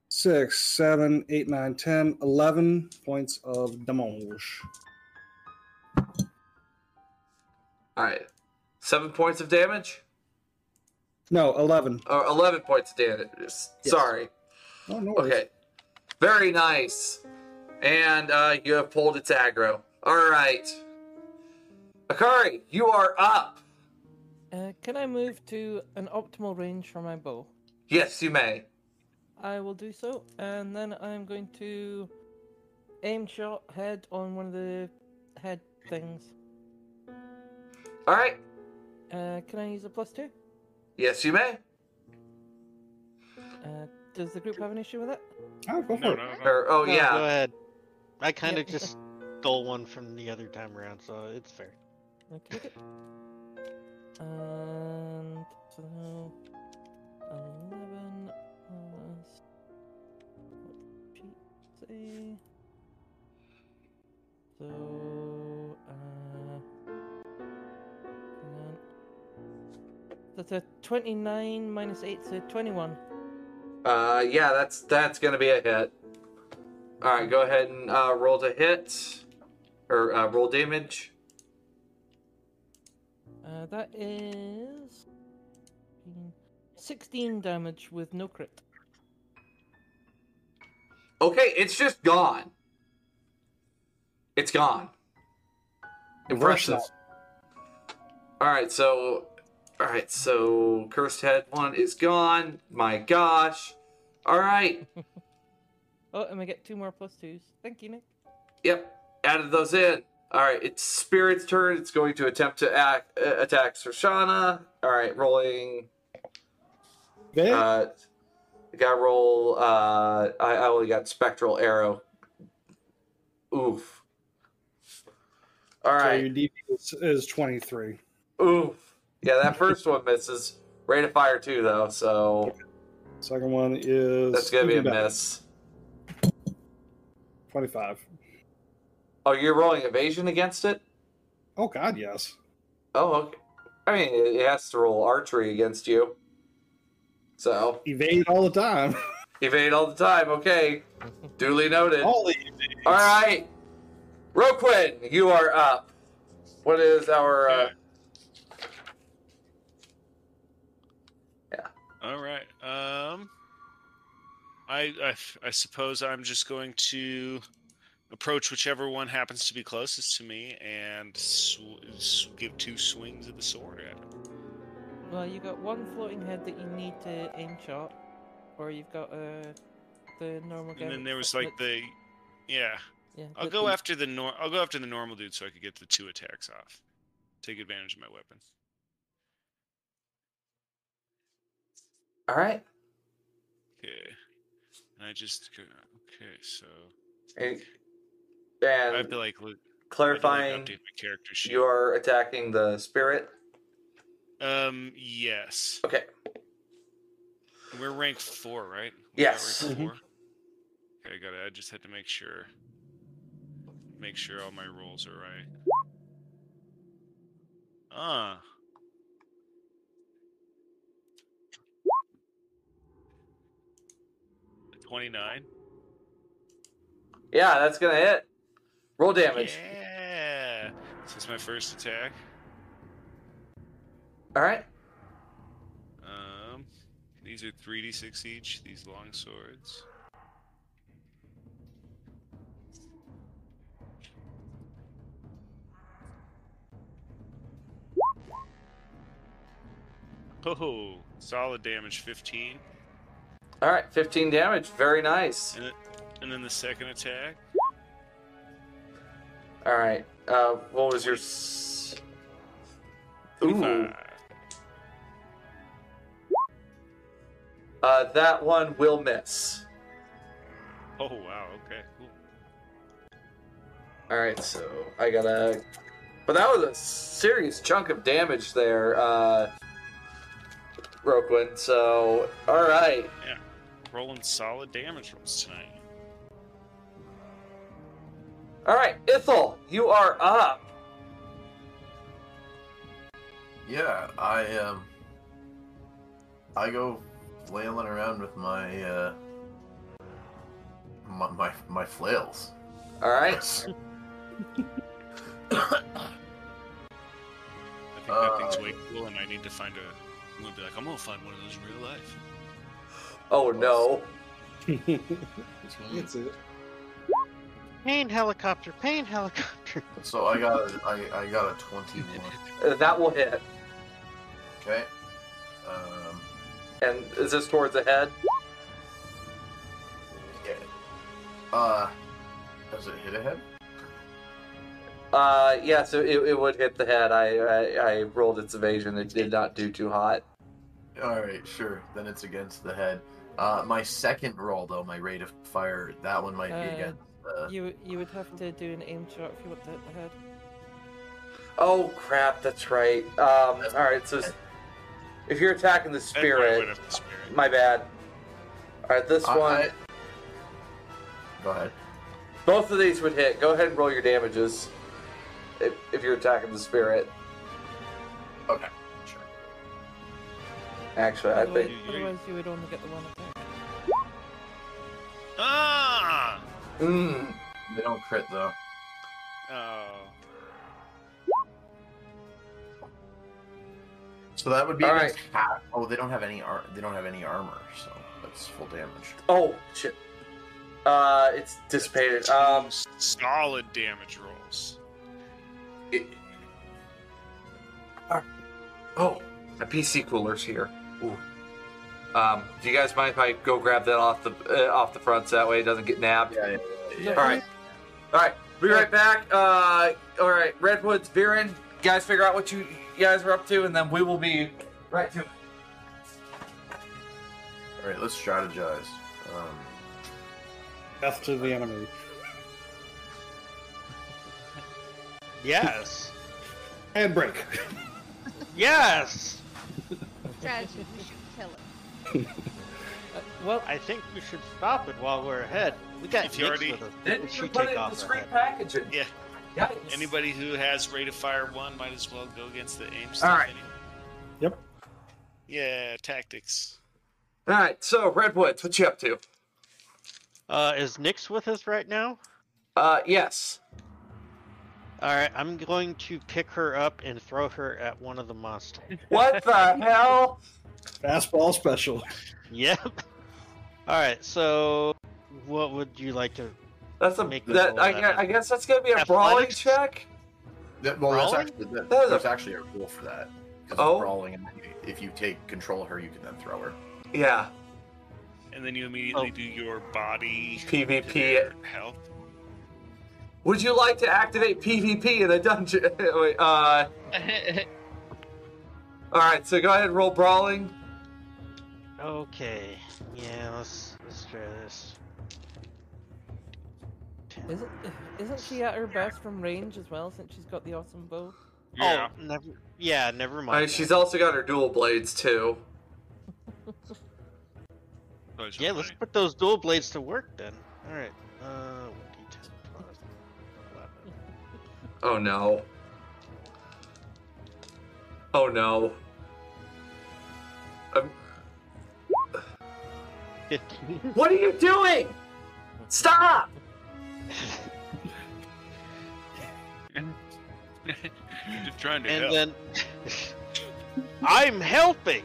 six, seven, eight, nine, ten, eleven points of damage.
All right. 7 points of damage
No, eleven.
or 11 points of damage. Sorry.
Oh no. worries.
Okay. Very nice. And uh you have pulled its aggro. All right. Akari, you are up.
Uh, can I move to an optimal range for my bow?
Yes, you may.
I will do so, and then I'm going to aim shot head on one of the head things.
All right.
Uh, can I use a plus two?
Yes, you may.
Uh, does the group have an issue with it?
Oh, go for
No,
it.
no, no.
Or, oh
No, Go
yeah.
ahead. I kind
Yeah.
of just stole one from the other time around, so it's fair.
Okay. okay. And so eleven plus what did she say? So uh, hang on. That's a twenty-nine minus eight, so twenty-one.
Uh, yeah, that's that's gonna be a hit. All right, go ahead and uh, roll to hit, or uh, roll damage.
Uh, that is 16 damage with no crit.
Okay, it's just gone. It's gone. Impressive. All right, so, all right, so cursed head one is gone. My gosh. All right.
Oh, and we get two more plus twos. Thank you, Nick.
Yep. Added those in. All right, it's Spirit's turn. It's going to attempt to act, uh, attack Sershana. All right, rolling
Okay.
Uh, I got roll. Uh, I, I only got spectral arrow. Oof. All
so
right.
your DP is, is twenty-three.
Oof. Yeah, that first one misses. Rate of fire too, though, so
Second one is
that's gonna be a
even better,
miss.
Twenty-five.
Oh, you're rolling evasion against it.
Oh God, yes.
Oh, okay. I mean, it it has to roll archery against you. So
Evade all the time.
evade all the time. Okay, duly noted. All
Holy evade.
right, Roquin, you are up. What is our? Uh,
All right. Um, I, I f- I suppose I'm just going to approach whichever one happens to be closest to me and sw- s- give two swings of the sword at him.
Well, you got one floating head that you need to aim shot, or you've got uh, the normal guy.
And then
that-
there was like
that-
the, yeah.
yeah,
I'll
that
go
the-
after the nor- I'll go after the normal dude so I could get the two attacks off. Take advantage of my weapon.
all right.
Okay. And I just go- okay. So
And, um,
I have
and
to like look. I have to, like,
clarifying,
update my character sheet.
you are attacking the spirit.
Um. Yes.
Okay.
We're rank four, right? We got
Yes. Mm-hmm.
rank four? Okay, I got it. I just had to make sure. Make sure all my rolls are right. Ah. Twenty-nine.
Yeah, that's gonna hit. Roll damage.
Yeah. This is my first attack.
All right.
Um, these are 3d6 each, these long swords. Oh, solid damage 15.
All right. 15 damage. Very nice.
And, it, and then the second attack,
All right. Uh, what was your? S- Ooh.
25.
Uh, that one will miss.
Oh, wow, okay, cool.
All right. So I gotta. But that was a serious chunk of damage there, uh, Roquin. So all right.
Rolling solid damage rolls tonight.
All right, Ithel, you are up.
Yeah, I um, I go flailing around with my uh, my my, my flails.
All right.
I think
Uh,
that thing's way cool, and I need to find a. I'm gonna be like, I'm gonna find one of those in real life.
Oh no.
That's it.
Pain helicopter, pain helicopter.
So I got a, I, I got a twenty-one.
Uh, That will hit.
Okay. Um,
And is this towards the head?
yeah. Uh, does it hit a head?
Uh, yeah, so it, it would hit the head. I, I I rolled its evasion. It did not do too hot.
All right, sure. Then it's against the head. Uh, my second roll though, my rate of fire, that one might be
Uh,
against. Uh,
You you would have to do an aim shot if you want to hit the head.
Oh crap, that's right. Um, all right, so s- if you're attacking the
That might win
spirit,
up the spirit.
my bad. All right, this
I-
one,
Uh, I- Go ahead.
both of these would hit. Go ahead and roll your damages if, if you're attacking the spirit.
Okay. Sure.
Actually, I
Otherwise,
think
otherwise you would only get the one attack.
Ah!
mm,
They don't crit though.
Oh.
So that would be
All
against half. Oh, they don't have any ar- They don't have any armor, so that's full damage.
Oh shit. Uh, it's dissipated. Um,
Two solid damage rolls.
oh, a PC cooler's here. Ooh. Um, do you guys mind if I go grab that off the uh, off the front so that way it doesn't get nabbed?
Yeah.
Yeah.
All right. All right. Be right back. Uh, all right. Redwoods, Viren, you guys figure out what you you guys are up to, and then we will be right to.
All right, let's strategize. Um,
Death to the enemy.
Yes.
And break.
yes.
Strategy, we should kill it.
Uh, well,
I think we should stop it while we're ahead. We got
If you
nicks
already-
with us.
Didn't
We
you
should
put
take
it in
off
the
our
screen
head.
packaging?
Yeah.
Yikes.
Anybody who has rate of fire one might as well go against the aim.
All right.
Anyway. Yep.
Yeah, tactics.
All right, so Redwoods, what you up to?
Uh, is Nyx with us right now?
Uh, yes.
All right, I'm going to pick her up and throw her at one of the monsters.
What the hell?
Fastball special.
Yep. All right, so what would you like to?
That's a
Make the
that
roll
I, gue- I
happen.
guess that's gonna be a brawling
Athletics?
check.
That, well, that's
Brawling?
actually that,
That is a-
there's actually a rule for that. 'Cause it's
Oh.
brawling, and if you take control of her, you can then throw her.
Yeah,
And then you immediately
Oh.
do your body
PvP.
help.
Would you like to activate PvP in a dungeon? Wait, uh, all right, so go ahead and roll brawling.
Okay. Yeah, let's let's try this.
Isn't isn't she at her best from range as well since she's got the awesome bow?
Yeah.
Oh, never. Yeah, never
All
mind.
right, Uh, she's also got her dual blades too.
Pleasure,
Yeah, let's
mate.
put those dual blades to work then. All right. Uh, 1d10 plus 11.
Oh no. Oh no. Um,
15.
what are you doing? Stop!
Just trying to help.
and then I'm helping,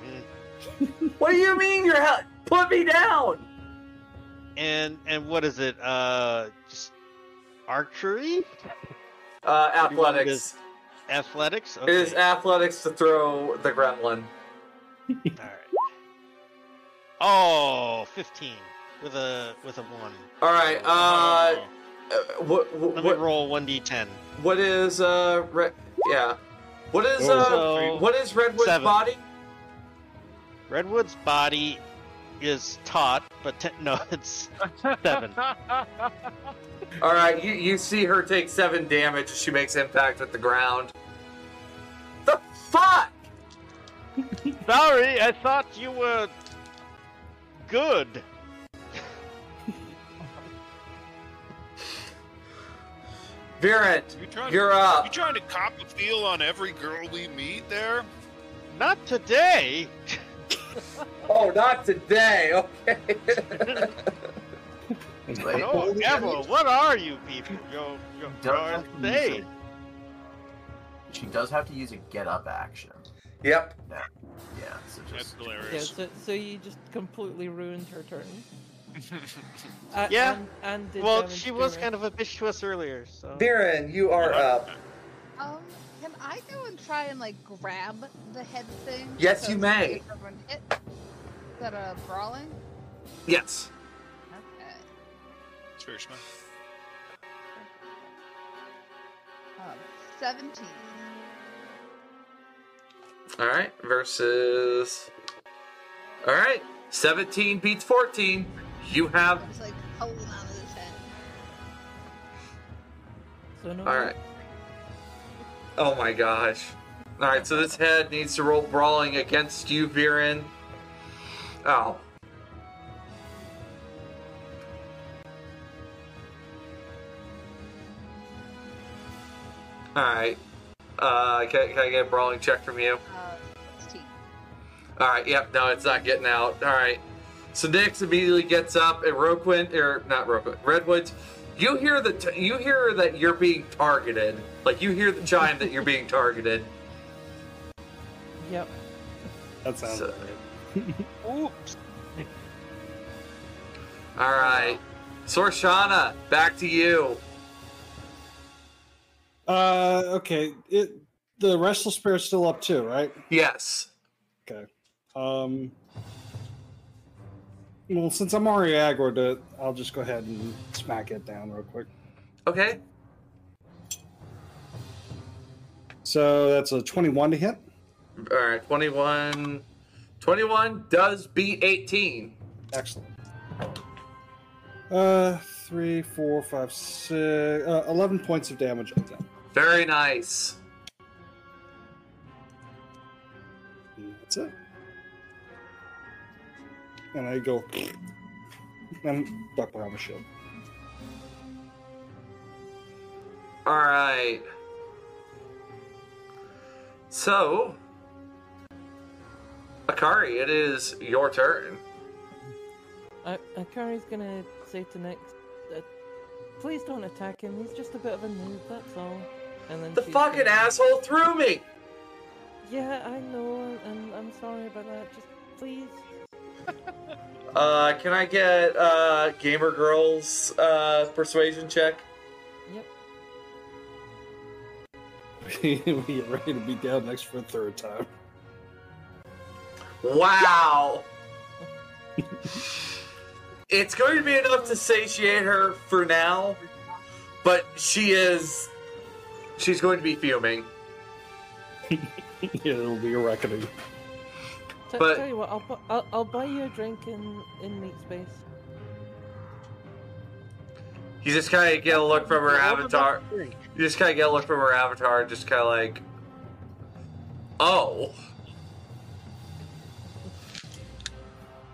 What do you mean you're hel- put me down?
and and what is it? Uh, just archery,
Uh,
do you want me to-
athletics.
athletics.
It is
Okay.
athletics to throw the gremlin.
All right. Oh, 15 with a with a one. Oh.
All right. Uh, what
Let
what,
me
what,
roll 1d10.
what is uh re- yeah, what is uh
So
what is Redwood's
Oh. Seven.
body?
Redwood's body is taut, but te- no, it's seven.
All right, you you see her take seven damage as she makes impact with the ground. The fuck!
Sorry, I thought you were good.
Virant,
you trying,
you're
you
up.
trying to cop a feel on every girl we meet there?
Not today.
Oh, not today. Okay.
Like,
No, ever. What are you people? You're, you're, you're
does have to use
insane.
a- she does have to use a get up action.
yep.
Yeah, so
That's
just
Yeah,
hilarious.
so, so you just completely ruined her turn. A-
Yeah.
And, and did
Well,
damage
she
to
was
her.
kind of a bitch to us earlier, so.
Viren, you are up.
Um, can I go and try and like grab the head thing?
Yes, you
it's
may.
easier for everyone to hit? Is that a brawling?
Yes.
Okay.
It's very smart.
Um, Seventeen.
All right. Versus. All right. 17 beats 14. You have.
I was like, "Oh, hold on to this head.
So no
All right. Oh my gosh. All right. So this head needs to roll brawling against you, Viren. Oh. All right. Uh, can, can I get a brawling check from you?
Uh, Sixteen.
All right. Yep. No, it's not getting out. All right. So Nix immediately gets up, and Roquin, or not Roquin, Redwoods. You hear the t- you hear that you're being targeted. Like you hear the chime that you're being targeted.
Yep.
That sounds
So-
right.
Oops.
All right. Sorshana, back to you.
Uh, okay. It the restless spirit's still up too, right?
Yes.
Okay. Um. Well, since I'm already aggroed, to, I'll just go ahead and smack it down real quick.
Okay.
So that's a 21 to hit.
All right. 21 21 does beat 18.
Excellent. Uh, three, four, five, six, uh, 11 points of damage on that.
Very nice.
And That's it. And I go. and duck behind the shield.
All right. So, Akari, it is your turn.
A- Akari's gonna say to Nick, uh, please don't attack him, he's just a bit of a noob, that's all. And then
The
she's
fucking
gonna-
asshole threw me.
Yeah, I know, and I'm sorry about that, just please.
Uh, can I get uh, Gamer Girl's uh, persuasion check?
Yep.
We're ready to be down next for a third time.
Wow. it's going to be enough to satiate her for now, but she is. She's going to be fuming.
Yeah, it'll be a reckoning.
T-
But-
tell you what, I'll, bu- I'll, I'll buy you a drink in, in meat space.
You just kind of get a look from her
Hold on,
avatar.
drink.
You just kind of get a look from her avatar, just kind of like, oh.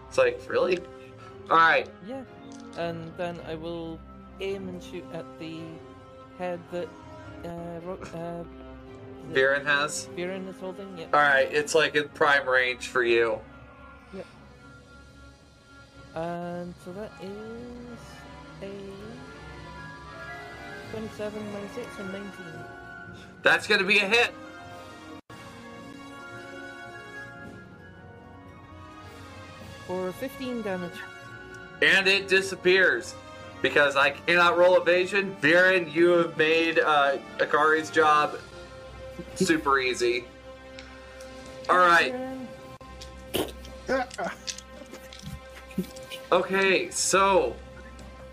It's like really. All right.
Yeah, and then I will aim and shoot at the head that uh, Ro- uh, is it
Viren has.
Viren is holding. Yeah,
All right. It's like in prime range for you.
and Um, so that is a twenty-seven minus eight, so nineteen.
That's gonna be a hit.
For 15 damage.
and it disappears because I cannot roll evasion. Viren, you have made uh, Akari's job super easy. All right.
Viren,
Okay. So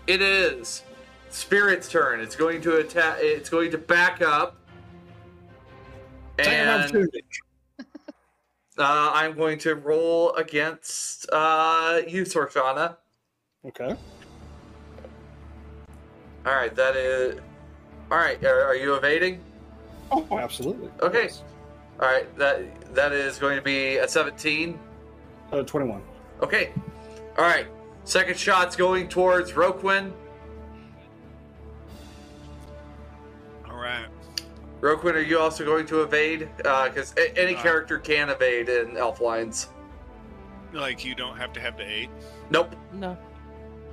it is Spirit's turn. It's going to attack. It's going to back up. And uh, I'm going to roll against uh, you, Sorshana.
Okay.
All right. That is. All right. Are, are you evading?
Oh, absolutely.
Okay.
Yes.
All right, that that is going to be a 17.
Uh, 21.
Okay. All right. Second shot's going towards Roquin.
All right.
Roquin, are you also going to evade? Because a any
Uh.
character can evade in Elf Lines.
Like you don't have to have the eight.
Nope.
No.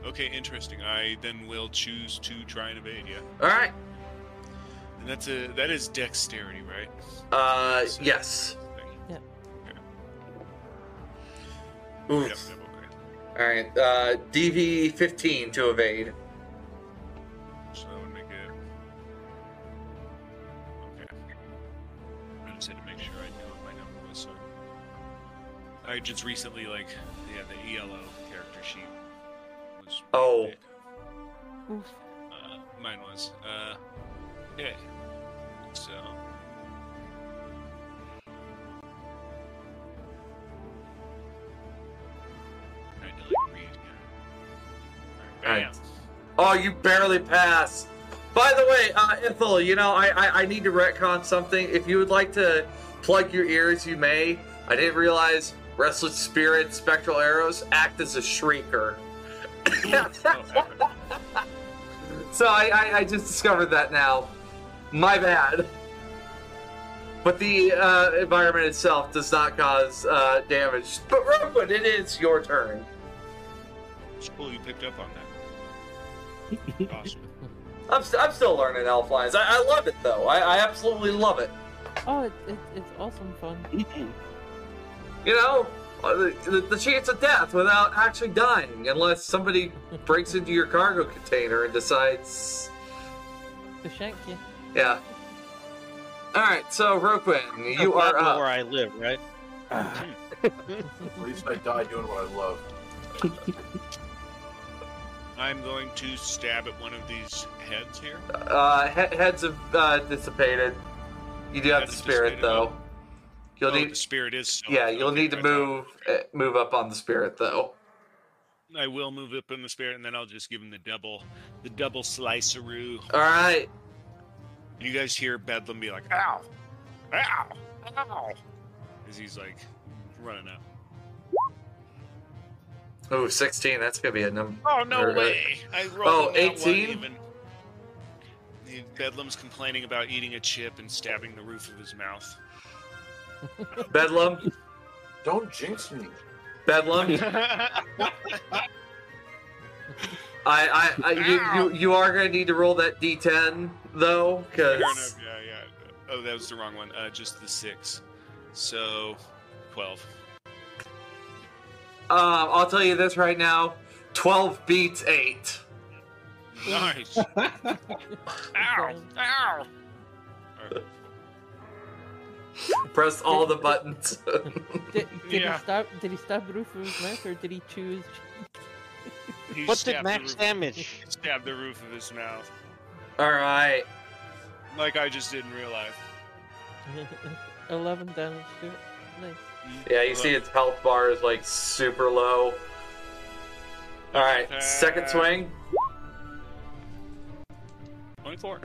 Okay, interesting. I then will choose to try and evade you.
All right.
And that's a that is dexterity, right?
Uh, yes.
Thing.
Oof.
Yep, yep, okay.
All right. Uh, DV 15 to evade.
So that would make it. Okay. I just had to make sure I knew what my number was. So I just recently like yeah the ELO character sheet was. really
Oh.
big.
Oof.
Uh, mine was. Uh, yeah. So. I had to, like, read again. Alright,
Alright. Oh, you barely pass. By the way, uh, Ithil, you know, I, I, I need to retcon something. If you would like to plug your ears, you may. I didn't realize Restless Spirit Spectral Arrows act as a shrieker.
bam. Oh, heaven.
so I, I, I just discovered that now. My bad. But the uh, environment itself does not cause uh, damage. But Rookwood, it is your turn.
It's cool you picked up on that. awesome.
I'm, st- I'm still learning elf lines. I, I love it though. I, I absolutely love it.
Oh, it, it, it's awesome fun.
You know, uh, the, the, the chance of death without actually dying, unless somebody breaks into your cargo container and decides.
To shank you.
Yeah. Alright, so Roquin, you
Not
are uh,
know where
up.
I live, right?
At least I died doing what I love.
I'm going to stab at one of these heads here.
Uh, he- heads have uh, dissipated. You do have the
Heads have
spirit
dissipated,
though.
oh.
You'll
oh, the
need.
spirit is. Still
Yeah, you'll
okay,
need to
I thought-
move uh, move up on the spirit though.
I will move up in the spirit, and then I'll just give him the double, the double sliceroo.
All right.
You guys hear Bedlam be like, "Ow, ow, ow," as he's like running up.
Ooh, 16. That's gonna be a number.
Oh no
Or-
way! I rolled
Oh,
on that one
18?
even. The Bedlam's complaining about eating a chip and stabbing the roof of his mouth.
Bedlam.
Don't jinx me.
Bedlam. I, I, I you, you, you are gonna need to roll that D10 though,
Fair enough.
because
Yeah, yeah. Oh, that was the wrong one. Uh, just the six. So, twelve.
um, I'll tell you this right now: twelve beats eight.
Nice. Ow! Ow! Alright.
Press all the buttons.
Did, did
Yeah.
he stop? Did he stab Roof with his mouth, or did he choose?
He
What
stabbed
did
the
max
roof-
damage?
he Stabbed the roof of his mouth,
all right.
like I just did in real life.
Eleven damage to it. Nice.
Yeah, you see its health bar is like super low. All right, second swing.
Twenty-four.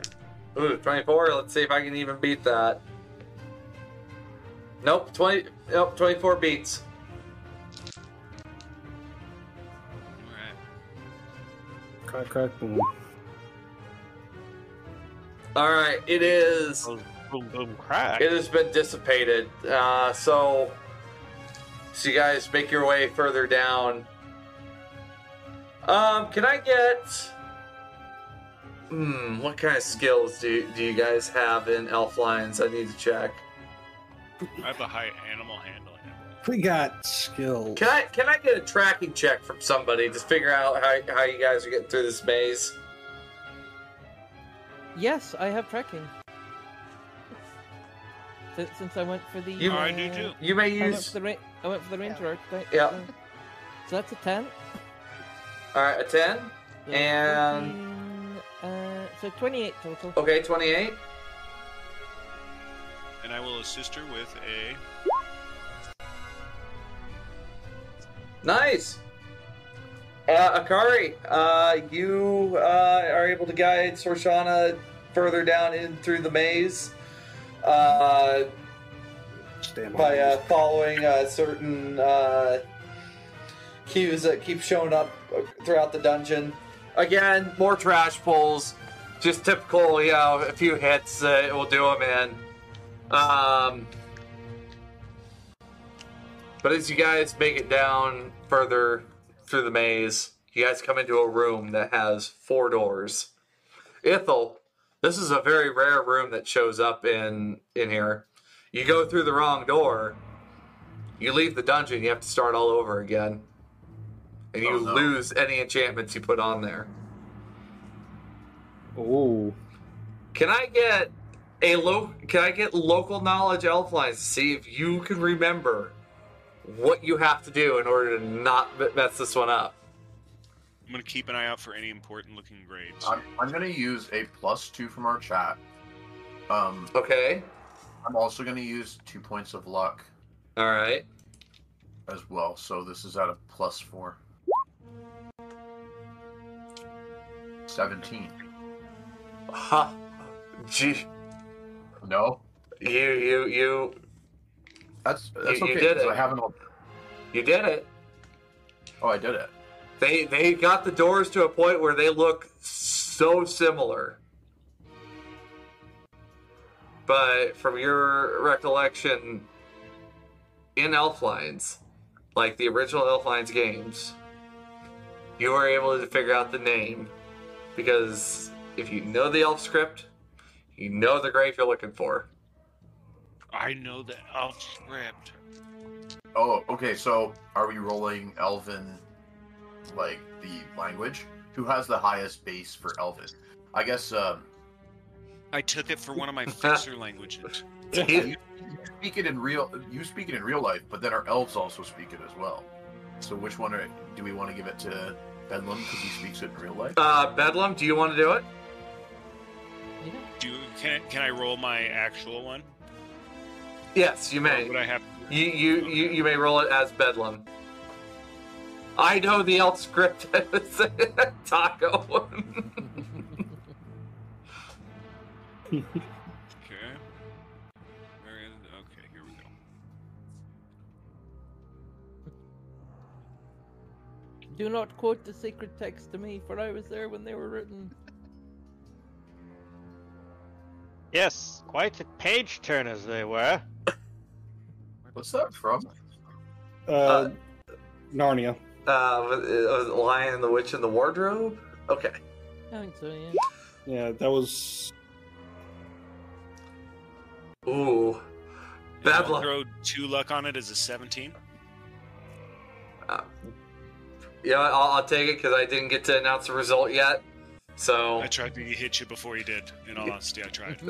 Ooh, 24. Let's see if I can even beat that. Nope, 20. Nope, 24 beats.
All right.
Crack, crack, boom.
All right, it is.
Boom, boom, crack.
It has been dissipated. Uh, so, so you guys make your way further down. Um, can I get? Hmm, what kind of skills do do you guys have in elf lines? I need to check.
I have a high animal handling.
We got skill.
Can I can I get a tracking check from somebody to figure out how, how you guys are getting through this maze?
Yes, I have tracking. Since, since I went for the. uh,
You-
I do too.
You may
I went
use
for the, ra- I went for the ranger archetype.
Yeah.
So, so that's a ten.
all right a ten.
So
And-
14, uh, so twenty-eight total.
Okay, twenty eight.
And I will assist her with a
Nice. Uh, Akari, uh, you uh, are able to guide Sorshana further down in through the maze uh,
Stand on
by uh, following uh, certain uh, cues that keep showing up uh, throughout the dungeon. Again, more trash pulls. Just typical, you know, a few hits, uh, it will do them in. Um, but as you guys make it down further through the maze, you guys come into a room that has four doors. Ithel, this is a very rare room that shows up in in here. You go through the wrong door, you leave the dungeon, you have to start all over again. And you
Oh, no.
lose any enchantments you put on there.
Oh,
Can I get a lo- can I get local knowledge elf lines to see if you can remember what you have to do in order to not m- mess this one up?
I'm gonna keep an eye out for any important looking grades.
I'm, I'm going to use a plus two from our chat. Um,
Okay.
I'm also going to use two points of luck
All right.
as well. So this is at a plus four. 17.
Ha. Gee.
No?
You you you
That's that's
You- you
okay
did
because
it.
I haven't. al-
you did it.
Oh, I did it.
They they got the doors to a point where they look so similar. But from your recollection in Elf Lines, like the original Elf Lines games, you were able to figure out the name because if you know the elf script, you know the grave you're looking for.
I know that I'll script.
Oh, okay. So are we rolling Elven, like the language? Who has the highest base for Elven? I guess um,
I took it for one of my fixer languages.
He-
you speak it in real. You speak it in real life, but then our elves also speak it as well. So which one are, do we want to give it to Bedlam because he speaks it in real life?
uh, Bedlam, do you want to do it?
Yeah.
Do you, can I, can I roll my actual one?
Yes, you
Or
may.
would I have?
You you, you you may roll it as Bedlam. I know the elf script as Taco.
Okay. Where is- Okay, here we go.
Do not quote the sacred text to me, for I was there when they were written.
Yes, quite the page turners they were.
What's that from?
Uh, Narnia.
Uh, was it- was it Lion and the Witch in the Wardrobe? Okay.
I think so, yeah.
Yeah, that was.
Ooh.
I'll
Bedlam.
Throw two luck on it as a 17.
Uh, yeah, I'll, I'll take it because I didn't get to announce the result yet. So.
I tried to hit you before you did. In all honesty, I tried.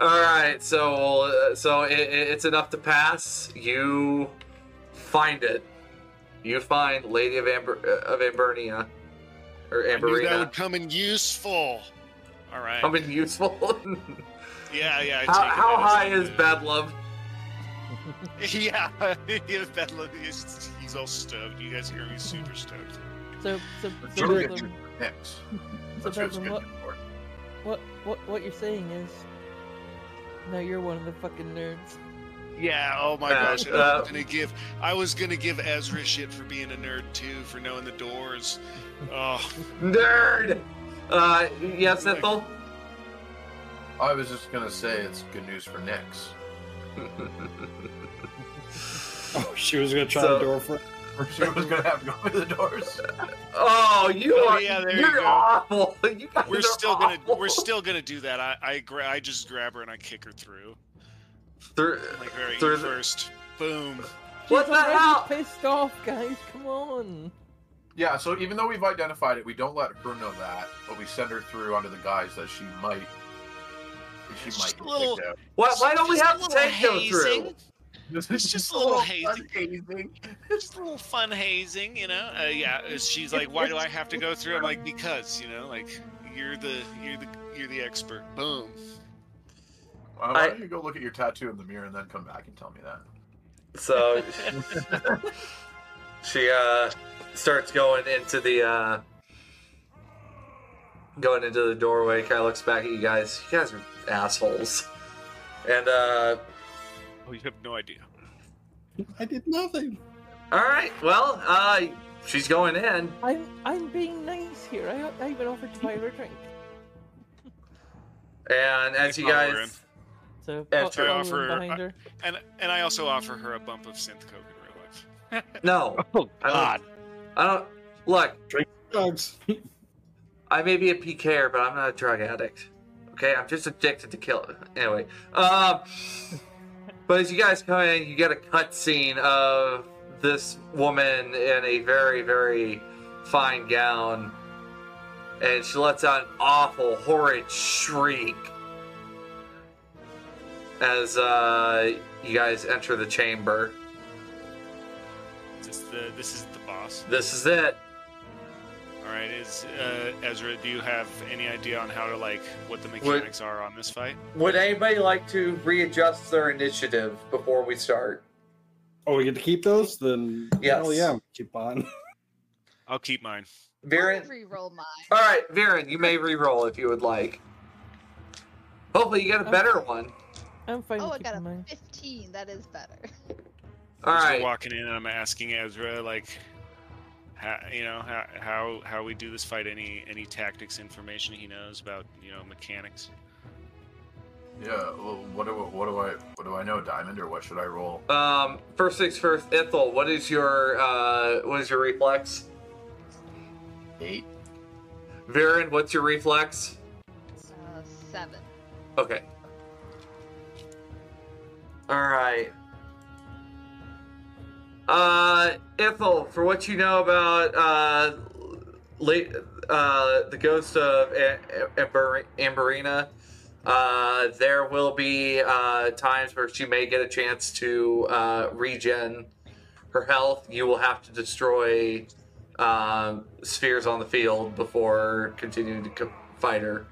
All right, so uh, so it, it- it's enough to pass. You find it. You find Lady of Amber uh, of Ambernia or
I knew that
Amberina.
would come in useful. All right.
Something useful.
Yeah, yeah. I
how
take it
how
as
high
a-
is Bedlam?
Yeah, yeah, Bedlam. He's, he's all stoked. You guys hear me super stoked.
So, so, so,
Sure.
Bedlam-
Next.
so
That's what it's
Bedlam,
good
what,
for.
what, what, what you're saying is, no, you're one of the fucking nerds.
Yeah. Oh my
Yeah,
gosh. and I
uh,
was gonna give. I was gonna give Ezra shit for being a nerd too, for knowing the doors. Oh,
Nerd. Uh, yes, Ethel.
I was just gonna say it's good news for Nix.
Oh, she was gonna try
So-
the door for.
She was gonna have to go through the doors.
Oh, you
Oh,
are
yeah, there you
you're
go.
awful. You guys
we're
are
still gonna.
awful.
We're still gonna do that. I I, gra- I just grab her and I kick her through.
Through-
I'm like, all right,
Through
you
the-
first. Boom.
What
She's
the
already
hell?
Pissed off, guys. Come on.
Yeah, so even though we've identified it, we don't let her know that, but we send her through under the guise that she might. that She
It's
might
just a
get
little-
kicked out.
Why, why don't we
Just a
have to
little
take them
hazing.
through?
It's just a little hazing.
hazing.
Just a little fun hazing, you know. Uh, yeah, uh, she's like, "Why do I have to go through?" I'm like, "Because, you know, like you're the you're the you're the expert." Boom.
Uh, why
I-
don't you go look at your tattoo in the mirror and then come back and tell me that?
So she uh, starts going into the uh, going into the doorway. Kind of looks back at you guys. You guys are assholes. And uh,
Oh, you have no idea.
I did nothing.
all right, well, uh, she's going in.
I'm, I'm being nice here. I, I even offered to buy her a drink.
And as you
Oh, we're
guys,
So,
Yeah,
fo-
sure.
follow him
Offer-
behind her.
And and I also offer her a bump of synth coke in real life.
no,
Oh
I don't-
God!
I don't look.
Drugs.
I may be a PKer, but I'm not a drug addict. Okay, I'm just addicted to kill. Anyway, um, but as you guys come in, you get a cutscene of this woman in a very, very fine gown, and she lets out an awful, horrid shriek as uh, you guys enter the chamber.
This is the this is the boss.
This is it.
All right, is uh, Ezra? Do you have any idea on how to like what the mechanics are on this fight?
Would anybody like to readjust their initiative before we start?
Oh, we get to keep those? Then.
Yes.
Oh, yeah. Keep on.
I'll keep mine.
Variant.
Re-roll mine.
All right, Viren, you may re-roll if you would like. Hopefully, you get a better one.
I'm fine
Oh, I
with
got
keeping
a
mine.
15. That is better.
All
As we're
right,
walking in, and I'm asking Ezra like, how, you know, how, how how we do this fight. Any any tactics information he knows about you know mechanics.
Yeah. Well, what do what do I what do I know, Diamond, or what should I roll?
um, first things first, Ithel, what is your uh, what is your reflex?
Eight.
Viren, what's your reflex?
Uh, seven.
Okay. All right. Uh, Ithel, for what you know about uh, late, uh, the ghost of A- A- Amber- Amberina, uh, there will be uh, times where she may get a chance to uh, regen her health. You will have to destroy um, spheres on the field before continuing to co- fight her.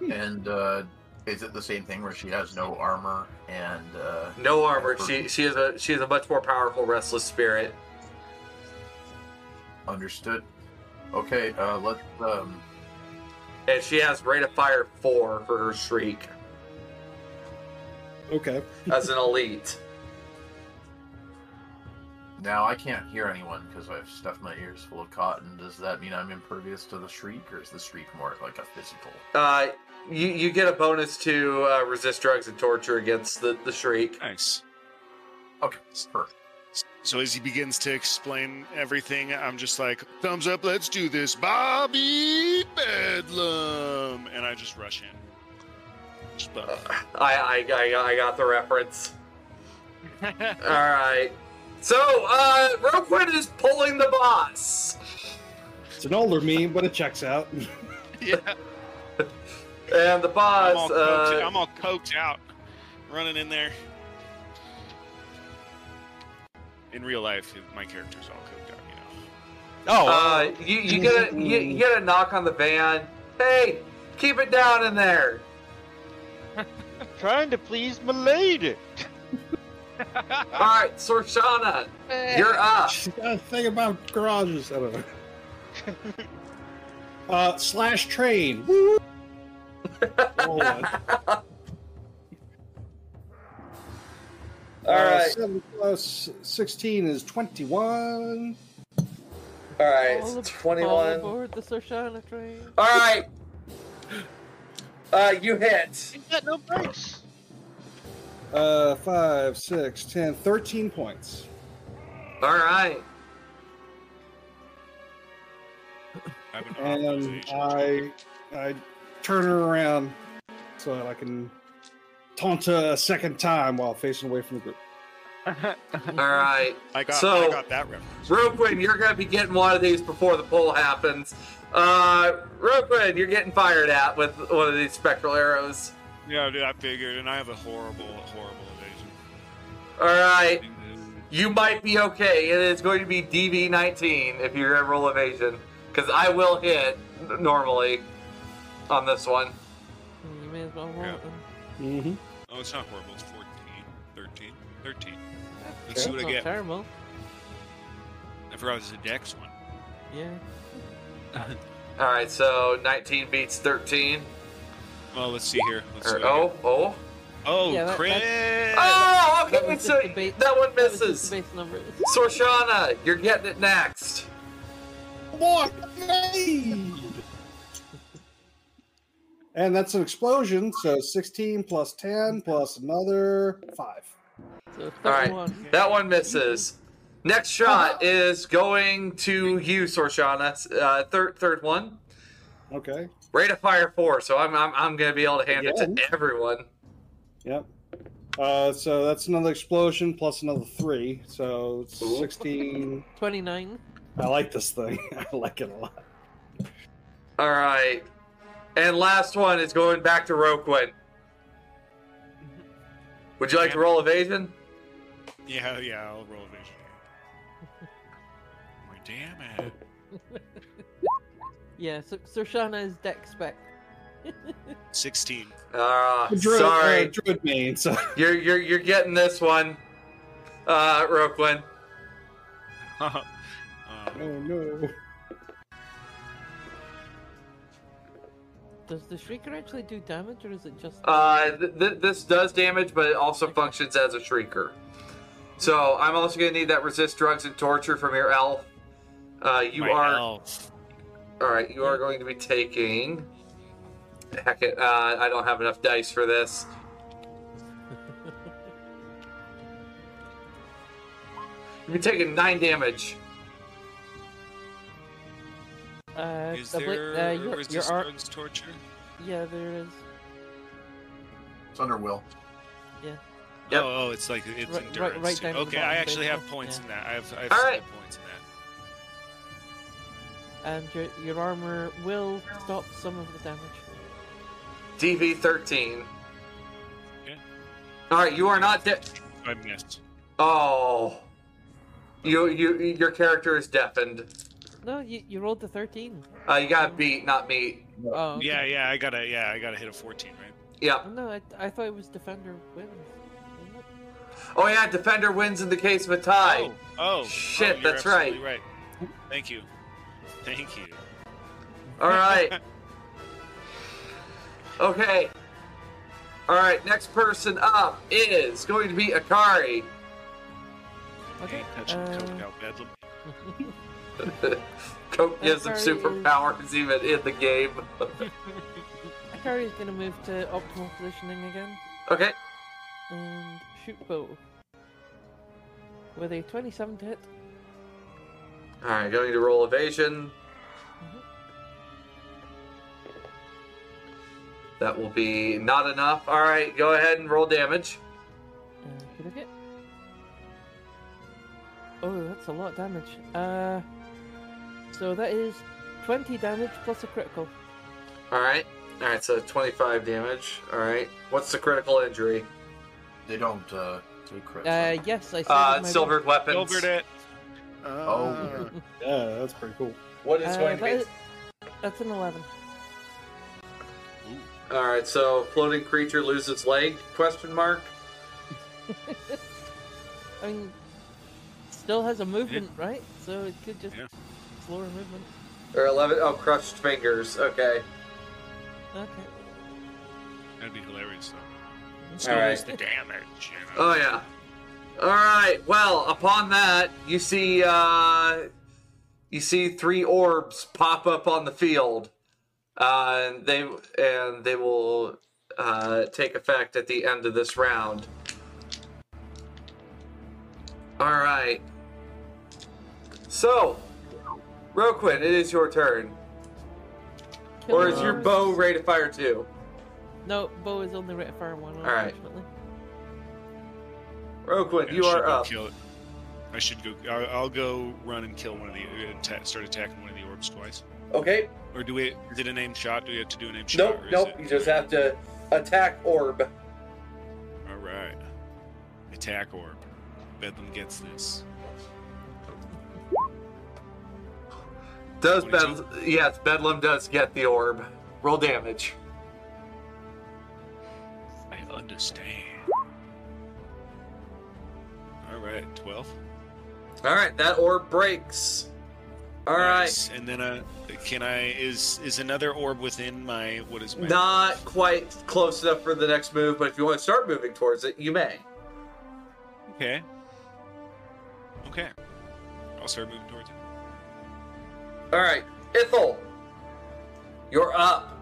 Hmm.
And uh, is it the same thing where she has no armor and uh,
No armor. She she is a she is a much more powerful restless spirit.
understood? Okay. Uh, let um.
And she has rate of fire four for her shriek
Okay.
as an elite.
Now I can't hear anyone because I've stuffed my ears full of cotton. Does that mean I'm impervious to the shriek, or is the shriek more like a physical?
Uh, you, you get a bonus to uh, resist drugs and torture against the, the shriek.
Nice.
Okay, perfect.
So as he begins to explain everything, I'm just like, thumbs up, let's do this, Bobby Bedlam, and I just rush in. Just
Uh,
about-
I, I, I, I got the reference. All right. So, uh, Roquid is pulling the boss.
It's an older meme, but it checks out.
yeah,
And the
I'm
boss,
all, coked,
uh,
I'm all coked out, running in there. In real life, my character's all coked out, you
Oh,
know.
uh, you, you get a, you, you get a knock on the van. Hey, keep it down in there. Uh,
trying to please my lady.
All right, Sorshana, you're up.
She's got a thing about garages. I don't know. uh, slash train. Woo! Roll one.
All
Uh,
right.
Seven plus sixteen is twenty-one.
All right,
All
it's
ab- All
21. All
aboard the Sarshana train.
right. Uh, you hit.
Ain't got no brakes.
Uh, five, six, ten, thirteen points.
All right.
I have an
And
authorization
I, I turn her around so that I can taunt her a second time while facing away from the group.
All right.
I got,
So-
I got that reference.
Roquin, you're going to be getting one of these before the pull happens. Uh, Roquin, you're getting fired at with one of these spectral arrows.
Yeah, dude, I figured, and I have a horrible, horrible evasion.
All right. You might be okay. It is going to be DV 19 if you're going to roll evasion. Because I will hit n- normally on this one.
You may as well roll
Yeah.
them.
Mm-hmm.
Oh, it's not horrible. It's 14, 13, 13. Let's see
That's
what I
not
get.
terrible.
I forgot it's a dex one.
Yeah.
All right, so 19 beats 13.
Well, let's see here. Let's see
Or,
what I
oh,
get.
oh.
oh,
Yeah, that-
crit!
Oh,
That
okay,
was
so
just the base-
that one
that was just
misses.
the base numbers.
Sorshana, you're getting it next.
And that's an explosion. So sixteen plus ten plus another five.
So
All right.
31.
That one misses. Next
Uh-huh.
shot is going to you, Sorshana. Uh, third, third one.
Okay.
Rate of fire four. So I'm, I'm, I'm gonna be able to hand it
Again?
to everyone.
Yep. Uh, so that's another explosion plus another three. So
Cool.
16.
29.
I like this thing. I like it a lot.
All right. And last one is going back to Roquin. Would you like to roll evasion? Oh!
Yeah, yeah, I'll roll evasion. More damn it.
Yeah, so Sarshana is deck spec.
16.
Ah,
Druid, uh,
sorry.
druid main. So
You're, you're, you're getting this one, uh, Roquin.
um,
oh no.
Does the Shrieker actually do damage or is it just.
Uh, th- th- this does damage, but it also functions as a shrieker. So I'm also gonna need that resist drugs and torture from your elf. Uh, you
my
are
elf.
all right. You are going to be taking. Heck it! Uh, I don't have enough dice for this. You're taking nine damage.
Uh,
Is
the bla-
there
uh, your, your
resistance
ar-
torture?
Yeah, there is.
It's under will.
Yep.
Oh, oh, it's like it's
Right- right-
endurance.
right
too.
down at the
okay,
bottom,
I actually have
basically.
points
Yeah.
in that. I have, I have
All
some
right.
good points in that.
And your, your armor will stop some of the damage.
DV 13.
Okay.
All right. You are not dead.
I missed.
Oh. You you your character is deafened.
No, you, you rolled the 13.
Uh, you got beat, not meet.
Oh. okay.
Yeah, yeah, I gotta, yeah, I gotta hit a 14, right?
Yeah.
Oh, No, I, I thought it was Defender wins. Isn't it?
Oh yeah, defender wins in the case of a tie.
Oh, oh,
Shit,
you're
that's right.
absolutely Right. Thank you. Thank you.
All right. okay. All right. Next person up is going to be Akari.
I ain't touching
uh,
coke out bedlam.
Coke gives him
Sorry.
superpowers even in the game.
Akari is going to move to optimal positioning again
okay.
and shoot bow with a 27 to hit.
All right, going to roll evasion. That will be not enough. All right, go ahead and roll damage.
Uh, could I get? Oh, that's a lot of damage. Uh, so that is 20 damage plus a critical.
All right. All right, so 25 damage. All right. What's the critical injury?
They don't uh, do crit.
Uh, yes, I saved
Uh,
my
silvered weapons.
Gilbert it.
Oh.
Yeah, that's pretty cool.
What
roll.
is
Uh,
going to
that
be?
is- That's an 11.
All right, so floating creature loses leg? Question mark.
I mean, still has a movement, right? So it could just
Yeah.
slower movement.
Or 11? Oh, crushed fingers. Okay.
Okay.
That'd be hilarious though.
All
Still
right.
is the damage. You know?
Oh yeah. All right. Well, upon that, you see uh, you see three orbs pop up on the field, uh, and they and they will uh, take effect at the end of this round. All right. So, Roquin, it is your turn, or is your
Killers.
bow rate of fire too?
No, bow is only right fire one.
All right.
unfortunately.
Roquin,
I
you
should
are
go
up.
Kill it. I should go. I'll, I'll go run and kill one of the. and ta start attacking one of the orbs twice.
Okay.
Or do we? Is it a name shot? Do we have to do a name shot?
Nope.
or is
Nope.
it-
You just have to attack orb.
All right. Attack orb. Bedlam gets this.
Does
22?
Bedlam? Yes, Bedlam does get the orb. Roll damage.
I understand. All right, twelve.
All right, that orb breaks. All right,
Nice. And then, uh, can I? Is is another orb within my? What is my?
not quite close enough for the next move, but if you want to start moving towards it, you may.
Okay. Okay. I'll start moving towards it.
All right, Ithel, you're up.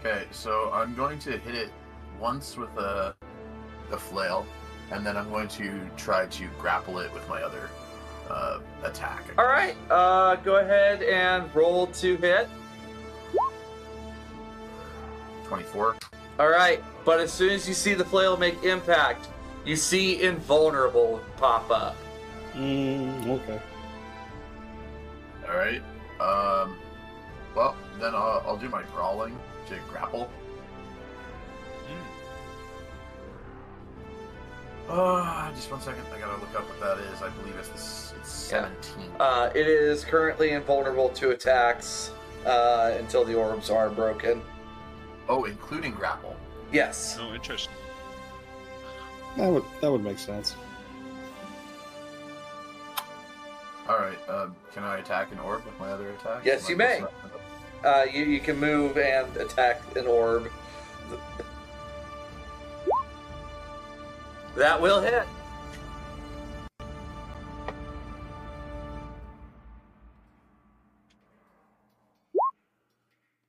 Okay, so I'm going to hit it once with a the flail, and then I'm going to try to grapple it with my other uh, attack.
All right, uh, go ahead and roll to hit.
Twenty-four.
All right, but as soon as you see the flail make impact, you see invulnerable pop up.
Mm, okay.
All right. Um. Well, then I'll, I'll do my brawling to grapple. Uh, just one second. I gotta look up what that is. I believe it's this, it's
Yeah.
seventeen.
Uh, it is currently invulnerable to attacks uh, until the orbs are broken.
Oh, including grapple.
Yes.
Oh, interesting.
That would that would make sense.
All right. Um, can I attack an orb with my other attack?
Yes,
Am I
you may.
messing up?
Uh, you, you can move and attack an orb. That will hit.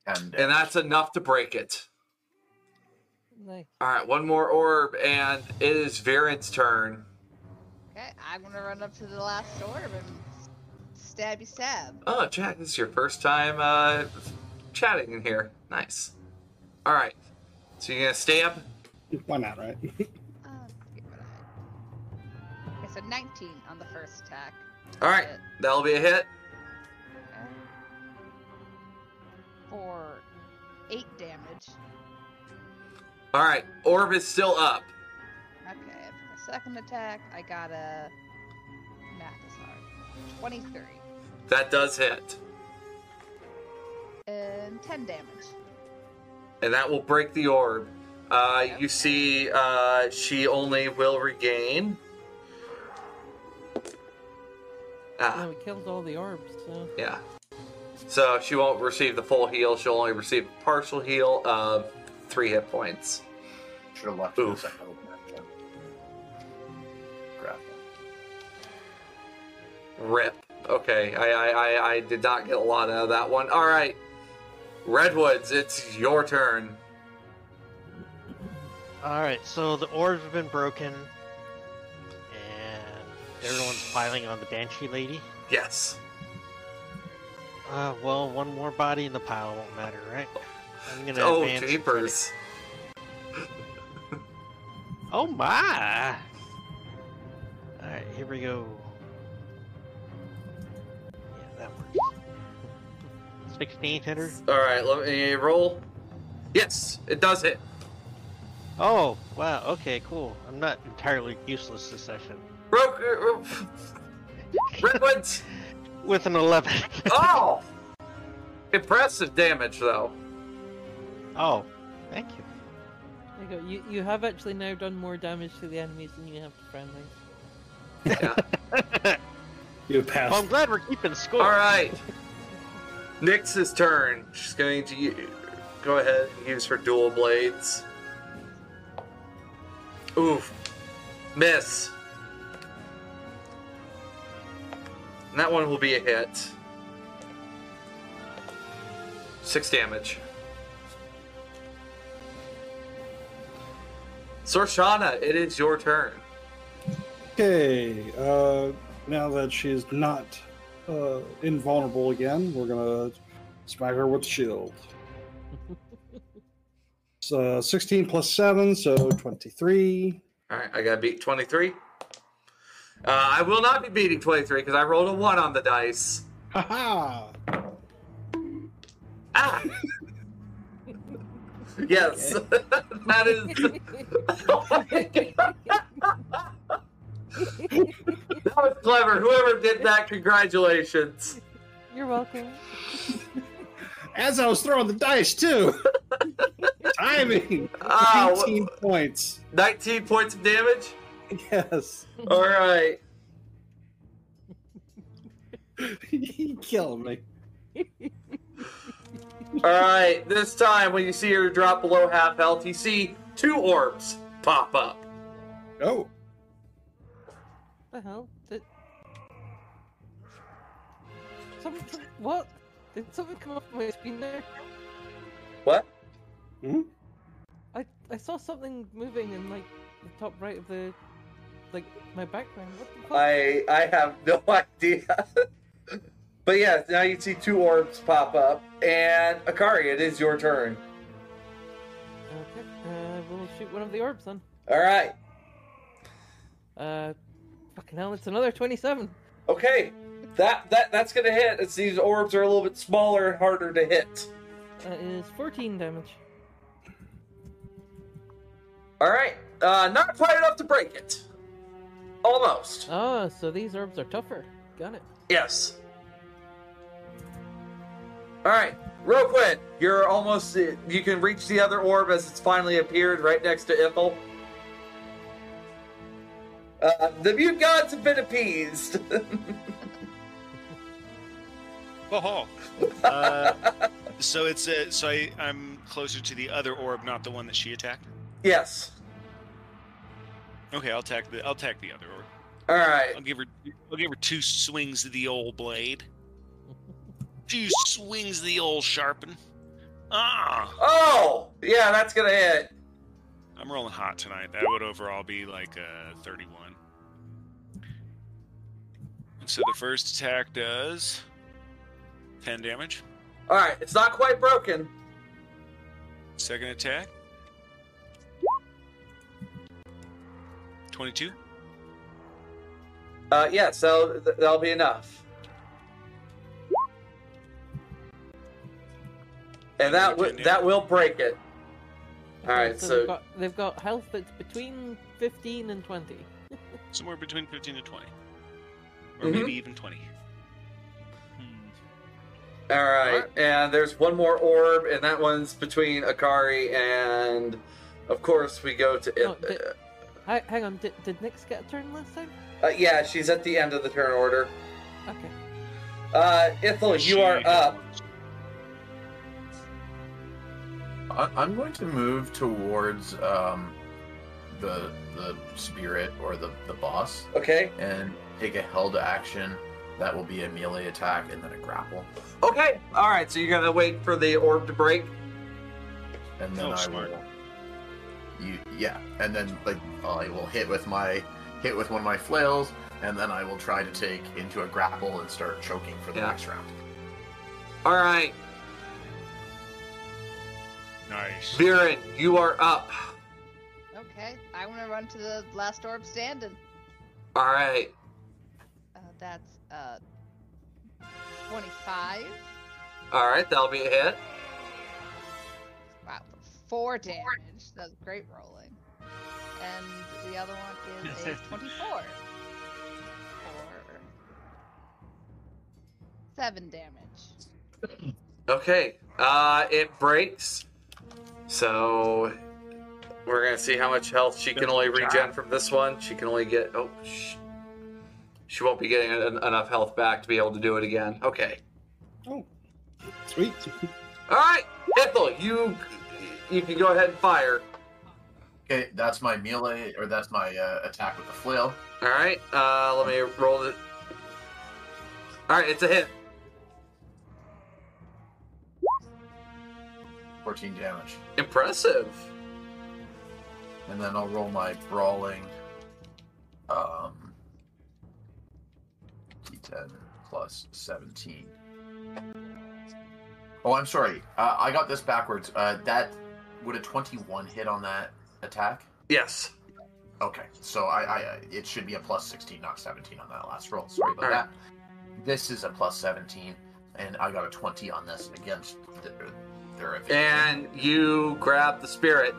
And, uh,
And that's enough to break it.
Nice.
All right, one more orb, and it is Viren's turn.
Okay, I'm gonna run up to the last orb and stabby stab.
Oh, Jack, this is your first time uh, chatting in here. Nice. All right. So you're going to stay up?
Why not, right?
Uh, let's get rid of it. Okay, so 19 on the first attack.
All right. That'll be a hit.
Okay. For eight damage.
All right. Orb is still up.
Okay, and for my second attack, I got a math is hard. 23
That does hit.
and 10 damage.
and that will break the orb. Uh, You see, uh, she only will regain.
Now
Ah,
we killed all the orbs, so.
yeah. So she won't receive the full heal. She'll only receive a partial heal of three hit points.
Should have left this
Oof.
ahead.
Rip. Okay, I, I, I, I did not get a lot out of that one. All right, Redwoods, it's your turn.
All right, so the orbs have been broken, and everyone's piling on the banshee lady.
Yes.
Uh, well, one more body in the pile won't matter, right? I'm gonna
oh,
advance and try to-
jeepers.
Oh my! Alright, here we go. Yeah, that works. 16 hitter?
All right, let me roll. Yes, it does hit.
Oh, wow, okay, cool. I'm not entirely useless this session.
Broke. uh, uh, Redwoods.
With an 11.
Oh, impressive damage though.
oh, thank you.
There you go. You, you have actually now done more damage to the enemies than you have to friendlies.
You passed.
Well, I'm glad we're keeping score.
All right. Nyx's turn. She's going to u- go ahead and use her dual blades. Oof. Miss. And that one will be a hit. Six damage. Sorshana, it is your turn.
Okay, uh, now that she's not uh, invulnerable again, we're gonna smack her with the shield. so 16 plus 7, so 23.
All right, I got to beat 23. Uh, I will not be beating 23 because I rolled a 1 on the dice.
Haha!
Ah! yes. that is. That was clever. Whoever did that, congratulations.
You're welcome.
As I was throwing the dice, too! Timing!
Ah, wha-
18 points.
19 points of damage?
Yes.
All right.
he killed me.
All right. This time, when you see her drop below half health, you see two orbs pop up.
Oh.
the hell? Did... Something, some- what? Did something come up my screen there?
What?
Hmm?
I, I saw something moving in like the top right of the like my background. What the fuck?
I I have no idea. but yeah, now you see two orbs pop up, and Akari, it is your turn.
Okay, uh, we'll shoot one of the orbs then.
All right.
Uh, fucking hell, it's another twenty-seven.
Okay. That that that's gonna hit. It's these orbs are a little bit smaller and harder to hit.
That is fourteen damage.
All right. Uh, not quite enough to break it. Almost.
Ah, so these orbs are tougher. Got it.
Yes. All right, real quick. You're almost. You can reach the other orb as it's finally appeared right next to Ithel. Uh, the mute gods have been appeased.
Oh. Uh, so it's uh, so I, I'm closer to the other orb, not the one that she attacked.
yes.
Okay, I'll attack the I'll attack the other orb.
All right.
I'll give her I'll give her two swings of the old blade. Two swings of the old sharpen. Ah,
Oh, yeah, that's gonna hit.
I'm rolling hot tonight. That would overall be like a 31. So the first attack does 10 damage.
All right, it's not quite broken.
Second attack 22.
Uh, yeah, so th- that'll be enough. And that w- that will break it. All
Okay,
right, so
they've got, they've got health that's between fifteen and twenty.
Somewhere between 15 and 20. Or
Mhm.
maybe even 20.
All right, and there's one more orb, and that one's between Akari and, of course, we go to.
Oh,
uh,
did- Hi, hang on, did, did Nyx get a turn last time?
uh, yeah, she's at the end of the turn order.
Okay.
Uh, Ithel, you are up.
I, I'm going to move towards um, the the spirit or the the boss
Okay.
and take a held action That will be a melee attack and then a grapple.
Okay. All right. So you're gonna wait for the orb to break.
And then
Oh,
I
smart.
will. You, yeah, and then like I will hit with my hit with one of my flails, and then I will try to take into a grapple and start choking for the
Yeah.
next round.
All right,
Nice.
Viren, you are up.
Okay, I want to run to the last orb standing.
All right.
Uh, that's uh, 25.
All right. That'll be a hit.
Wow, four damage. That's great rolling. And the other one is a 24. Four. Seven damage.
Okay. Uh, it breaks. So we're gonna see how much health she can only regen from this one. She can only get oh, sh- she won't be getting en- enough health back to be able to do it again. Okay.
Oh, sweet.
All right, Ethel, you you can go ahead and fire.
Okay, that's my melee or that's my uh, attack with the flail.
All right. Uh, let me roll it. All right, it's a hit.
14 damage,
Impressive.
and then I'll roll my brawling. Um, d10 plus 17. Oh, I'm sorry. Uh, I got this backwards. Uh, that would a 21 hit on that attack.
Yes.
Okay, so I, I I- it should be a plus 16, not 17 on that last roll. Sorry about
All right.
that. This is a plus 17, and I got a 20 on this against the, their
And
advantage.
you grab the spirit.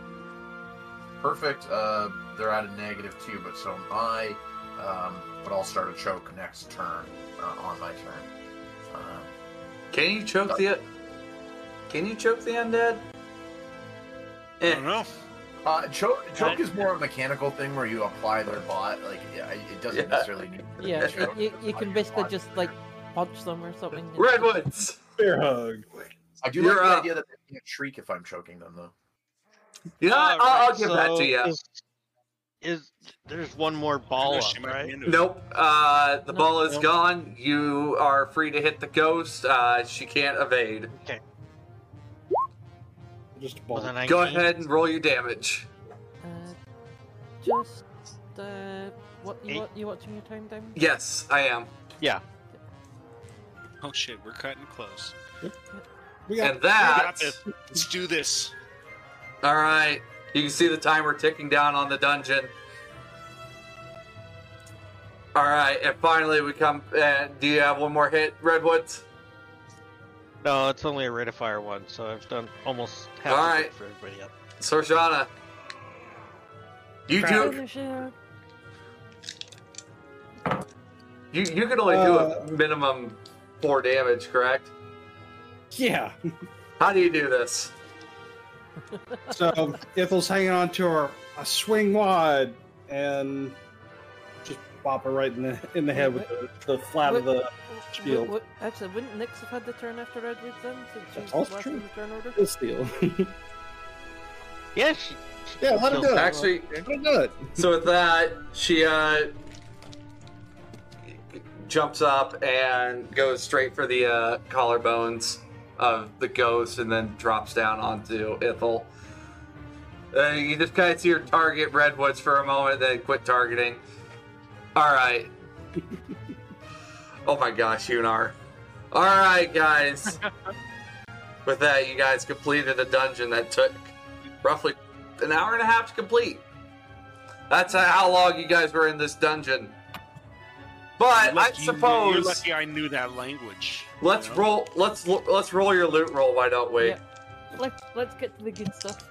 perfect. Uh, they're at a negative two, but so am I. Um, but I'll start a choke next turn uh, on my turn. Um,
Can you choke the? Can you choke the undead?
I
Eh.
don't know.
Uh, choke, choke is more a mechanical thing where you apply their bot. Like yeah, it doesn't
Yeah.
necessarily need. to be
Yeah,
choke.
you, you can basically
Bot.
just like punch them or something. Uh,
Redwoods.
Bear hug.
I do
You're
like the
up.
idea that they can't shriek if I'm choking them though.
You know, what? I'll, I'll
Alright,
give that
so
to you.
Is, is- there's one more ball
Oh,
up,
she might be
right?
into it.
Nope. Uh, the
No,
ball is
no.
gone. You are free to hit the ghost. Uh, she can't evade.
Just a ball.
Was it 19?
Go ahead and roll your damage.
Uh, just uh, what you,
Eight.
wa- you watching your time down?
Yes, I am.
Oh shit, we're cutting close.
We got
And that.
Got this. Let's do this.
All right. You can see the timer ticking down on the dungeon. All right, and finally we come. Uh, do you have one more hit, Redwoods?
No, it's only a rate of fire one, so I've done almost half
All
of
right.
it for everybody up.
Sorjana. You do.
Finish her.
You, you can only
Uh,
do a minimum four damage, correct?
yeah.
How do you do this?
So Ithel's hanging on to her a swing wide and just bop her right in the in the head with the, the flat of the. Shield.
Wou- wou- actually, wouldn't Nix have had the turn after Redwoods then? Since she's
That's
the
also
last
true.
in the turn order?
the steel.
Yeah, she,
yeah, let her
She'll-
do it.
Actually,
Let her do it.
so with that, she uh, jumps up and goes straight for the uh, collarbones of the ghost, and then drops down onto Ithel. Uh, you just kind of see her target redwoods for a moment, then quit targeting. All right. oh my gosh, Unar. All right, guys. with that, you guys completed a dungeon that took roughly an hour and a half to complete. That's how long you guys were in this dungeon. But
Lucky-
I
You're
suppose
lucky I knew that language. you
let's
know?
roll. Let's lo- let's roll your loot roll. Why don't we?
Yeah. Let's, let's get to the good stuff.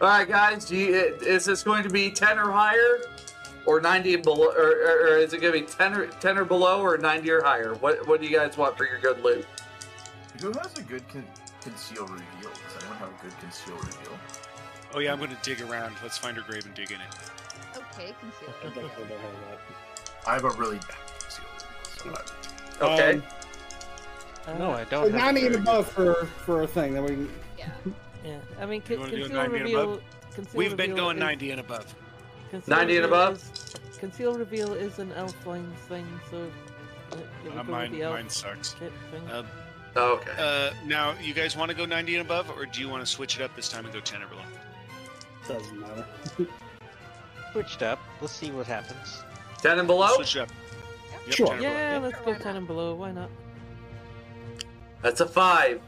All right, guys. Do you, is this going to be ten or higher, or ninety and below, or, or, or is it going to be ten or ten or below, or ninety or higher? What What do you guys want for your good loot?
Who has a good con- conceal reveal? Does anyone have a good conceal reveal?
Oh yeah, I'm gonna dig around. Let's find her grave and dig in it.
Okay,
Let her
conceal.
do it.
I have a really bad conceal reveal. So I-
Okay.
Um,
Uh,
no, I
so
don't. have
90 and
very good-
above for for a thing. Then we can,
Yeah.
Yeah, I mean,
You
con-
wanna do a
conceal
90 and
reveal. Conceal
We've been
reveal
going
is-
90 and above.
conceal
90 and
reveal
above?
Is, conceal reveal is an elf line thing, so It
Uh,
would go with
mine,
the elf.
mine sucks.
Okay, fine.
Uh,
Oh, okay.
uh, now, you guys want to go 90 and above, or do you want to switch it up this time and go 10 or below?
Doesn't matter.
Switched up. Let's see what happens.
Ten and below.
Switch it up. Yep,
Sure.
10 or below.
yeah, let's
Why
go
not?
ten and below. Why not?
That's a five.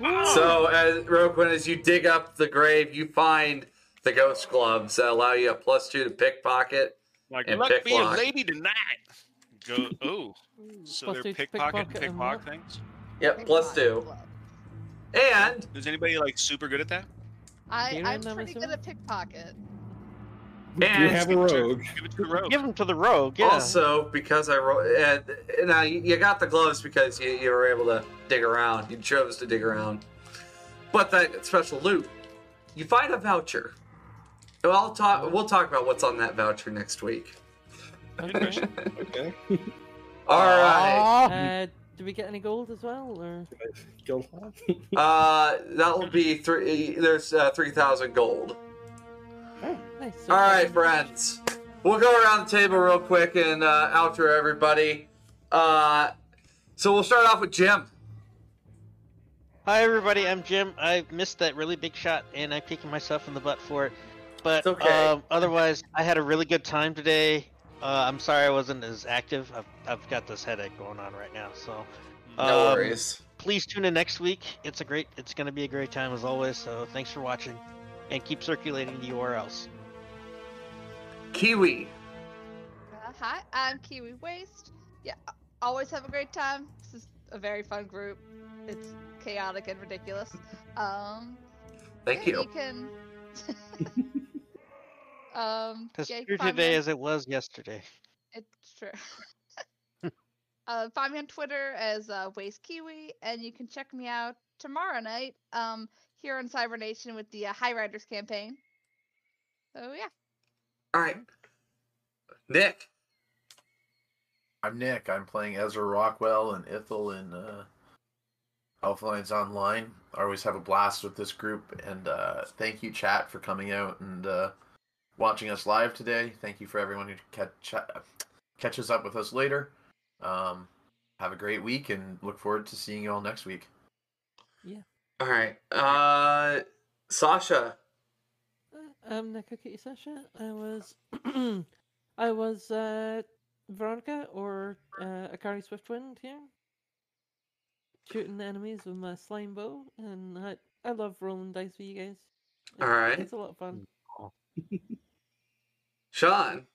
So, as, Roquin, as you dig up the grave, you find the ghost gloves that allow you a plus two to pickpocket.
Like,
And
luck be a
picklock.
lady tonight. Go. Oh, so
Plus
they're
two to
pickpocket and
pickpocket and what?
pickpock things.
Yep, plus two. And
Is anybody like super good at that?
I,
Kieran,
I'm
I'm
pretty good
assuming?
at pickpocket.
you
and
have a rogue.
Give it to the rogue.
Give them to the rogue. Yeah.
also because I rolled, and, and I, you got the gloves because you, you were able to dig around. You chose to dig around. But that special loot, you find a voucher. And I'll talk. We'll talk about what's on that voucher next week.
Okay.
Okay.
All right.
uh, do we get any gold as well, or
Guild
Uh, that will be three. There's uh, three thousand gold.
nice? so-
All right, friends. We'll go around the table real quick and uh, outro everybody. Uh, so we'll start off with Jim.
Hi everybody, I'm Jim. I missed that really big shot, and I'm kicking myself in the butt for it. But
It's okay.
um, otherwise, I had a really good time today. Uh, I'm sorry I wasn't as active. I've, I've got this headache going on right now, so
No
um,
worries.
Please tune in next week. It's a great. It's going to be a great time as always. So thanks for watching, and keep circulating the URLs.
Kiwi.
Uh, hi, I'm Kiwi Waste. Yeah, always have a great time. This is a very fun group. It's chaotic and ridiculous. Um,
Thank
yeah,
you.
You can. um,
As
yeah, you
true
can find me
today
on-
as it was yesterday.
It's true. uh, find me on Twitter as uh, Waste Kiwi, and you can check me out tomorrow night um, here on Cybernation with the uh, High Riders campaign. So yeah,
All right. Nick.
I'm Nick. I'm playing Ezra Rockwell and Ithil in uh, Elflines Online. I always have a blast with this group, and uh, thank you, chat, for coming out and uh, watching us live today. Thank you for everyone who catch, cha- catches up with us later. Um, have a great week, and look forward to seeing you all next week.
All right. Uh, Sasha.
Um, Neko Kitty Sasha. I was, I was uh, Veronica or uh, Akari Swiftwind here, shooting the enemies with my slime bow, and I, I love rolling dice with you guys. It's-
Alright.
it's a lot of fun.
Sean.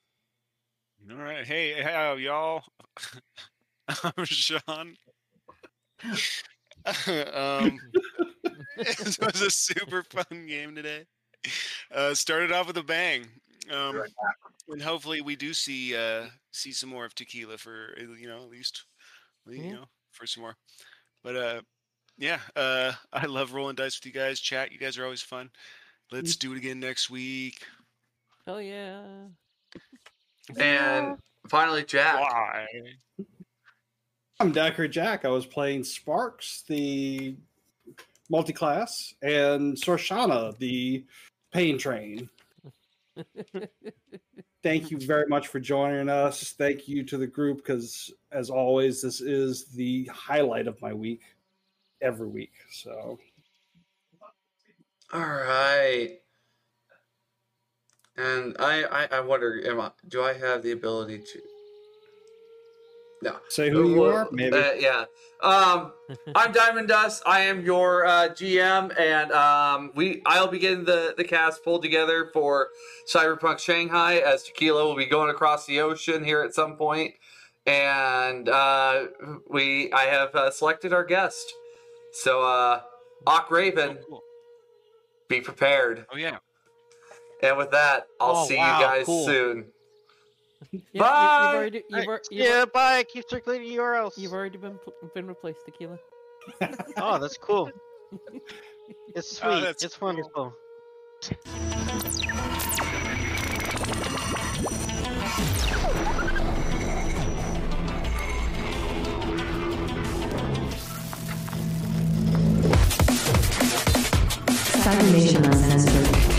All right. Hey, how y'all? I'm Sean. um, this was a super fun game today. Uh, started off with a bang. Um, and hopefully we do see uh, see some more of tequila for uh, you know at least you
Yeah.
know for some more. But uh, yeah, uh, I love rolling dice with you guys. Chat, you guys are always fun.
Mm.
Let's do it again next week.
Hell yeah!
And finally, Jack.
Bye.
I'm Dacker Jack. I was playing Sparks, the multi-class, and Sorshana, the pain train. Thank you very much for joining us. Thank you to the group because, as always, this is the highlight of my week every week. So
All right. And I, I, I wonder, am I, do I have the ability to?
say who you
Well,
are, maybe.
uh, yeah. Um, I'm Diamond Dust. I am your uh, GM, and um, we I'll be getting the the cast pulled together for Cyberpunk Shanghai as Tequila will be going across the ocean here at some point, and uh, we I have uh, selected our guest. So, uh, Ock
Oh,
Raven,
cool.
be prepared.
oh yeah.
And with that, I'll
Oh,
see
wow,
you guys
cool.
soon.
Yeah, you,
Bye!
you've already, you've, ar- you've,
Yeah, bye. Keep circulating URLs.
you've already been pl- been replaced, Tequila.
Oh, that's cool. It's sweet.
Oh, that's
it's
cool.
wonderful.
Cyber Nation on Facebook.